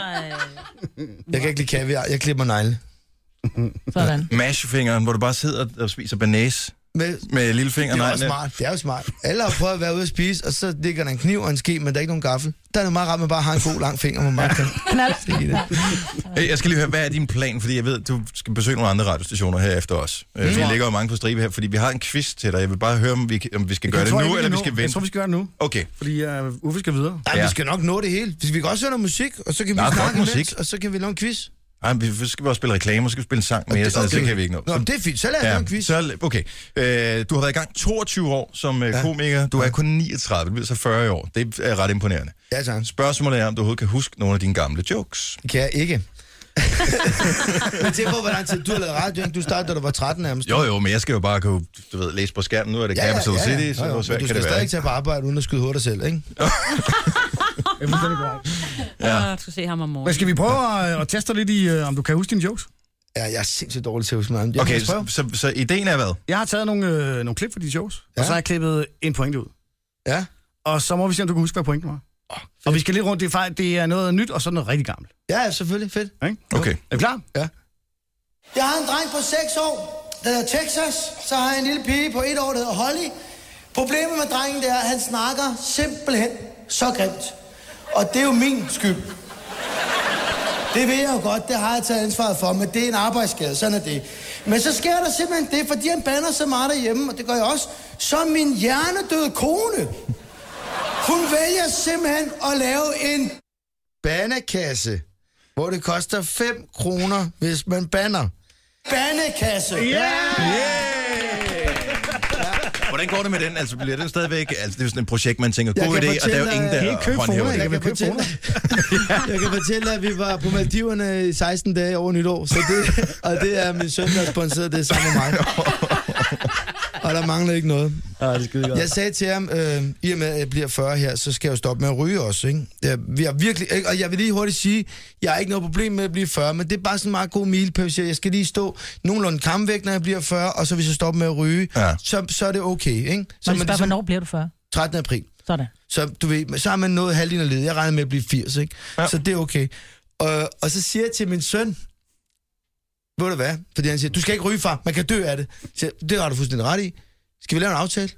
[SPEAKER 11] Jeg kan ikke lide kaviar, jeg klipper negle.
[SPEAKER 2] Sådan.
[SPEAKER 1] Mashfingeren, hvor du bare sidder og spiser banæs
[SPEAKER 11] Med
[SPEAKER 1] med lillefinger.
[SPEAKER 11] Det er
[SPEAKER 1] Nej,
[SPEAKER 11] også
[SPEAKER 1] nej.
[SPEAKER 11] smart. Det er jo smart. Alle har prøvet at være ude at spise, og så ligger der en kniv og en ske, men der er ikke nogen gaffel. Der er det meget rart, at man bare har en god lang finger, man bare kan
[SPEAKER 2] Knald.
[SPEAKER 11] stikke i det.
[SPEAKER 1] Hey, Jeg skal lige høre, hvad er din plan? Fordi jeg ved, du skal besøge nogle andre radiostationer her efter os. Mm. Vi ligger jo mange på stribe her, fordi vi har en quiz til dig. Jeg vil bare høre, om vi, om vi skal gøre
[SPEAKER 3] Jeg
[SPEAKER 1] det
[SPEAKER 3] tror
[SPEAKER 1] nu,
[SPEAKER 3] ikke,
[SPEAKER 1] eller vi
[SPEAKER 3] kan
[SPEAKER 1] skal
[SPEAKER 3] nå.
[SPEAKER 1] vente.
[SPEAKER 3] Jeg tror, vi skal gøre det nu,
[SPEAKER 1] Okay.
[SPEAKER 3] fordi uh, Uffe skal videre.
[SPEAKER 11] Nej,
[SPEAKER 1] Ja.
[SPEAKER 11] ja. vi skal nok nå det hele. Vi vi kan også høre noget musik, og så kan vi
[SPEAKER 1] Der er
[SPEAKER 11] snakke
[SPEAKER 1] godt
[SPEAKER 11] imens,
[SPEAKER 1] musik.
[SPEAKER 11] og så kan vi lave en quiz.
[SPEAKER 1] Ej, men vi så skal vi også spille reklamer, så skal vi spille en sang
[SPEAKER 11] Og
[SPEAKER 1] mere, så det kan vi ikke nå.
[SPEAKER 11] Nå, men det er fint. Så lad os lave en quiz.
[SPEAKER 1] Så, okay. Øh, du har været i gang 22 år som ja.
[SPEAKER 11] Ja.
[SPEAKER 1] komiker. Du er kun 39, det bliver så 40 i år. Det er ret imponerende.
[SPEAKER 11] Ja, tak.
[SPEAKER 1] Spørgsmålet er, om du overhovedet kan huske nogle af dine gamle jokes.
[SPEAKER 11] Det kan jeg ikke. men tænk på, hvor lang tid du har lavet radio. ikke? Du startede, da du var 13 nærmest.
[SPEAKER 1] Jo, jo, men jeg skal jo bare kunne, du ved, læse på skærmen. Nu er det ja, Capital ja, ja, City, så
[SPEAKER 11] Jo, jo,
[SPEAKER 1] hvor svært
[SPEAKER 11] men du skal
[SPEAKER 1] kan det være?
[SPEAKER 11] stadig
[SPEAKER 1] ikke?
[SPEAKER 11] tage på arbejde, uden at skyde hurtigt selv, ikke?
[SPEAKER 4] Ja. Jeg skal se ham om
[SPEAKER 3] Men
[SPEAKER 4] morgenen.
[SPEAKER 3] skal vi prøve at, at teste lidt i, øh, om du kan huske dine jokes?
[SPEAKER 11] Ja, jeg er sindssygt dårlig til at huske mig. Jeg
[SPEAKER 1] Okay,
[SPEAKER 11] må prøve.
[SPEAKER 1] så, så, så ideen er hvad?
[SPEAKER 3] Jeg har taget nogle, øh, nogle klip fra dine jokes, ja.
[SPEAKER 11] Ja.
[SPEAKER 3] og så har jeg klippet en pointe ud.
[SPEAKER 11] Ja.
[SPEAKER 3] Og så må vi se, om du kan huske, hvad pointen var. Oh, og vi skal lidt rundt. Det er, faktisk, det er noget nyt, og så noget rigtig gammelt.
[SPEAKER 11] Ja, ja, selvfølgelig. Fedt.
[SPEAKER 3] Ikke?
[SPEAKER 1] Okay.
[SPEAKER 3] Er du klar?
[SPEAKER 11] Ja.
[SPEAKER 12] Jeg har en dreng på 6 år, der hedder Texas. Så har jeg en lille pige på 1 år, der hedder Holly. Problemet med drengen, det er, at han snakker simpelthen så grimt. Og det er jo min skyld. Det ved jeg jo godt, det har jeg taget ansvaret for, men det er en arbejdsskade, sådan er det. Men så sker der simpelthen det, fordi han banner så meget derhjemme, og det gør jeg også, så min hjernedøde kone, hun vælger simpelthen at lave en
[SPEAKER 11] Bandekasse, hvor det koster 5 kroner, hvis man banner.
[SPEAKER 12] bandekasse.
[SPEAKER 1] Hvordan går det med den? Altså, bliver den stadigvæk... Altså, det er jo sådan et projekt, man tænker,
[SPEAKER 11] Jeg
[SPEAKER 1] god
[SPEAKER 11] kan
[SPEAKER 1] idé, og der er jo
[SPEAKER 11] fortælle
[SPEAKER 1] ingen,
[SPEAKER 11] dig-
[SPEAKER 1] der
[SPEAKER 11] Hele
[SPEAKER 1] håndhæver
[SPEAKER 11] Jeg
[SPEAKER 1] det.
[SPEAKER 11] kan, fortælle, jeg kan fortælle, at vi var på Maldiverne i 16 dage over nytår, så det, og det er min søn, der har sponsoreret det sammen med mig. Og der mangler ikke noget.
[SPEAKER 3] Ja, det skal
[SPEAKER 11] Jeg sagde til ham, øh, i og med at jeg bliver 40 her, så skal jeg jo stoppe med at ryge også, ikke? Jeg, vi har virkelig, ikke? og jeg vil lige hurtigt sige, jeg har ikke noget problem med at blive 40, men det er bare sådan en meget god milepæl, jeg skal lige stå nogenlunde kampvægt, når jeg bliver 40, og så hvis jeg stopper med at ryge,
[SPEAKER 1] Ja.
[SPEAKER 11] ja. så, så er det okay, ikke? Så
[SPEAKER 2] Så
[SPEAKER 11] er
[SPEAKER 2] man
[SPEAKER 11] man
[SPEAKER 2] spørger,
[SPEAKER 11] ligesom
[SPEAKER 2] hvornår bliver du 40?
[SPEAKER 11] 13. april.
[SPEAKER 2] Sådan.
[SPEAKER 11] Så, du ved, så har man nået halvdelen af livet. Jeg regner med at blive 80, ikke?
[SPEAKER 1] Ja.
[SPEAKER 11] Ja. Så det er okay. Og, og så siger jeg til min søn, ved du hvad? Fordi han siger, du skal ikke ryge, far. Man kan dø af det. Så siger, jeg, det har du fuldstændig ret i. Skal vi lave en aftale?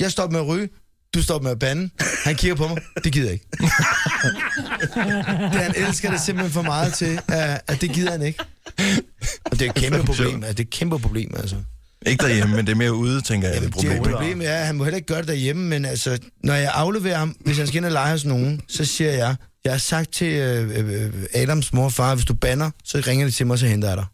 [SPEAKER 11] Jeg stopper med at ryge. Du stopper med at bande. Han kigger på mig. Det gider jeg ikke. det, han elsker det simpelthen for meget til, at, at det gider han ikke. Og det er et kæmpe problem. Altså. Det er et kæmpe problem, altså.
[SPEAKER 1] Ikke derhjemme, men det er mere ude, tænker jeg, det er
[SPEAKER 11] Problemet.
[SPEAKER 1] problemet.
[SPEAKER 11] Det problemet er, at han må heller ikke gøre det derhjemme, men altså, når jeg afleverer ham, hvis han skal ind og lege hos nogen, så siger jeg, jeg har sagt til øh, øh, øh, Adams mor og far, hvis du banner, så ringer de til mig, og så henter jeg dig.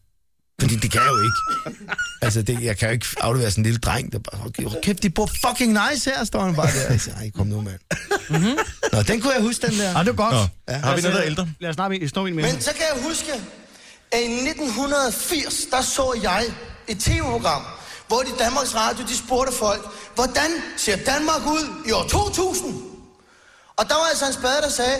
[SPEAKER 11] Fordi det kan jeg jo ikke. Altså, det, jeg kan jo ikke aflevere sådan en lille dreng, der bare, okay, hold kæft, de bor fucking nice her, står han bare der. Jeg siger, Ej, kom nu, mand. Nå, den kunne jeg huske, den der.
[SPEAKER 3] Mhm. Ja, det var godt.
[SPEAKER 1] Nå, har vi noget, der er ældre?
[SPEAKER 3] Lad os snakke med, snå en mere.
[SPEAKER 12] Men så kan jeg huske, at i 1980, der så jeg et tv-program, hvor de Danmarks Radio, de spurgte folk, hvordan ser Danmark ud i år 2000? Og der var altså en spade, der sagde,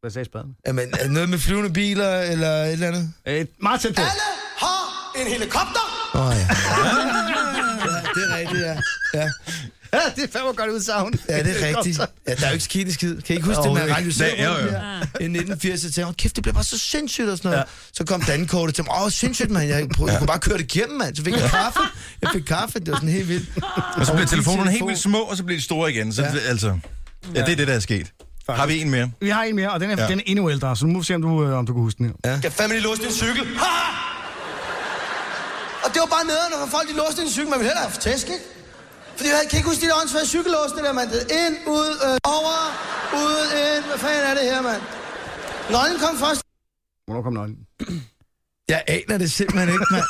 [SPEAKER 3] Hvad sagde spaden?
[SPEAKER 11] Jamen, er det noget med flyvende biler eller et eller andet?
[SPEAKER 3] Øh, meget tæt på.
[SPEAKER 12] alle har en helikopter!
[SPEAKER 11] Åh, oh, ja. ja. Det er rigtigt, ja. ja.
[SPEAKER 3] Ja, det er fandme godt udsagn.
[SPEAKER 11] Ja, det er rigtigt. Ja, der er jo ikke skidt i skid. Kan I ikke huske det med
[SPEAKER 3] Overhovedet
[SPEAKER 11] Radio
[SPEAKER 3] ikke.
[SPEAKER 11] Søren?
[SPEAKER 3] Nej, jo, jo.
[SPEAKER 11] I 1980 så tænkte jeg, "Åh, kæft, det blev bare så sindssygt og sådan noget. Så kom dankortet til mig, åh, sindssygt, mand. Jeg, prøvede, jeg kunne bare køre det igennem, mand. Så fik jeg kaffe. Jeg fik kaffe, det var sådan helt vildt.
[SPEAKER 1] Og så bliver
[SPEAKER 11] min
[SPEAKER 1] telefonerne helt
[SPEAKER 11] telefon-
[SPEAKER 1] vildt små, og så bliver de store igen. Så
[SPEAKER 11] Ja.
[SPEAKER 1] ja. altså, ja, det er det, der er sket. Har vi en mere?
[SPEAKER 3] Vi har en mere, og den er,
[SPEAKER 1] Ja.
[SPEAKER 3] ja. den er endnu ældre, så nu må vi se, om du, øh, om du kan huske den her.
[SPEAKER 11] Ja.
[SPEAKER 12] Skal fandme lige låse din cykel? Ha! Og det var bare nederen, når folk de låste din cykel. Man ville hellere have tæsk, ikke? Fordi jeg kan ikke huske de der åndssvage cykellåsene der, mand. Ind, ud, øh, over, ud, ind. Hvad fanden er det her, mand? Nøglen kom først.
[SPEAKER 3] Hvornår kom nøglen?
[SPEAKER 11] Jeg aner det simpelthen ikke, mand.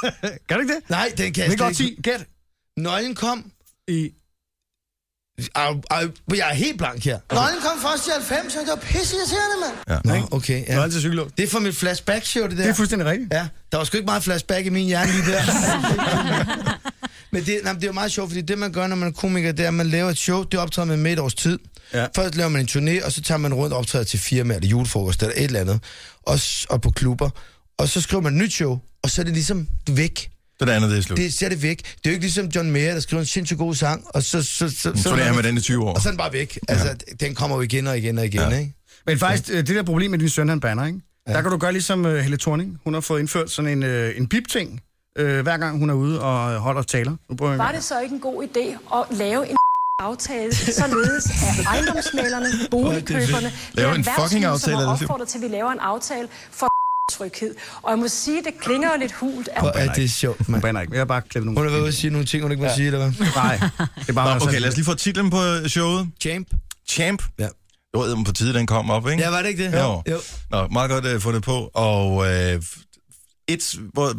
[SPEAKER 3] Kan du ikke det?
[SPEAKER 11] Nej, den kan
[SPEAKER 3] Det er
[SPEAKER 11] jeg
[SPEAKER 3] godt
[SPEAKER 11] slet ikke.
[SPEAKER 3] 10. Gæt.
[SPEAKER 11] Nøglen kom
[SPEAKER 3] i...
[SPEAKER 11] Au, au, jeg er helt blank her.
[SPEAKER 12] Nøglen kom først i 90, og det var pisseirriterende, mand.
[SPEAKER 11] Nå, okay. Ja.
[SPEAKER 3] Nøglen til cykellås.
[SPEAKER 11] Det er fra mit flashback-show, det der.
[SPEAKER 3] Det er fuldstændig rigtigt.
[SPEAKER 11] Ja, der var sgu ikke meget flashback i min hjerne lige der. men det, nej, men det er jo meget sjovt, fordi det, man gør, når man er komiker, det er, at man laver et show, det optræder man med et års tid.
[SPEAKER 3] Ja.
[SPEAKER 11] Først laver man en turné, og så tager man rundt og optræder til firma eller julefrokost eller et eller andet, og, s- og på klubber. Og så skriver man et nyt show, og så er det ligesom væk.
[SPEAKER 1] Så det andet, det er slut.
[SPEAKER 11] Det, så er det væk. Det er jo ikke ligesom John Mayer, der skriver en sindssygt god sang, og så... Så, så, så,
[SPEAKER 1] Så er jeg med den i 20 år.
[SPEAKER 11] Og så er den bare væk. Altså, den kommer jo igen og igen og igen, ja. ikke?
[SPEAKER 3] Men faktisk, øh, det der problem med din søn, han banner, ikke? Ja. Der kan du gøre ligesom øh, Helle Thorning. Hun har fået indført sådan en, øh, en pip-ting, øh, hver gang hun er ude og øh, holder taler. Nu prøver jeg
[SPEAKER 13] Var det så ikke en god idé at lave en aftale, således at ejendomsmalerne, boligkøberne,
[SPEAKER 1] Lave en
[SPEAKER 13] erhvervslivet,
[SPEAKER 1] fucking aftale,
[SPEAKER 13] som
[SPEAKER 1] er
[SPEAKER 13] har
[SPEAKER 1] det det?
[SPEAKER 13] opfordret til, at vi laver en aftale for tryghed. Og jeg må sige, det klinger jo lidt hult. At...
[SPEAKER 11] Hvor er det sjovt,
[SPEAKER 3] Hun
[SPEAKER 11] mand.
[SPEAKER 3] banner ikke, men jeg har bare klippet
[SPEAKER 11] Hun
[SPEAKER 3] nogle...
[SPEAKER 11] har været ude og sige nogle ting, hun ikke må ja. sige, eller hvad?
[SPEAKER 3] Nej, det er bare...
[SPEAKER 1] Nå, okay, lad os lige få titlen på øh, showet.
[SPEAKER 11] Champ.
[SPEAKER 1] Champ.
[SPEAKER 11] Ja.
[SPEAKER 1] Det var på tide, den kom op, ikke?
[SPEAKER 11] Ja, var det ikke det?
[SPEAKER 1] Jo.
[SPEAKER 11] jo.
[SPEAKER 1] Nå, meget godt uh, fundet på. Og øh, et hvor,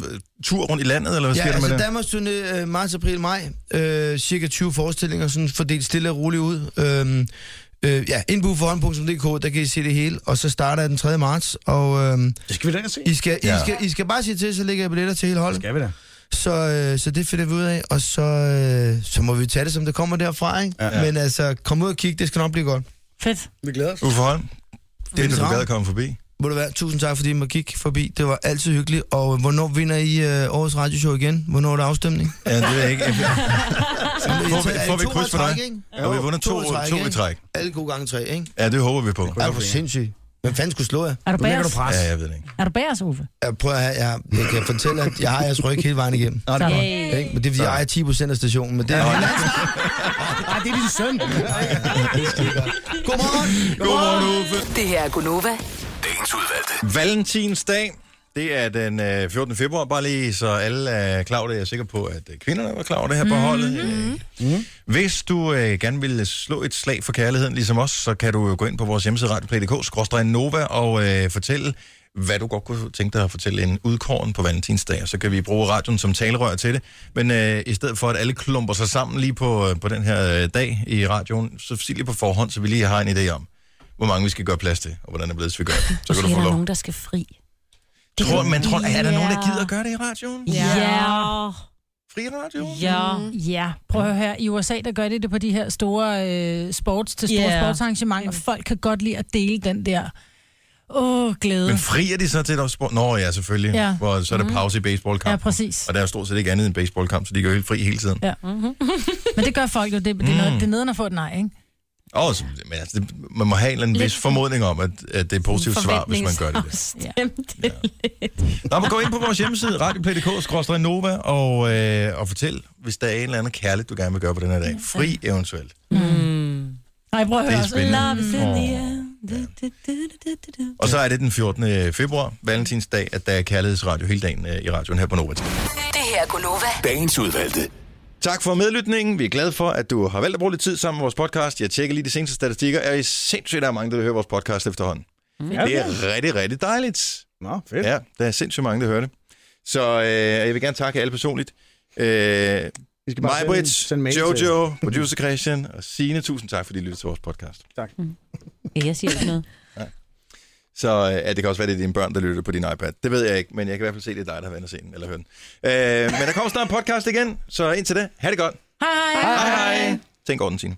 [SPEAKER 1] tur rundt i landet, eller hvad
[SPEAKER 11] Ja,
[SPEAKER 1] sker der med
[SPEAKER 11] altså
[SPEAKER 1] det?
[SPEAKER 11] Danmarks turné øh, marts, april, maj. Øh, cirka 20 forestillinger, sådan fordelt stille og roligt ud. Øhm, øh, ja, indbuforhånd.dk, der kan I se det hele. Og så starter jeg den 3. marts, og øhm,
[SPEAKER 3] Skal vi da ind og se?
[SPEAKER 11] I, skal, ja. I,
[SPEAKER 1] Ja.
[SPEAKER 11] skal, I skal bare sige til, så lægger jeg billetter til hele holdet.
[SPEAKER 3] Skal vi da?
[SPEAKER 11] Så, øh, så det finder vi ud af, og så, øh, så må vi tage det, som det kommer derfra, ikke? Ja. Men altså, kom ud og kig, det skal nok blive godt.
[SPEAKER 2] Fedt.
[SPEAKER 11] Vi glæder os.
[SPEAKER 1] Uffe Holm, det er,
[SPEAKER 11] Dennis
[SPEAKER 1] du
[SPEAKER 11] Ravn.
[SPEAKER 1] gad at komme forbi.
[SPEAKER 11] Må det være, tusind tak, fordi I må kigge forbi. Det var altid hyggeligt. Og øh, hvornår vinder I øh, årets radioshow igen? Hvornår er der afstemning?
[SPEAKER 1] Ja, det ved jeg ikke. Får vi,
[SPEAKER 11] Er det
[SPEAKER 1] får vi
[SPEAKER 11] to
[SPEAKER 1] et kryds
[SPEAKER 11] år
[SPEAKER 1] for
[SPEAKER 11] træk,
[SPEAKER 1] dig?
[SPEAKER 11] ikke?
[SPEAKER 1] Har vi vundet to,
[SPEAKER 11] år
[SPEAKER 1] to i træk?
[SPEAKER 11] ikke? Alle gode gange tre, ikke?
[SPEAKER 1] Ja, det håber vi på.
[SPEAKER 11] Er du for sindssyg? Hvem fanden skulle slå jer?
[SPEAKER 2] Er du
[SPEAKER 3] Nu lægger
[SPEAKER 2] bag
[SPEAKER 3] du
[SPEAKER 2] os?
[SPEAKER 3] pres.
[SPEAKER 1] Ja, jeg ved det ikke.
[SPEAKER 2] Er du bag os, Uffe?
[SPEAKER 11] Jeg prøver at have, jeg, jeg kan fortælle, at jeg har jeres ryg hele vejen igennem.
[SPEAKER 3] Nå, det er godt.
[SPEAKER 11] Ikke? Men det er, fordi jeg ejer 10 procent af stationen, men det er...
[SPEAKER 3] Ej, det er din søn.
[SPEAKER 11] Godmorgen!
[SPEAKER 1] Godmorgen, Uffe.
[SPEAKER 6] Det her er Gunova.
[SPEAKER 7] Dagens udvalgte.
[SPEAKER 1] Valentinsdag. Det er den øh, 14. februar, bare lige så alle er klar over det. Jeg er sikker på, at øh, kvinderne var klar over det her på holdet. Øh, Hvis du øh, gerne vil slå et slag for kærligheden, ligesom os, så kan du jo gå ind på vores hjemmeside radioplay.dk, Nova, og øh, fortælle, hvad du godt kunne tænke dig at fortælle en udkåren på Valentinsdag. Så kan vi bruge radioen som talerør til det. Men øh, i stedet for, at alle klumper sig sammen lige på, øh, på den her øh, dag i radioen, så sig lige på forhånd, så vi lige har en idé om, hvor mange vi skal gøre plads til, og hvordan det bliver, vi gør det. Så
[SPEAKER 4] Så
[SPEAKER 1] kan
[SPEAKER 4] er
[SPEAKER 1] du få
[SPEAKER 4] der
[SPEAKER 1] lov.
[SPEAKER 4] nogen, der skal fri.
[SPEAKER 1] Det tror, man tror, er der nogen, der
[SPEAKER 4] Ja.
[SPEAKER 1] gider at gøre det i radioen?
[SPEAKER 4] Ja.
[SPEAKER 1] Fri radio? Mm.
[SPEAKER 4] Ja.
[SPEAKER 2] Mm. Ja, prøv at høre her. I USA, der gør de det på de her store øh, sports, til store
[SPEAKER 4] Ja.
[SPEAKER 2] yeah. sportsarrangementer. Folk kan godt lide at dele den der åh, glæde.
[SPEAKER 1] Men frier de så til et opsport? Nå ja, selvfølgelig.
[SPEAKER 2] Ja.
[SPEAKER 1] Hvor så er der pause i
[SPEAKER 2] Ja,
[SPEAKER 1] baseballkamp.
[SPEAKER 2] præcis.
[SPEAKER 1] og der er jo stort set ikke andet end baseballkamp, så de går helt fri hele tiden.
[SPEAKER 2] Ja.
[SPEAKER 4] Mhm.
[SPEAKER 2] Men det gør folk jo. Det, det, er, noget,
[SPEAKER 1] Mm.
[SPEAKER 2] det er nederen at få et nej, ikke?
[SPEAKER 1] Og så, men altså, det, man må have en eller anden vis formodning om, at, at det er et positivt svar, hvis man gør det. der.
[SPEAKER 4] Forventningsafstemt.
[SPEAKER 1] Nå, men gå ind på vores hjemmeside, radioplay.dk-nova, og, øh, og fortæl, hvis der er en eller anden kærlighed, du gerne vil gøre på den her dag. Fri eventuelt.
[SPEAKER 2] Nej, prøv at
[SPEAKER 1] Det
[SPEAKER 2] høre.
[SPEAKER 1] er
[SPEAKER 2] også.
[SPEAKER 1] spændende.
[SPEAKER 4] Love is in the
[SPEAKER 1] Åh.
[SPEAKER 4] air. Du, du, du, du, du, du.
[SPEAKER 1] Og så er det den 14. februar, valentinsdag, at der er kærlighedsradio hele dagen øh, i radioen her på Nova.
[SPEAKER 6] Det her er Gunova.
[SPEAKER 7] Dagens udvalgte.
[SPEAKER 1] Tak for medlytningen. Vi er glade for, at du har valgt at bruge lidt tid sammen med vores podcast. Jeg tjekker lige de seneste statistikker, og I er sindssygt, der er mange, der hører vores podcast efterhånden. Det er rigtig, rigtig dejligt.
[SPEAKER 3] Mm. Nå, fedt.
[SPEAKER 1] Ja, der er sindssygt mange, der hører det. Så øh, jeg vil gerne takke alle personligt. Øh,
[SPEAKER 3] Vi skal
[SPEAKER 1] mig,
[SPEAKER 3] sende-
[SPEAKER 1] Britt,
[SPEAKER 3] sende mail til-
[SPEAKER 1] Jojo, producer Christian og Signe, tusind tak, fordi I lyttede til vores podcast.
[SPEAKER 4] Ja, Jeg siger ikke noget.
[SPEAKER 1] Så øh, at det kan også være, det er dine børn, der lytter på din iPad. Det ved jeg ikke, men jeg kan i hvert fald se, det er dig, der har været inde og se den, eller hørt den. Øh, men der kommer snart en podcast igen, så indtil det, ha' det godt.
[SPEAKER 4] Hej.
[SPEAKER 1] Hej, hej. Tænk over den, Signe.